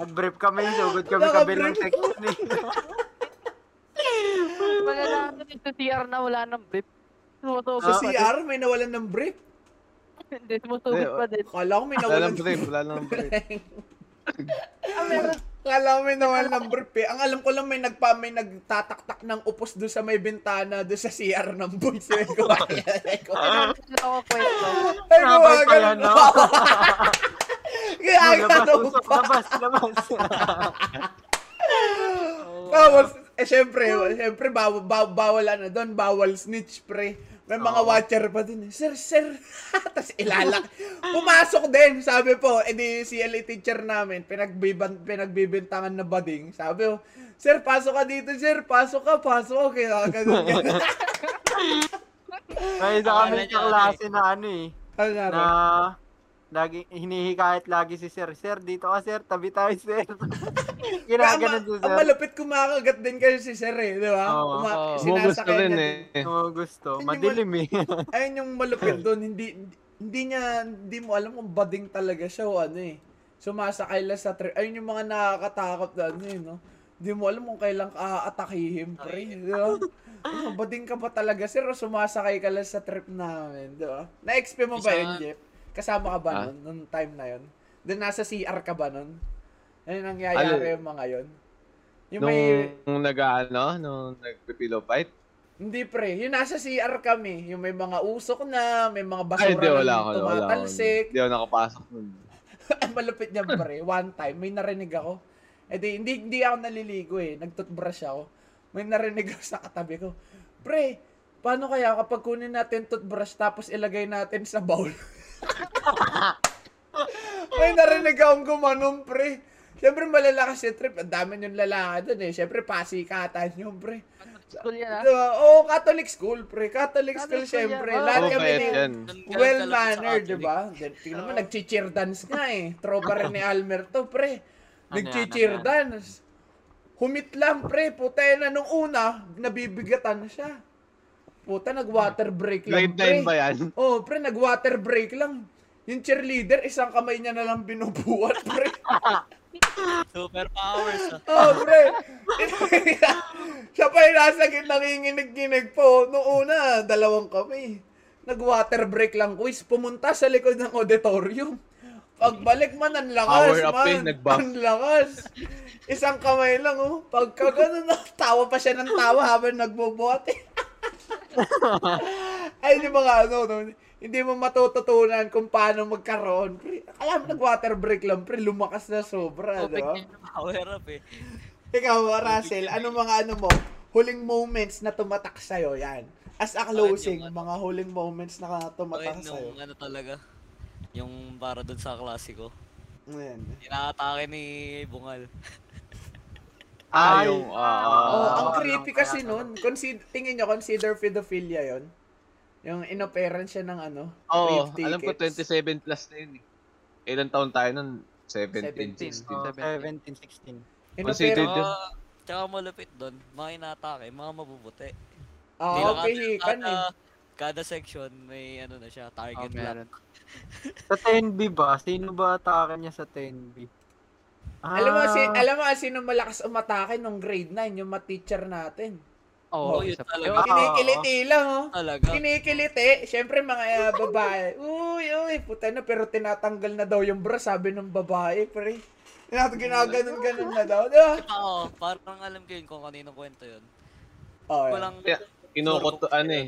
Nag-brief kami, sugod kami kabilang
Naka-brief.
section eh.
Malalaman yun sa CR na wala nang brief. Sumusugot
Sa
Ah,
pa din.
CR, may nawalan ng brief.
Hindi, sumusugot
Eh,
pa din.
Kala ko may
Wala
nawalan
nang brief, wala nang brief.
Kala ko may nawal ng burp eh. Ang alam ko lang may nagpa may nagtataktak ng upos doon sa may bintana doon sa CR ng boys. Ay, gumagal. Ay, gumagal.
Tinanggal ako kwento.
Ay,
Sabay pa yan, no?
Kaya
Labas,
ganun
usok,
pa.
labas, labas.
Tapos, eh, syempre, syempre, bawal, bawal ano doon, bawal snitch, pre. May mga watcher pa dun. eh. Sir, sir. Tapos ilalak. Pumasok din, sabi po. Eh di CLA teacher namin, pinagbiban, pinagbibintangan na bading. Sabi po, sir, pasok ka dito, sir. Pasok ka, pasok. Okay, ah, ganun, ganun.
May isa
Ah,
kami
medyo
sa klase na ano eh,
Ano na,
na lagi hinihikayat lagi si sir. Sir, dito ka sir, tabi tayo sir. Ginaganon si
ang, ang
sir.
malupit kumakagat din kasi si sir eh, di ba?
Oo.
Kuma-
Oo.
Bumugos
sinasakyan
ka Oh, rin
niya
eh.
Oo, gusto.
Hindi mo-
Madilim eh.
din. Ayun yung malupit doon, hindi hindi niya hindi mo alam kung bading talaga siya o ano eh. Sumasakay lang sa trip. Ayun yung mga nakakatakot na ano eh, no? Hindi mo alam kung kailan ka aatakihin, pre. Di ba? Ano, bading ka ba talaga, sir? O sumasakay ka lang sa trip namin, di ba? Na-exp mo ba
Isa-
yun, Jeff? Kasama ka ba
Ah?
nun, nung time na yun? Doon nasa CR ka ba nun? Ano yung nangyayari
Ano?
yung mga yun? Yung
Nung,
may...
nung nag-ano, nung nagpipilo fight.
Hindi pre, yung nasa CR kami, yung may mga usok na, may mga basura
Ay, hindi, wala
na
ako. Wala ako.
Ah, tumatalsik.
Hindi ako nakapasok nun.
Malupit niya pre, one time, may narinig ako. Eh di, hindi, hindi ako naliligo eh, nagtutbrush ako. May narinig ako sa katabi ko, pre, paano kaya kapag kunin natin toothbrush tapos ilagay natin sa bowl? may narinig akong gumanong pre. Siyempre malalakas yung trip, ang dami yung lalaki doon eh. Siyempre pasikatan yun pre.
School yan ah.
Diba? Oo, Catholic school, pre. Catholic, school, Oh,
Catholic school
syempre.
yan.
Lahat
Oo,
kami
bait
ni
yan.
well-mannered, di ba? Then, Tingnan mo, nag-cheer dance nga eh. Tropa rin ni Almer to,
Ano
pre. Nag-cheer
ano,
dance. Humit lang, pre. Puta yun na nung una, nabibigatan siya. Puta, nag-water break lang,
Grade
pre.
9 ba yan?
Oh, pre, nag-water break lang. Yung cheerleader, isang kamay niya na lang binubuhat, pre.
Super powers ah.
Oh, pre. Siya pa yung nasa git- nanginginig-ginig po. Noong una, dalawang kami. Nag-water break lang quiz. Pumunta sa likod ng auditorium. Pagbalik man, ang lakas,
Power up
man.
eh, nag-bump.
Ang lakas. Isang kamay lang, oh. Pagka ganun, ah, tawa pa siya ng tawa habang nagbobote. Ay, di ba nga, ano, no? hindi mo matututunan kung paano magkaroon. Pre, Alam, nag-water break lang, pre, lumakas na sobra, di
Topic
ba?
niya yung power up eh.
Ikaw, Russell, ano mga ano mo? Huling moments na tumatak sa'yo, yan. As a closing,
Akin yung
ano. mga huling moments na tumatak
Ayun, nung
sa'yo.
ano talaga. Yung para dun sa klasiko.
Ayan.
Inaatake ni Bungal.
Ay,
Ayong, ah,
Oh, ang
Ah,
creepy
ano,
kasi
kaya-
nun. Consider, tingin nyo, consider pedophilia yon Yung inoperant siya ng ano,
Oo,
rape
alam ko
tickets.
27 plus na yun eh. Ilan taon tayo nun? 17, 16.
17.
Oh,
17.
17, 16.
Inoperant.
Considered yun.
Tsaka, tsaka malupit dun, mga inaatake, mga mabubuti.
Oo,
Hindi
oh,
lang
pihikan
kada,
eh.
Ah,
kada section may ano na siya, target
Oh,
lang.
meron.
Sa 10B ba? Sino ba atake niya sa 10B? Ah,
Alam mo, si, alam mo, sino malakas umatake nung grade 9, yung mat-teacher natin.
Oh,
Oo,
yun
isa pa
talaga.
yun.
Ah,
Kinikiliti lang, oh.
Talaga.
Kinikiliti. Siyempre, mga eh, babae. Uy, uy, puta na. Pero tinatanggal na daw yung bra, sabi ng babae, pre. Tinatanggal ganun na daw. Di ba?
Oo, parang alam ko yun kung kanino kwento yun.
Oh, yeah.
Walang,
Yeah. Kinukot, ano eh.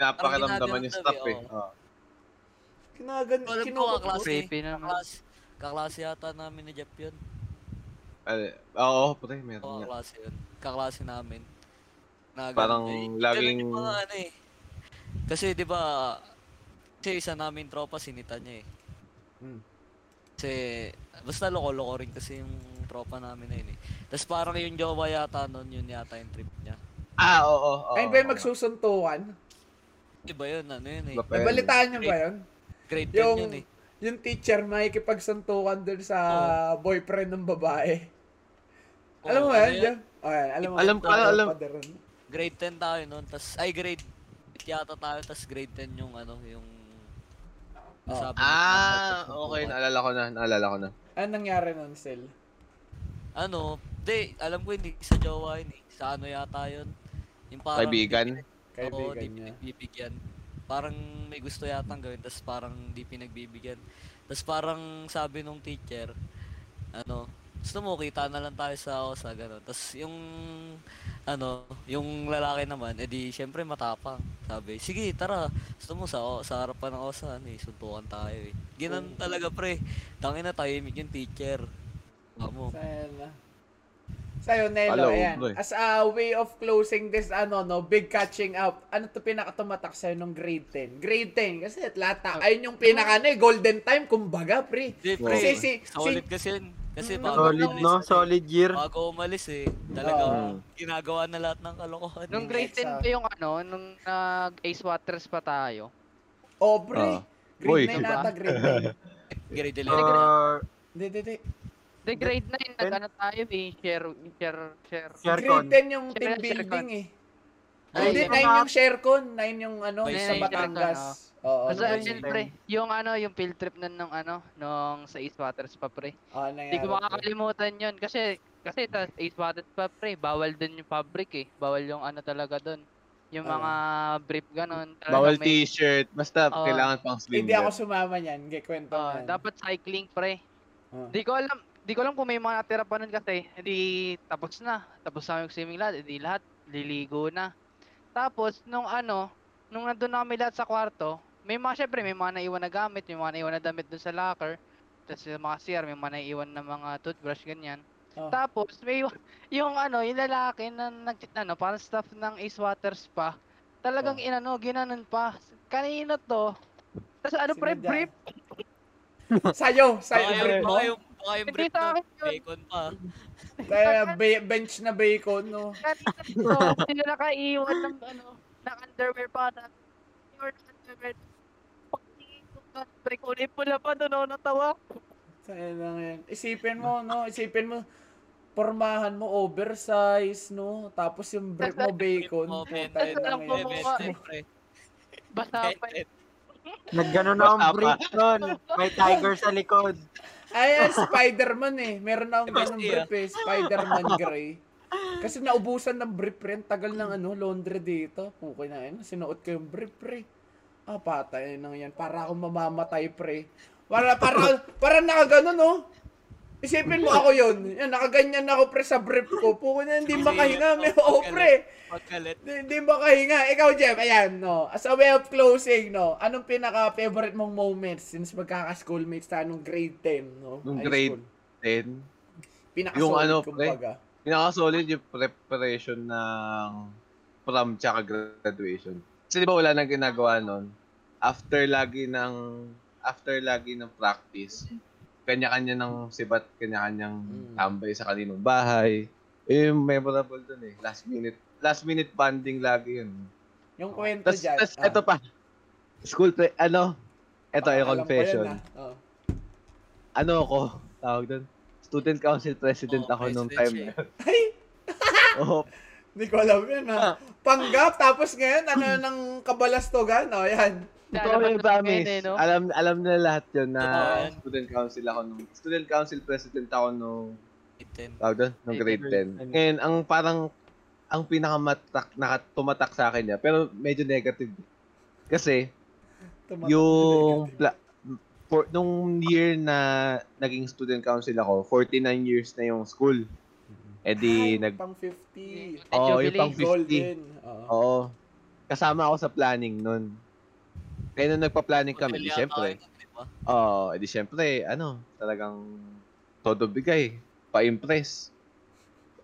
Pinapakiramdaman
Parang
yung staff
ginaganon
eh. Oo.
Kinagan,
alam ko
kinukot.
kaklase.
Creepy naman.
Kaklas, kaklase yata namin ni Jeff yun.
Ano, Oo, pre, meron
Oo,
nga.
kaklase yun. Kaklase namin. Na ganun
Parang
eh. Ganun
laging-
yung mga ano eh. Kasi di ba, kasi isa namin tropa sinita niya eh.
Hmm.
Kasi, basta loko-loko rin kasi yung tropa namin na yun eh. Tapos parang yung jowa yata nun, yun yata yung trip niya.
Ah, oo, oo. oo,
Ayun ba yung
oo.
magsusuntukan?
Iba yun, ano yun eh.
Lapel.
Nabalitaan niyo ba yun?
Grade 10
Yung,
yun eh.
yung teacher makikipagsuntukan dun sa boyfriend ng babae. Alam mo
Oo,
yan,
ano
Jeff? Oh, yan. Alam mo
Alam ko, alam-
Grade 10 tayo nun, tas, ay grade, yata tayo, tas grade 10 yung ano, yung... nasabi mo,
Oh. Ah,
nakapagsuntukan.
okay. Naalala ko na. Naalala ko na.
Anong nangyari nun, Sel?
Ano, di, alam ko hindi sa jowa yun eh. Sa ano yata yun. Yung parang...
Kaibigan.
Oo, di
Kaibigan niya.
pinagbibigyan. Parang may gusto yatang gawin, tas parang di pinagbibigyan. Tas parang sabi nung teacher, ano, gusto mo, kita na lang tayo sa OSA, gano'n. Tas yung, ano, yung lalaki naman, edi syempre matapang. Sabi, sige, tara, gusto mo sa, o- sa harapan ng OSA, ano, eh, suntukan tayo eh. Ganun talaga, pre. Tangin na tahimik yung teacher. Amo.
Sayonela. Sayonela,
Hello,
ayan.
boy.
As a way of closing this, ano, no, big catching up, ano to pinakatumatak sa'yo nung grade 10? Grade 10, kasi at lahat,
Ah.
ta- ayun yung pinaka, ano, eh, golden time, kumbaga, pre.
Di, pre.
Kasi si, si,
Solid kasi yun. Kasi
Mm.
bago
Solid,
umalis, eh.
no? Solid year.
Oh,
Bago umalis eh. Talaga,
Hmm.
Oo.
ginagawa na lahat ng kalokohan.
Nung
eh.
grade 10
Exact.
pa yung ano, nung nag-Ace Waters pa tayo.
oh, pre,
Ah. Boy,
grade 9
diba?
nata, grade
grade 11.
Or
10. Di, di, di.
The grade 9,
Then-
nag-ano tayo eh, share, share, share.
Sharecon.
Grade 10 yung team
Sharecon.
building eh.
Ay,
Hindi,
yun
9
na.
yung Sharecon, 9 yung ano,
Ay,
sa
Sharecon,
Batangas. Oo,
ah. Kasi
eh,
Ano
nine
yun,
yun,
yung-
pre, yung ano, yung field trip nun nung ano, nung sa Ace Waters pa, pre.
Oo, Ah,
Hindi ko
nangyari, pre.
makakalimutan yun kasi, kasi sa Ace Waters pa, pre, bawal dun yung fabric eh. Bawal yung ano talaga dun. Yung
Oo.
mga brief ganon. Talagang
Bawal
may-
t-shirt. Basta
Oo.
kailangan pang slim.
Hindi ako sumama niyan, gikwento
Oo,
mo yan. Ah.
Ah, dapat cycling, pre.
Oo.
Di ko alam, di ko alam kung may mga natira pa nun kasi hindi tapos na. Tapos na yung swimming lahat, hindi lahat liligo na. Tapos nung ano, nung nandun na kami lahat sa kwarto, may mga syempre may mga naiwan na gamit, may mga naiwan na damit dun sa locker. Tapos yung mga CR, may mga naiwan na mga toothbrush ganyan.
Oh.
Tapos may yung- yung ano, yung lalaki na nag ano, parang staff ng Ace Waters pa.
Oh.
Talagang inano, ginanon pa. Kanino to? Tapos ano pre,
Sinadya.
brief
Sa'yo,
Baka
sa'yo,
yung,
pre.
baka yung, baka yung
Hindi
brief
sa
na
akin yun.
bacon pa.
Kaya ba- bench na bacon, no?
So, sino nakaiwan ng ano, ng underwear pa na or ng underwear. Pagtingin ko pa, pre, kulay pula pa doon ako natawa.
Kaya lang yan. Isipin mo, no? Isipin mo, pormahan mo oversize, no? Tapos yung brief mo bacon.
Mo,
Puta
Tapos
na
alam ko
ngayon.
mga-
best pre.
eh. Basta pa yun.
Nagganon na akong
Basta pa.
brief nun. May tiger sa likod.
Ay, ay, Spider-Man eh. Meron na akong
Eh, best
ganun
eh,
brief eh. Spider-Man gray. Kasi naubusan ng brief rin. Tagal ng ano, laundry dito. Pukay na yun. Sinuot ko yung brief pre. Ah, patay nang yan. Para akong mamamatay pre. Para, para, para nakaganon oh. Isipin mo ako yun. Yan, nakaganyan ako pre sa brief ko. Puko na, hindi makahinga. May oo pre.
Pagkalit.
Hindi hindi makahinga. Ikaw, Jeff, ayan, no. As a way of closing, no. Anong pinaka-favorite mong moments since magkaka-schoolmates tayo nung grade 10, no? High
Nung grade
school?
10.
Pinaka-solid,
yung ano, pre.
kumbaga.
Pinaka-solid yung preparation ng prom tsaka graduation. Kasi di ba wala nang ginagawa nun? After lagi ng after lagi ng practice, kanya-kanya ng sibat, kanya-kanyang
Mm.
tambay sa kaninong bahay. Eh, yung memorable dun eh. Last minute, last minute bonding lagi yun.
Yung kwento
Tapos,
dyan.
Oh, tas,
ah.
eto pa. School, pre- ano? Eto,
Baka
yung
alam ko
confession.
yun, ah. Oo.
Ano ako? Tawag dun. Student council president
Oh,
ako nung time
president
na
siya
yun.
eh. Ay,
Oo,
hindi ko alam yun ha.
Ah.
Panggap, tapos ngayon, ano ng kabalastogan? Oh, O, yan.
Ikaw yung promise.
eh,
no?
Alam, alam na lahat yun na
Totoo yan.
student council ako nung, student council president ako nung,
Item.
tawag doon, nung grade
Grade
10.
10.
Ngayon, ang parang, ang pinakamatak, naka, tumatak sa akin niya, pero medyo negative. Kasi,
Tumatak-
yung, pla- for, nung year na naging student council ako, 49 years na yung school.
Mm-hmm.
E
Ay,
di, nag,
Pang Oh. 50.
oh,
Jubilee.
yung pang
Gold
50.
din. Oo.
Oo. Kasama ako sa planning nun. Kaya nung nagpa-planning kami,
Hotel
di
yata
syempre.
yun, di ba?
Oo, edi Oh, eh, syempre, ano, talagang todo bigay, pa-impress.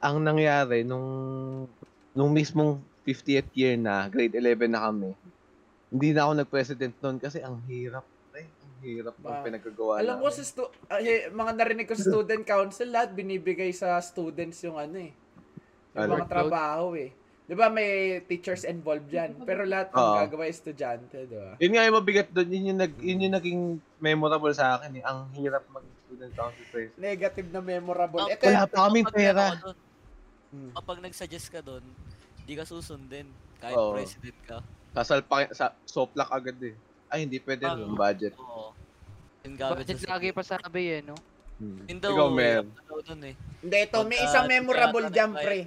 Ang nangyari nung nung mismong 50th year na, grade 11 na kami, hindi na ako nag-president noon kasi ang hirap, pre. Ang hirap ng
Ba-
pinagkagawa
Alam ko
namin.
sa stu- ay, mga narinig ko sa student council, lahat binibigay sa students yung ano eh. Yung
Ano?
mga trabaho eh. 'Di ba may teachers involved diyan, pero lahat ng
Oo.
gagawin estudyante, 'di ba?
Yun nga yung mabigat doon, yun yung, nag, yun yung naging memorable sa akin. Eh. Ang hirap mag-student council president.
Negative na memorable. Eh,
Ah,
Ito,
Wala pa kaming
Kapag
pera.
ano ka dun,
Hmm.
Kapag nag-suggest ka doon, di ka susundin. Kahit
Oo.
president ka.
Sasalpak, sa, soplak agad eh. Ay, hindi pwede
Ah.
yung budget.
Oo. Yung gamit
Budget
sa-
lagi pa sabi eh, no?
Hmm.
Yun daw,
Ikaw,
eh,
Mer.
ano dun eh.
Hindi, ito, may
Pagka-
isang memorable
pagka-
dyan, pre.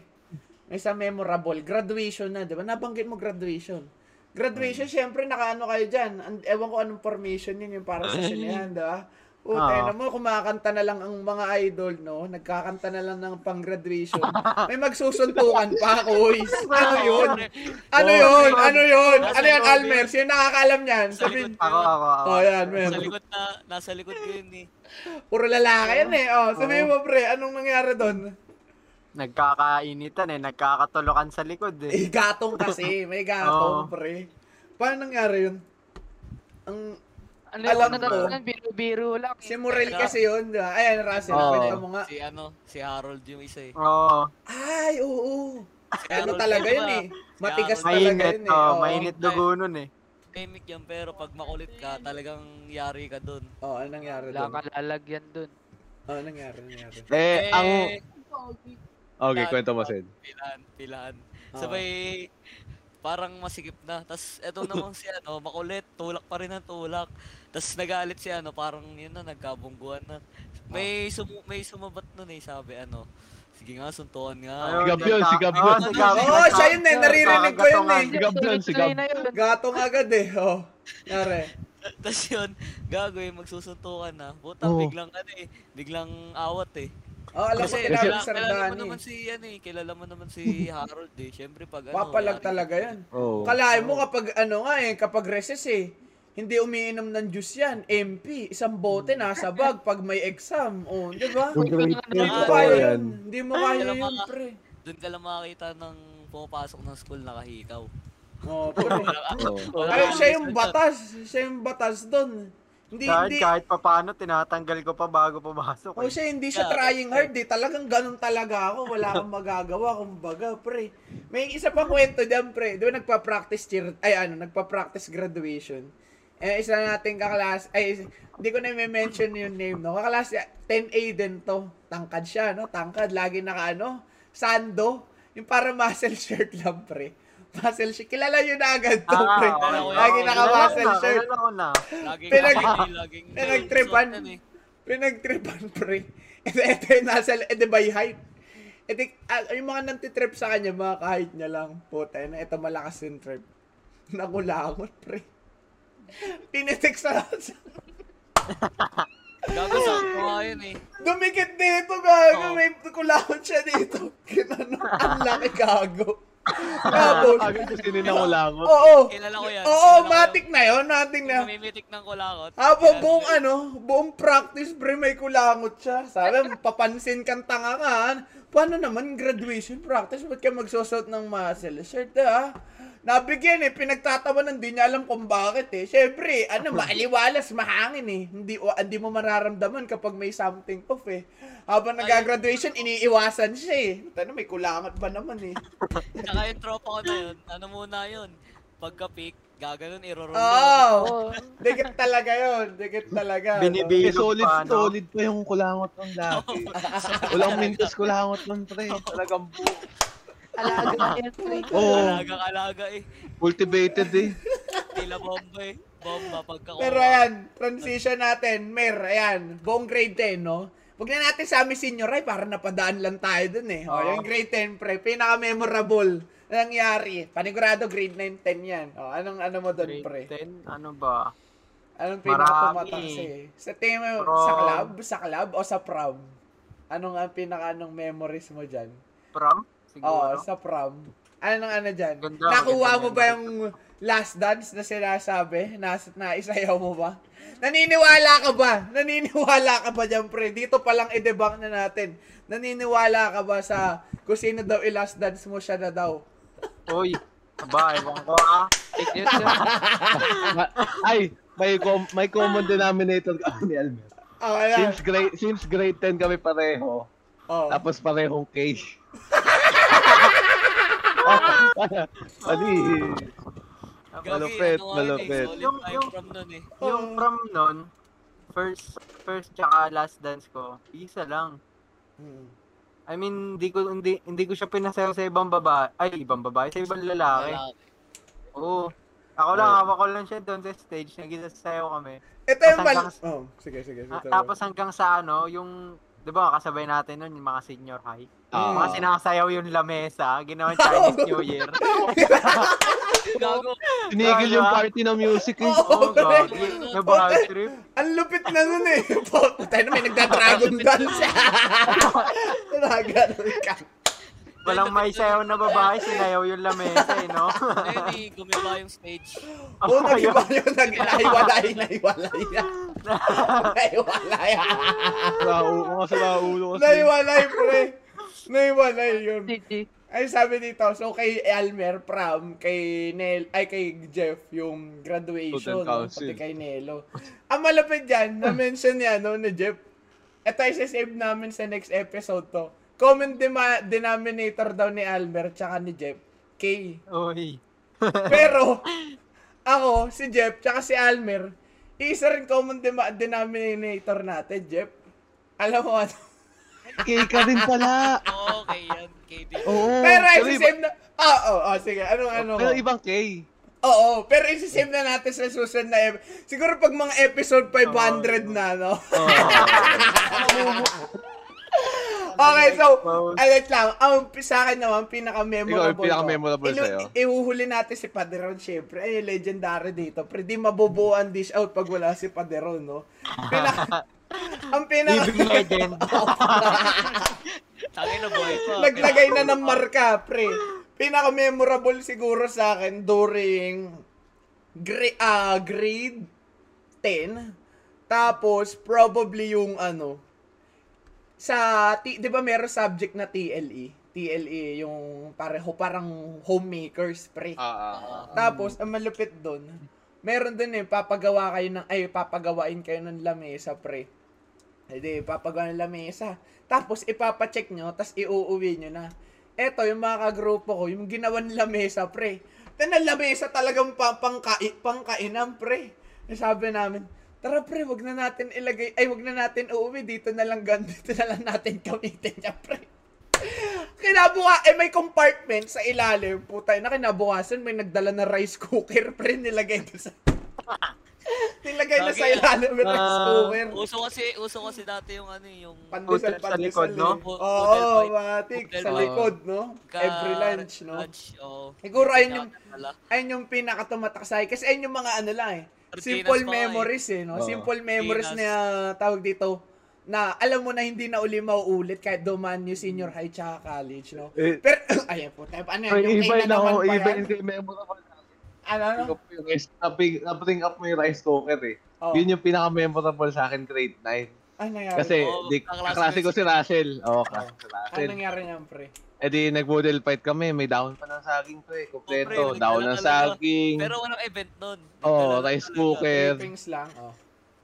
May isang memorable. Graduation na, di ba? Nabanggit mo graduation. Graduation,
Mm.
syempre, nakaano kayo dyan. An- Ewan ko anong formation yun, yung para sa sinihan, di ba? Puta,
Ah.
na mo, kumakanta na lang ang mga idol, no? Nagkakanta na lang ng pang-graduation. May magsusuntukan pa, kuys. Ano yun? Ano yun? Ano yun? Ano yan, Almer? Sino nakakaalam niyan?
Sa likod
Sabihin,
Ako, ako, ako.
oh, yan,
Sa
Mer.
likod na, nasa likod ko yun eh.
Puro lalaki yan, eh. Oh, sabihin mo, pre, anong nangyari doon?
Nagkakainitan eh, nagkakatulokan sa likod eh.
Eh, gatong kasi. May gatong,
Oo.
pre. Paano nangyari yun? Ang Alam
Ano yung
ko.
natatandaan? Biro-biro lang. eh.
si Murel kasi yun, di ba? Ayan, Russell,
Oo.
kwento mo nga.
Si ano, si Harold yung isa eh.
Oo.
Ay, oo.
Si
Ano
Harold
talaga
yung
yun
iba,
eh. Matigas talaga
Mainit,
yun eh.
oh,
Oo.
mainit dugo nun eh.
Pandemic yan pero pag makulit ka, talagang yari ka doon.
Oo, ano nangyari
Wala
doon?
kang lalagyan dun.
Oo, ano nangyari, ano nangyari.
Eh, ang... Okay,
Dad,
kwento mo, Sid.
Pilahan, pilahan.
Oo.
Sabay, parang masikip na. Tapos eto naman si ano, makulit, tulak pa rin ang tulak. Tapos nagalit si ano, parang yun na, nagkabungguan na. May, sumu- may sumabat nun eh, sabi ano. Sige nga, suntuan nga.
Ayun,
Sigab yun,
nagka-
sigab
Oo,
yun.
sigab yun.
Oo, eh. siya yun eh. Naririnig ko yun eh.
Sigab yun, sigab.
Tuloy-tuloy na yun.
Gatong agad eh. Oo. Nangyari.
Tapos yun, gago eh, magsusuntukan na. Buta,
Oo.
biglang ano eh, biglang awat eh.
Oo, alam ko
Kasi
tinabi
kilala,
ni Sir
kilala mo
Danny.
naman si ano eh, kilala mo naman si Harold eh. Siyempre pag ano,
Papalag
yari-
talaga yun.
Oo.
Kalahin mo kapag ano nga eh, kapag recess eh. Hindi umiinom ng juice yan. MP, isang bote
Hmm.
nasa bag pag may exam. O, di ba? Hindi mo
Totoo
kaya
yan.
yun. Hindi mo
Ah,
kaya
Alam mo
yun,
nga.
pre.
Doon ka lang makakita ng pumapasok ng school nakahikaw.
Oh, pre.
Oo.
Wala
Ay,
kang
Oh. siya yung
reason
batas. Siya yung batas doon. Hindi,
Kahit,
hindi.
kahit pa paano, tinatanggal ko pa bago pumasok
O
eh.
Oh, siya, hindi siya trying hard eh. Talagang ganun talaga ako. Wala kang magagawa. Kumbaga, pre. May isa pa kwento dyan, pre. Di ba nagpa-practice cheer, ay ano, nagpa-practice graduation. Eh, isa nating kaklas, ay, is- hindi ko na mention yung name, no? Kaklas, 10A din to. Tangkad siya, no? Tangkad. Lagi naka, ano, sando. Yung para muscle shirt lang, pre. Muscle shirt. Kilala yun na agad to,
Ah,
pre.
okay.
Lagi
Kilala ko
naka-muscle
na,
shirt.
Kilala ko na.
Laging
Pinag-
laging- laging
pinagtripan.
suot yan eh.
Pinagtripan, pre. Ito, ito yung nasa, ito by height. Ito, ah, yung mga nantitrip sa kanya, mga kahit niya lang. Puta, na ito malakas yung trip. Nakulangot, pre. Pinitik sa
Gago sa ako nga yun eh.
Dumikit dito, gago.
Oo.
May kulangot siya dito. Kinano, ang laki, gago. Tapos,
Sabi ko, sininangulangot.
oo.
Kilala ko yan.
Oo,
Kilala ko
matik na yun, matik
yung
na.
Namimitik ng kulakot.
Habang
Kilala
buong
ko yun.
ano, buong practice pre, may kulangot siya. Sabi, papansin kang tanga ka. ah. Paano naman graduation practice? Ba't ka magsusot ng muscle shirt, ah? Nabigyan eh, pinagtatawanan, hindi niya alam kung bakit eh. Siyempre, ano, maaliwalas, mahangin eh. Hindi, o, hindi mo mararamdaman kapag may something off eh. Habang nag-graduation, iniiwasan siya eh. Tano, may kulangat ba naman eh.
Tsaka yung tropa ko na yun, ano muna yun? Pagka-pick, gaganon, irorol
Ah. Oo! Oh. Dikit talaga yun. Dikit talaga.
Eh,
Binibi- Ilog
solid,
pa, no?
solid pa yung kulangot ng dati. Walang mintas kulangot ng pre. Talagang buo.
Alaga na yan, pre.
Oo,
Oh.
Alaga-alaga eh.
cultivated eh.
Tila bomba eh. Bomba pagka
Pero ah. ayan, transition natin. Mer, ayan, buong grade 10, no? Huwag na natin sa amin senior ay, para napadaan lang tayo dun eh. O, yung grade 10, pre, pinaka-memorable na nangyari. Panigurado, grade 9, 10 yan. O, anong ano mo dun, pre?
Grade 10, ano ba?
Anong
Marami.
pinaka-tumataas eh? Sa team,
Prom.
sa club, sa club o sa prom? Anong ang pinaka-anong memories mo dyan?
Prom?
Oo,
Siguro.
sa prom. Anong ano dyan?
Ganda,
Nakuha
maganda
mo
yan.
ba yung last dance na sinasabi? Nas, naisayaw mo ba? Naniniwala ka ba? Naniniwala ka ba dyan, pre? Dito palang i-debunk na natin. Naniniwala ka ba sa kung sino daw i-last dance mo siya na daw?
Uy, ba, ewan ko ah.
Take this, sir.
Ay, may, com- may common denominator kami ni Almer.
Oh, ayan.
Since grade, since grade 10 kami pareho,
Oh.
tapos parehong case. Mali. Malupit,
ano
malupit.
eh, Solid
Yung-
time
yung-
from nun eh.
Yung prom nun, first, first tsaka last dance ko, isa lang.
Hmm.
I mean, hindi ko hindi, hindi ko siya pinasayaw sa ibang babae. Ay, ibang babae, sa ibang lalaki.
Lalaki.
Oo. Ako lang,
Right.
hawak ko lang siya doon sa stage, nagisasayaw kami.
Ito yung
Tapos
mal...
hanggang-
Oh, sige, sige.
Ah,
sige.
tapos hanggang sa ano, yung, di ba, kasabay natin nun, yung mga senior high.
Ah.
Mga sinasayaw yung lamesa, ginawa yung Chinese New Year.
Gago.
Tinigil yung party ng music eh.
Oo,
correct.
gagi. Nabahag trip.
Ang lupit na nun eh. Tayo na may nagda-dragon dance. Dragon ka.
Walang may sayaw na babae, sinayaw yung lamesa eh, no?
Ayun eh, gumiba yung stage.
Oo, nagiba yun. Nag- Nahiwalay, nahiwalay. Nahiwalay.
Sa ulo, sa ulo. kasi.
Nahiwalay, pre. Nahiwalay yun.
GG.
Ay, sabi dito, so kay Elmer Pram, kay Nel, ay kay Jeff yung graduation,
Student
no?
council.
pati kay Nelo. Ang malapit dyan, na-mention niya, no, ni Jeff. Ito ay save namin sa next episode to. Common dema- denominator daw ni Almer tsaka ni Jeff, K.
Uy.
Pero, ako, si Jeff, tsaka si Almer, isa rin common dema- denominator natin, Jeff. Alam mo ano?
Kay ka rin pala.
Oo, okay yan. KD.
Oo.
Pero
Oh, iba-
isi-save na... Oo, oh, oh, sige. Ano, ano?
Pero ibang K.
Oo, oh, pero isi-save na natin sa susunod na ep- Siguro pag mga episode 500 na, no?
Oh,
okay, so,
oh.
alit lang. Ang pi- sa akin naman, pinaka-memorable.
Ikaw, yung pinaka-memorable
ko. Inu-
sa'yo.
Ihuhuli natin si Paderon, syempre. Ay, legendary dito. Pero di mabubuo ang dish out pag wala si Paderon, no? Pinaka- ang pinaka-
Living legend.
Tangin na boy ko.
Naglagay na ng marka, pre. Pinaka-memorable siguro sa akin during gra- ah, grade 10. Tapos, probably yung ano, sa, T- di ba meron subject na E? TLE? TLE, yung pareho, parang homemakers, pre.
Ah,
Tapos, ang malupit doon, meron din eh, papagawa kayo ng, ay, papagawain kayo ng lamesa, pre. Hindi, papagawa ng lamesa. Tapos, ipapacheck nyo, tas iuuwi nyo na. Eto, yung mga kagrupo ko, yung ginawa ng lamesa, pre. Tana, lamesa talagang pang, pangkai, pangkainan, pre. Eh, Sabi namin, tara pre, wag na natin ilagay, ay, wag na natin uuwi, dito na lang, gan- dito na lang natin gamitin niya, pre. Kinabuka, eh may compartment sa ilalim. Putay na kinabukasan, may nagdala na rice cooker pre nilagay na sa... nilagay na sa ilalim yung rice
Ah,
cooker.
Uso kasi, uso kasi dati yung ano eh, yung...
Pandesal,
Hotel sa
pandesal.
likod, no?
eh.
Hotel
Oo,
fight.
matik.
Hotel
Sa
fight.
likod, no?
Ka-
Every lunch, no?
Lunch, oh. oo.
Siguro ayun yung-
Ala.
Ayun yung pinakatumatak sa akin. Kasi ayun yung mga ano lang eh.
Rutinas
Simple
pa nga eh.
memories eh, no?
Oo.
Simple memories na tawag dito na alam mo na hindi na uli mauulit kahit duman yung senior high tsaka college, no?
Eh,
Pero, ayun po, tayo, ano yan?
Ay,
Yung
iba
kay na
na
naman
ako,
ba
iba
yan?
hindi memorable.
Ano, ano?
Yung rice- na-bring na-bring up mo yung rice cooker eh.
Oh.
Yun yung pinaka-memorable sa akin grade 9.
Ay, Oh, nangyari.
Kasi,
Oo,
di,
kaklase
kaklase ko
ko
si Russell. Oo, kaklase si
Ano
Russell.
nangyari niyan, pre?
Eh di, nag-model fight kami. May dahon pa ng saging pre.
Oh,
Kompleto.
pre,
dahon
nagdala
ng
talaga.
saging.
Pero walang event nun.
Oo,
Nagdala lang
Oh, rice
talaga.
cooker.
Tapings lang. Oh.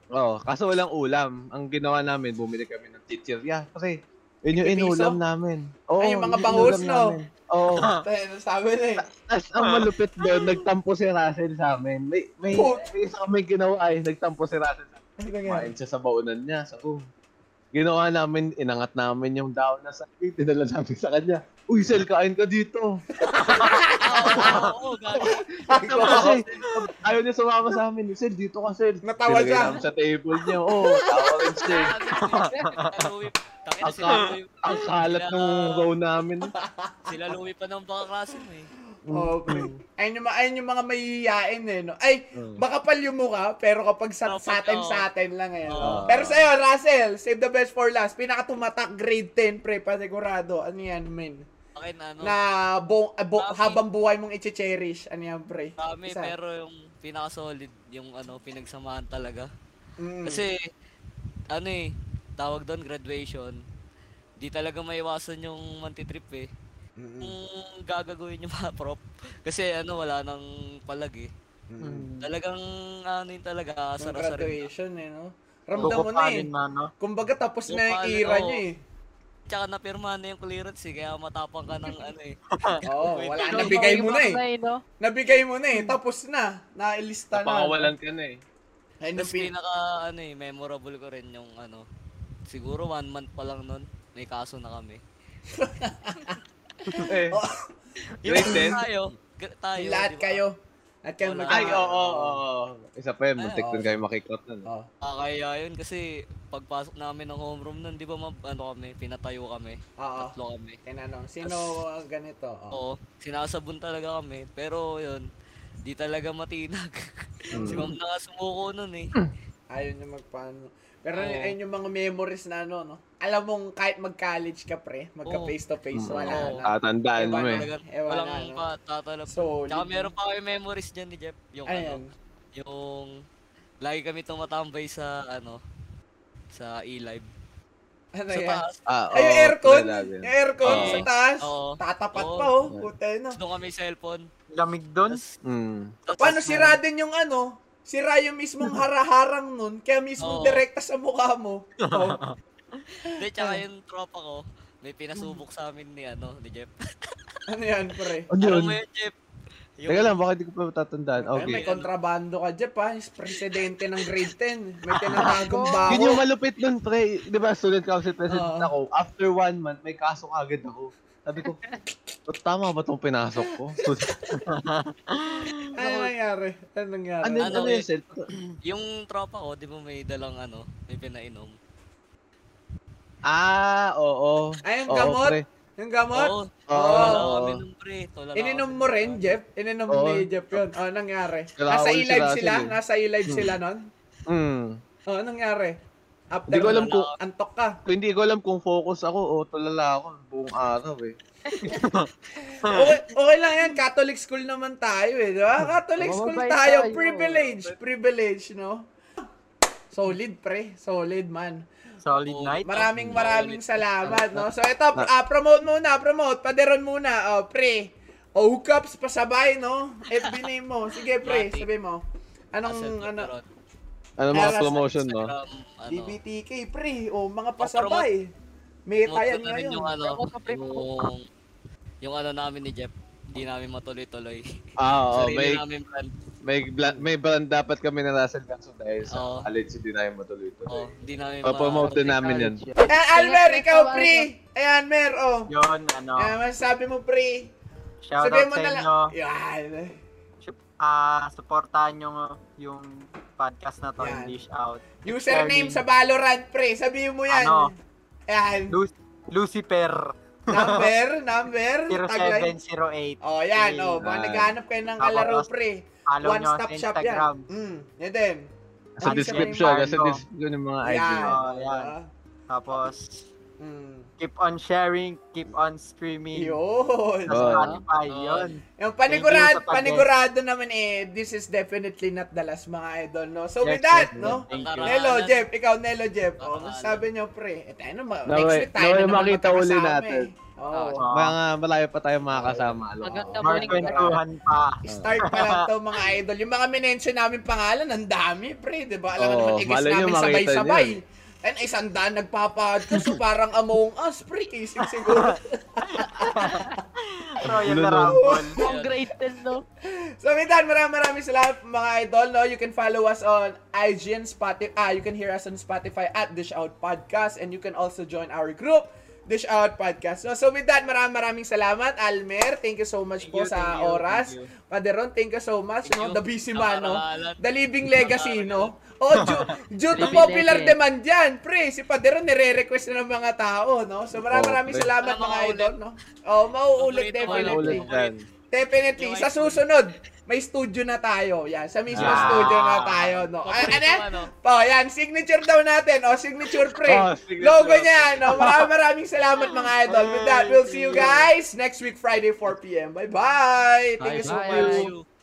Oo, kaso walang ulam. Ang ginawa namin, bumili kami ng chichirya. Kasi, yun yung
Piso?
inulam namin. Oo,
Ay, yung mga
yun
bangus,
inulam
no?
namin. Oo.
Tayo, sabi na eh.
Tapos ang malupit doon, nagtampo si Russell sa amin. May, may,
Oh.
may isa kaming ginawa eh, nagtampo si Russell sa amin.
Ano nangyari?
Kumain siya sa baunan niya, sa room. Ginawa namin, inangat namin yung down na sa akin, dinala namin sa kanya. Uy, Sel, kain ka dito.
Oo, oo, gago.
Ikaw kasi, ayaw niya sumama sa amin. Sel, dito ka, Sel.
Natawa
Nilagay
siya.
namin sa table niya. Oo, tawa rin siya. eh.
Sila Louie. Tangin na sila
Aka-
Louie.
Ang kalat ng row namin.
Sila Louie pa ng baka klase mo eh.
Oh, pre. Ayun yung, ayun yung mga mahihiyain eh, no? Ay, makapal yung mukha, pero kapag sa,
Kapag,
sa atin,
oh.
sa atin lang eh.
Oo.
Pero sa'yo, Russell, save the best for last. Pinakatumatak grade 10, pre, pasigurado. Ano yan, men?
Akin ano,
Na bo, ah, bo-
Bakit?
habang buhay mong iche-cherish. Ano yan, pre?
kami
Isa.
pero yung pinaka-solid, yung ano, pinagsamahan talaga.
Mm.
Kasi, ano eh, tawag doon, graduation, di talaga maiwasan yung mantitrip eh. Yung gagagawin yung mga prop. Kasi ano, wala nang palag eh. Talagang, ano yun
Yung
talaga, sara-sara.
graduation eh, no? Ramdam mo na eh.
Kukupanin na, no?
Kumbaga tapos na yung
Kukupanin,
era
oo.
niya eh.
Tsaka napirma na yung clearance eh, kaya matapang ka ng ano eh.
Oo, wala.
Ikaw,
Nabigay mo na eh.
no?
Nabigay mo na eh. Tapos na. Nailista na.
Napangawalan ka na eh.
Ayun yung
Tapos
pin-
pinaka, ano eh, memorable ko rin yung ano, siguro one month pa lang nun, may kaso na kami.
Eh, Grade 10?
tayo, gra- tayo,
lahat
di ba?
kayo. At kayo
Wala.
Ay, oo,
magkaka-
oo, oo. Isa pa yun, muntik
Ay,
din
oo.
kayo makikrot na. no?
Oo.
Ah, kaya yun kasi pagpasok namin ng homeroom nun, di ba mab, ano kami, pinatayo kami,
Oo.
tatlo kami.
Tinanong, sino ang ganito? Oo.
Oo, sinasabon talaga kami, pero yun, di talaga matinag.
Hmm.
si ma'am nakasumuko nun eh.
Ayaw niya magpaano. Pero
Oo.
ayun yung mga memories na ano, no? Alam mong kahit mag-college ka, pre, magka
Oo.
face to face, wala na.
Oo.
Mm, Tatandaan
Iba
mo eh.
na.
Talagang
Ano Ewan
walang
na, no?
patatalab.
Solid.
Tsaka meron pa kami memories dyan ni Jeff, yung ano,
Ayan.
Yung lagi kami tumatambay sa ano sa e-live.
Ano
Sa
yan?
taas.
Ah,
Ay, yung
oo,
aircon!
talaga yun.
Yung
Eh,
aircon
Oo.
sa taas!
Oo.
Tatapat
Oo.
pa, oh. Puta yun, oh.
Doon kami cellphone.
Lamig doon.
Tapos,
Mm.
tapos-
Paano sira din yung ano? Sira yung mismong haraharang nun, kaya mismong
Oo.
direkta sa mukha mo. Oh. Oo.
Hindi, tsaka
Ah.
yung tropa ko, may pinasubok sa amin ni ano, ni Jeff.
ano yan, pre?
Ano
Alam
yun?
mo yun, Jeff? Yung-
Teka lang, bakit di ko pa tatandaan?
Ay, may
Okay.
kontrabando ka, Jeff, ha? Yung presidente ng grade 10. May tinatagong baho.
Yun yung malupit nun, pre. Di ba, student council president
Oo.
ako. After one month, may kaso agad ako. Sabi ko, "O, tama ba itong pinasok ko?
Ano nangyari? Ano nangyari?
ano yun,
Ano
ano yun,
yun?
Sel?
Yung tropa ko, di ba may dalang ano, may pinainom.
Ah, oo.
Ay, ang
Oo,
gamot?
pre.
Yung gamot?
Oo.
Oo.
Tulala kami nung pre. Tulala kami
Ininom
nung
mo rin,
pre.
Jeff? Ininom
Oo.
ni Jeff yun. Oh, nangyari.
Kalawal
Nasa
si
e-live
Russell
sila?
eh.
Nasa e-live sila nun?
Mm.
Oh, nangyari? After
Hindi ko alam
nun, ah,
kung-
Antok ka.
Hindi ko alam kung focus ako o tulala ako buong araw eh.
Okay, okay lang yan. Catholic school naman tayo eh. Di ba?
Hmm.
Catholic
Oo,
school
mabait
tayo.
tayo.
Privilege. Privilege, no? Solid, pre. Solid, man.
Solid
oh,
Oo.
night.
Maraming
Solid.
maraming salamat, no? So, ito, ah, promote muna, promote. Paderon muna, oh, pre. Oh, hookups, pasabay, no? FB name mo. Sige, pre,
Mati.
sabi mo.
Asal
Anong,
ko
ano,
meron.
Ano mga
Aras-
promotion, no?
Instagram, ano, Oh,
DBTK, pre. O, mga pasabay. Meta
Promote
yan
ko na rin
ngayon. Eh,
yung ano,
Promote ka, pre,
yung, yung ano namin ni Jeff. Di namin matuloy-tuloy.
Ah, oo,
Sarili
may
namin brand.
may bla- may brand dapat kami na Russell Ganso dahil sa
Oo.
college hindi na yung matuloy-tuloy.
Oo, di namin
Papromote din namin yun.
Ayan, Almer,
Kaya-
ikaw, pre. Ayan, Mer, oh.
Yun, ano.
Ayan, masasabi mo, pre.
Shout
Sabi
out
mo
sa
na lang.
inyo.
Yan.
Ah, supportahan nyo nga yung podcast na to,
Yan.
English Out.
Username
Learning.
sa Valorant, pre. Sabihin mo yan.
Ano?
Ayan.
Lu- Lucifer
Number, number. Taglay.
0708.
Oh, yan. Oh, mga
Ayan.
naghahanap kayo ng
Tapos,
kalaro, pre.
Follow Ah. nyo
One-stop
sa
shop
Instagram.
yan. Mm, yan din.
Sa
Ano
description,
yung
kasi
ano?
Diba?
description yung mga ID.
Yan.
Oh, yan.
Ah,
Tapos,
Mm.
Keep on sharing, keep on streaming.
Yun.
Sa
Oo.
Ah.
Spotify,
Oo.
yun.
Yung
Thank you
panigurado,
sa pag-guest.
panigurado naman eh, this is definitely not the last mga idol, no? So with
Yes,
that,
yes,
no?
Thank you.
Yes.
Nelo, Jeff, ikaw, Nelo, Jeff. Oh,
Tama.
sabi niyo, pre, eh, tayo na, ma-
No,
next
wait.
week tayo
No,
na naman
makita uli
magkakasama
natin.
eh. Oo.
Oo.
Mga malayo pa tayo makakasama. alam ko.
Maganda
More kwentuhan pa.
Start pa lang to mga idol. Yung mga minention namin pangalan, ang dami, pre, di ba? Alam mo
Oo,
naman, igis
malay niyo,
namin
makita
sabay-sabay.
niyo
And isang daan nagpapahadko, so parang among us, pre, kisig siguro.
Royal
Gulo nun.
Rumble.
Ang grade 10, no?
So with that, maraming maraming salamat mga idol. No? You can follow us on IG and Spotify. Ah, you can hear us on Spotify at Dish Out Podcast. And you can also join our group, Dish Out Podcast. No? So with that, maraming maraming salamat. Almer, thank you so much po
Thank you,
sa
thank you, Ah,
oras.
thank
Paderon, thank you so much. no?
Thank you.
The busy man, no?
Napakaralan.
The living legacy, no? Oh, due, due to
Living
popular
legacy.
demand yan, pre. Si Paderon nire-request na ng mga tao, no? So maraming
Oh,
maraming
pre.
salamat
Sana
mga
maulit.
idol, no? Oh, mauulit
Maulit,
Mga
definitely.
ulit dyan.
Definitely.
Yung
Sa
ice cream.
susunod, may studio na tayo. Yan, sa mismo
Ah.
studio na tayo, no. Ah,
Paborito
ano? yan?
ko, ano?
Oh, yan, signature daw natin. Oh, signature pre.
Oh, signature.
Logo niya, no. Maraming maraming salamat mga idol. With that, we'll see you guys next week Friday 4 p.m. Bye-bye. Thank you so
Bye-bye.
much.
you.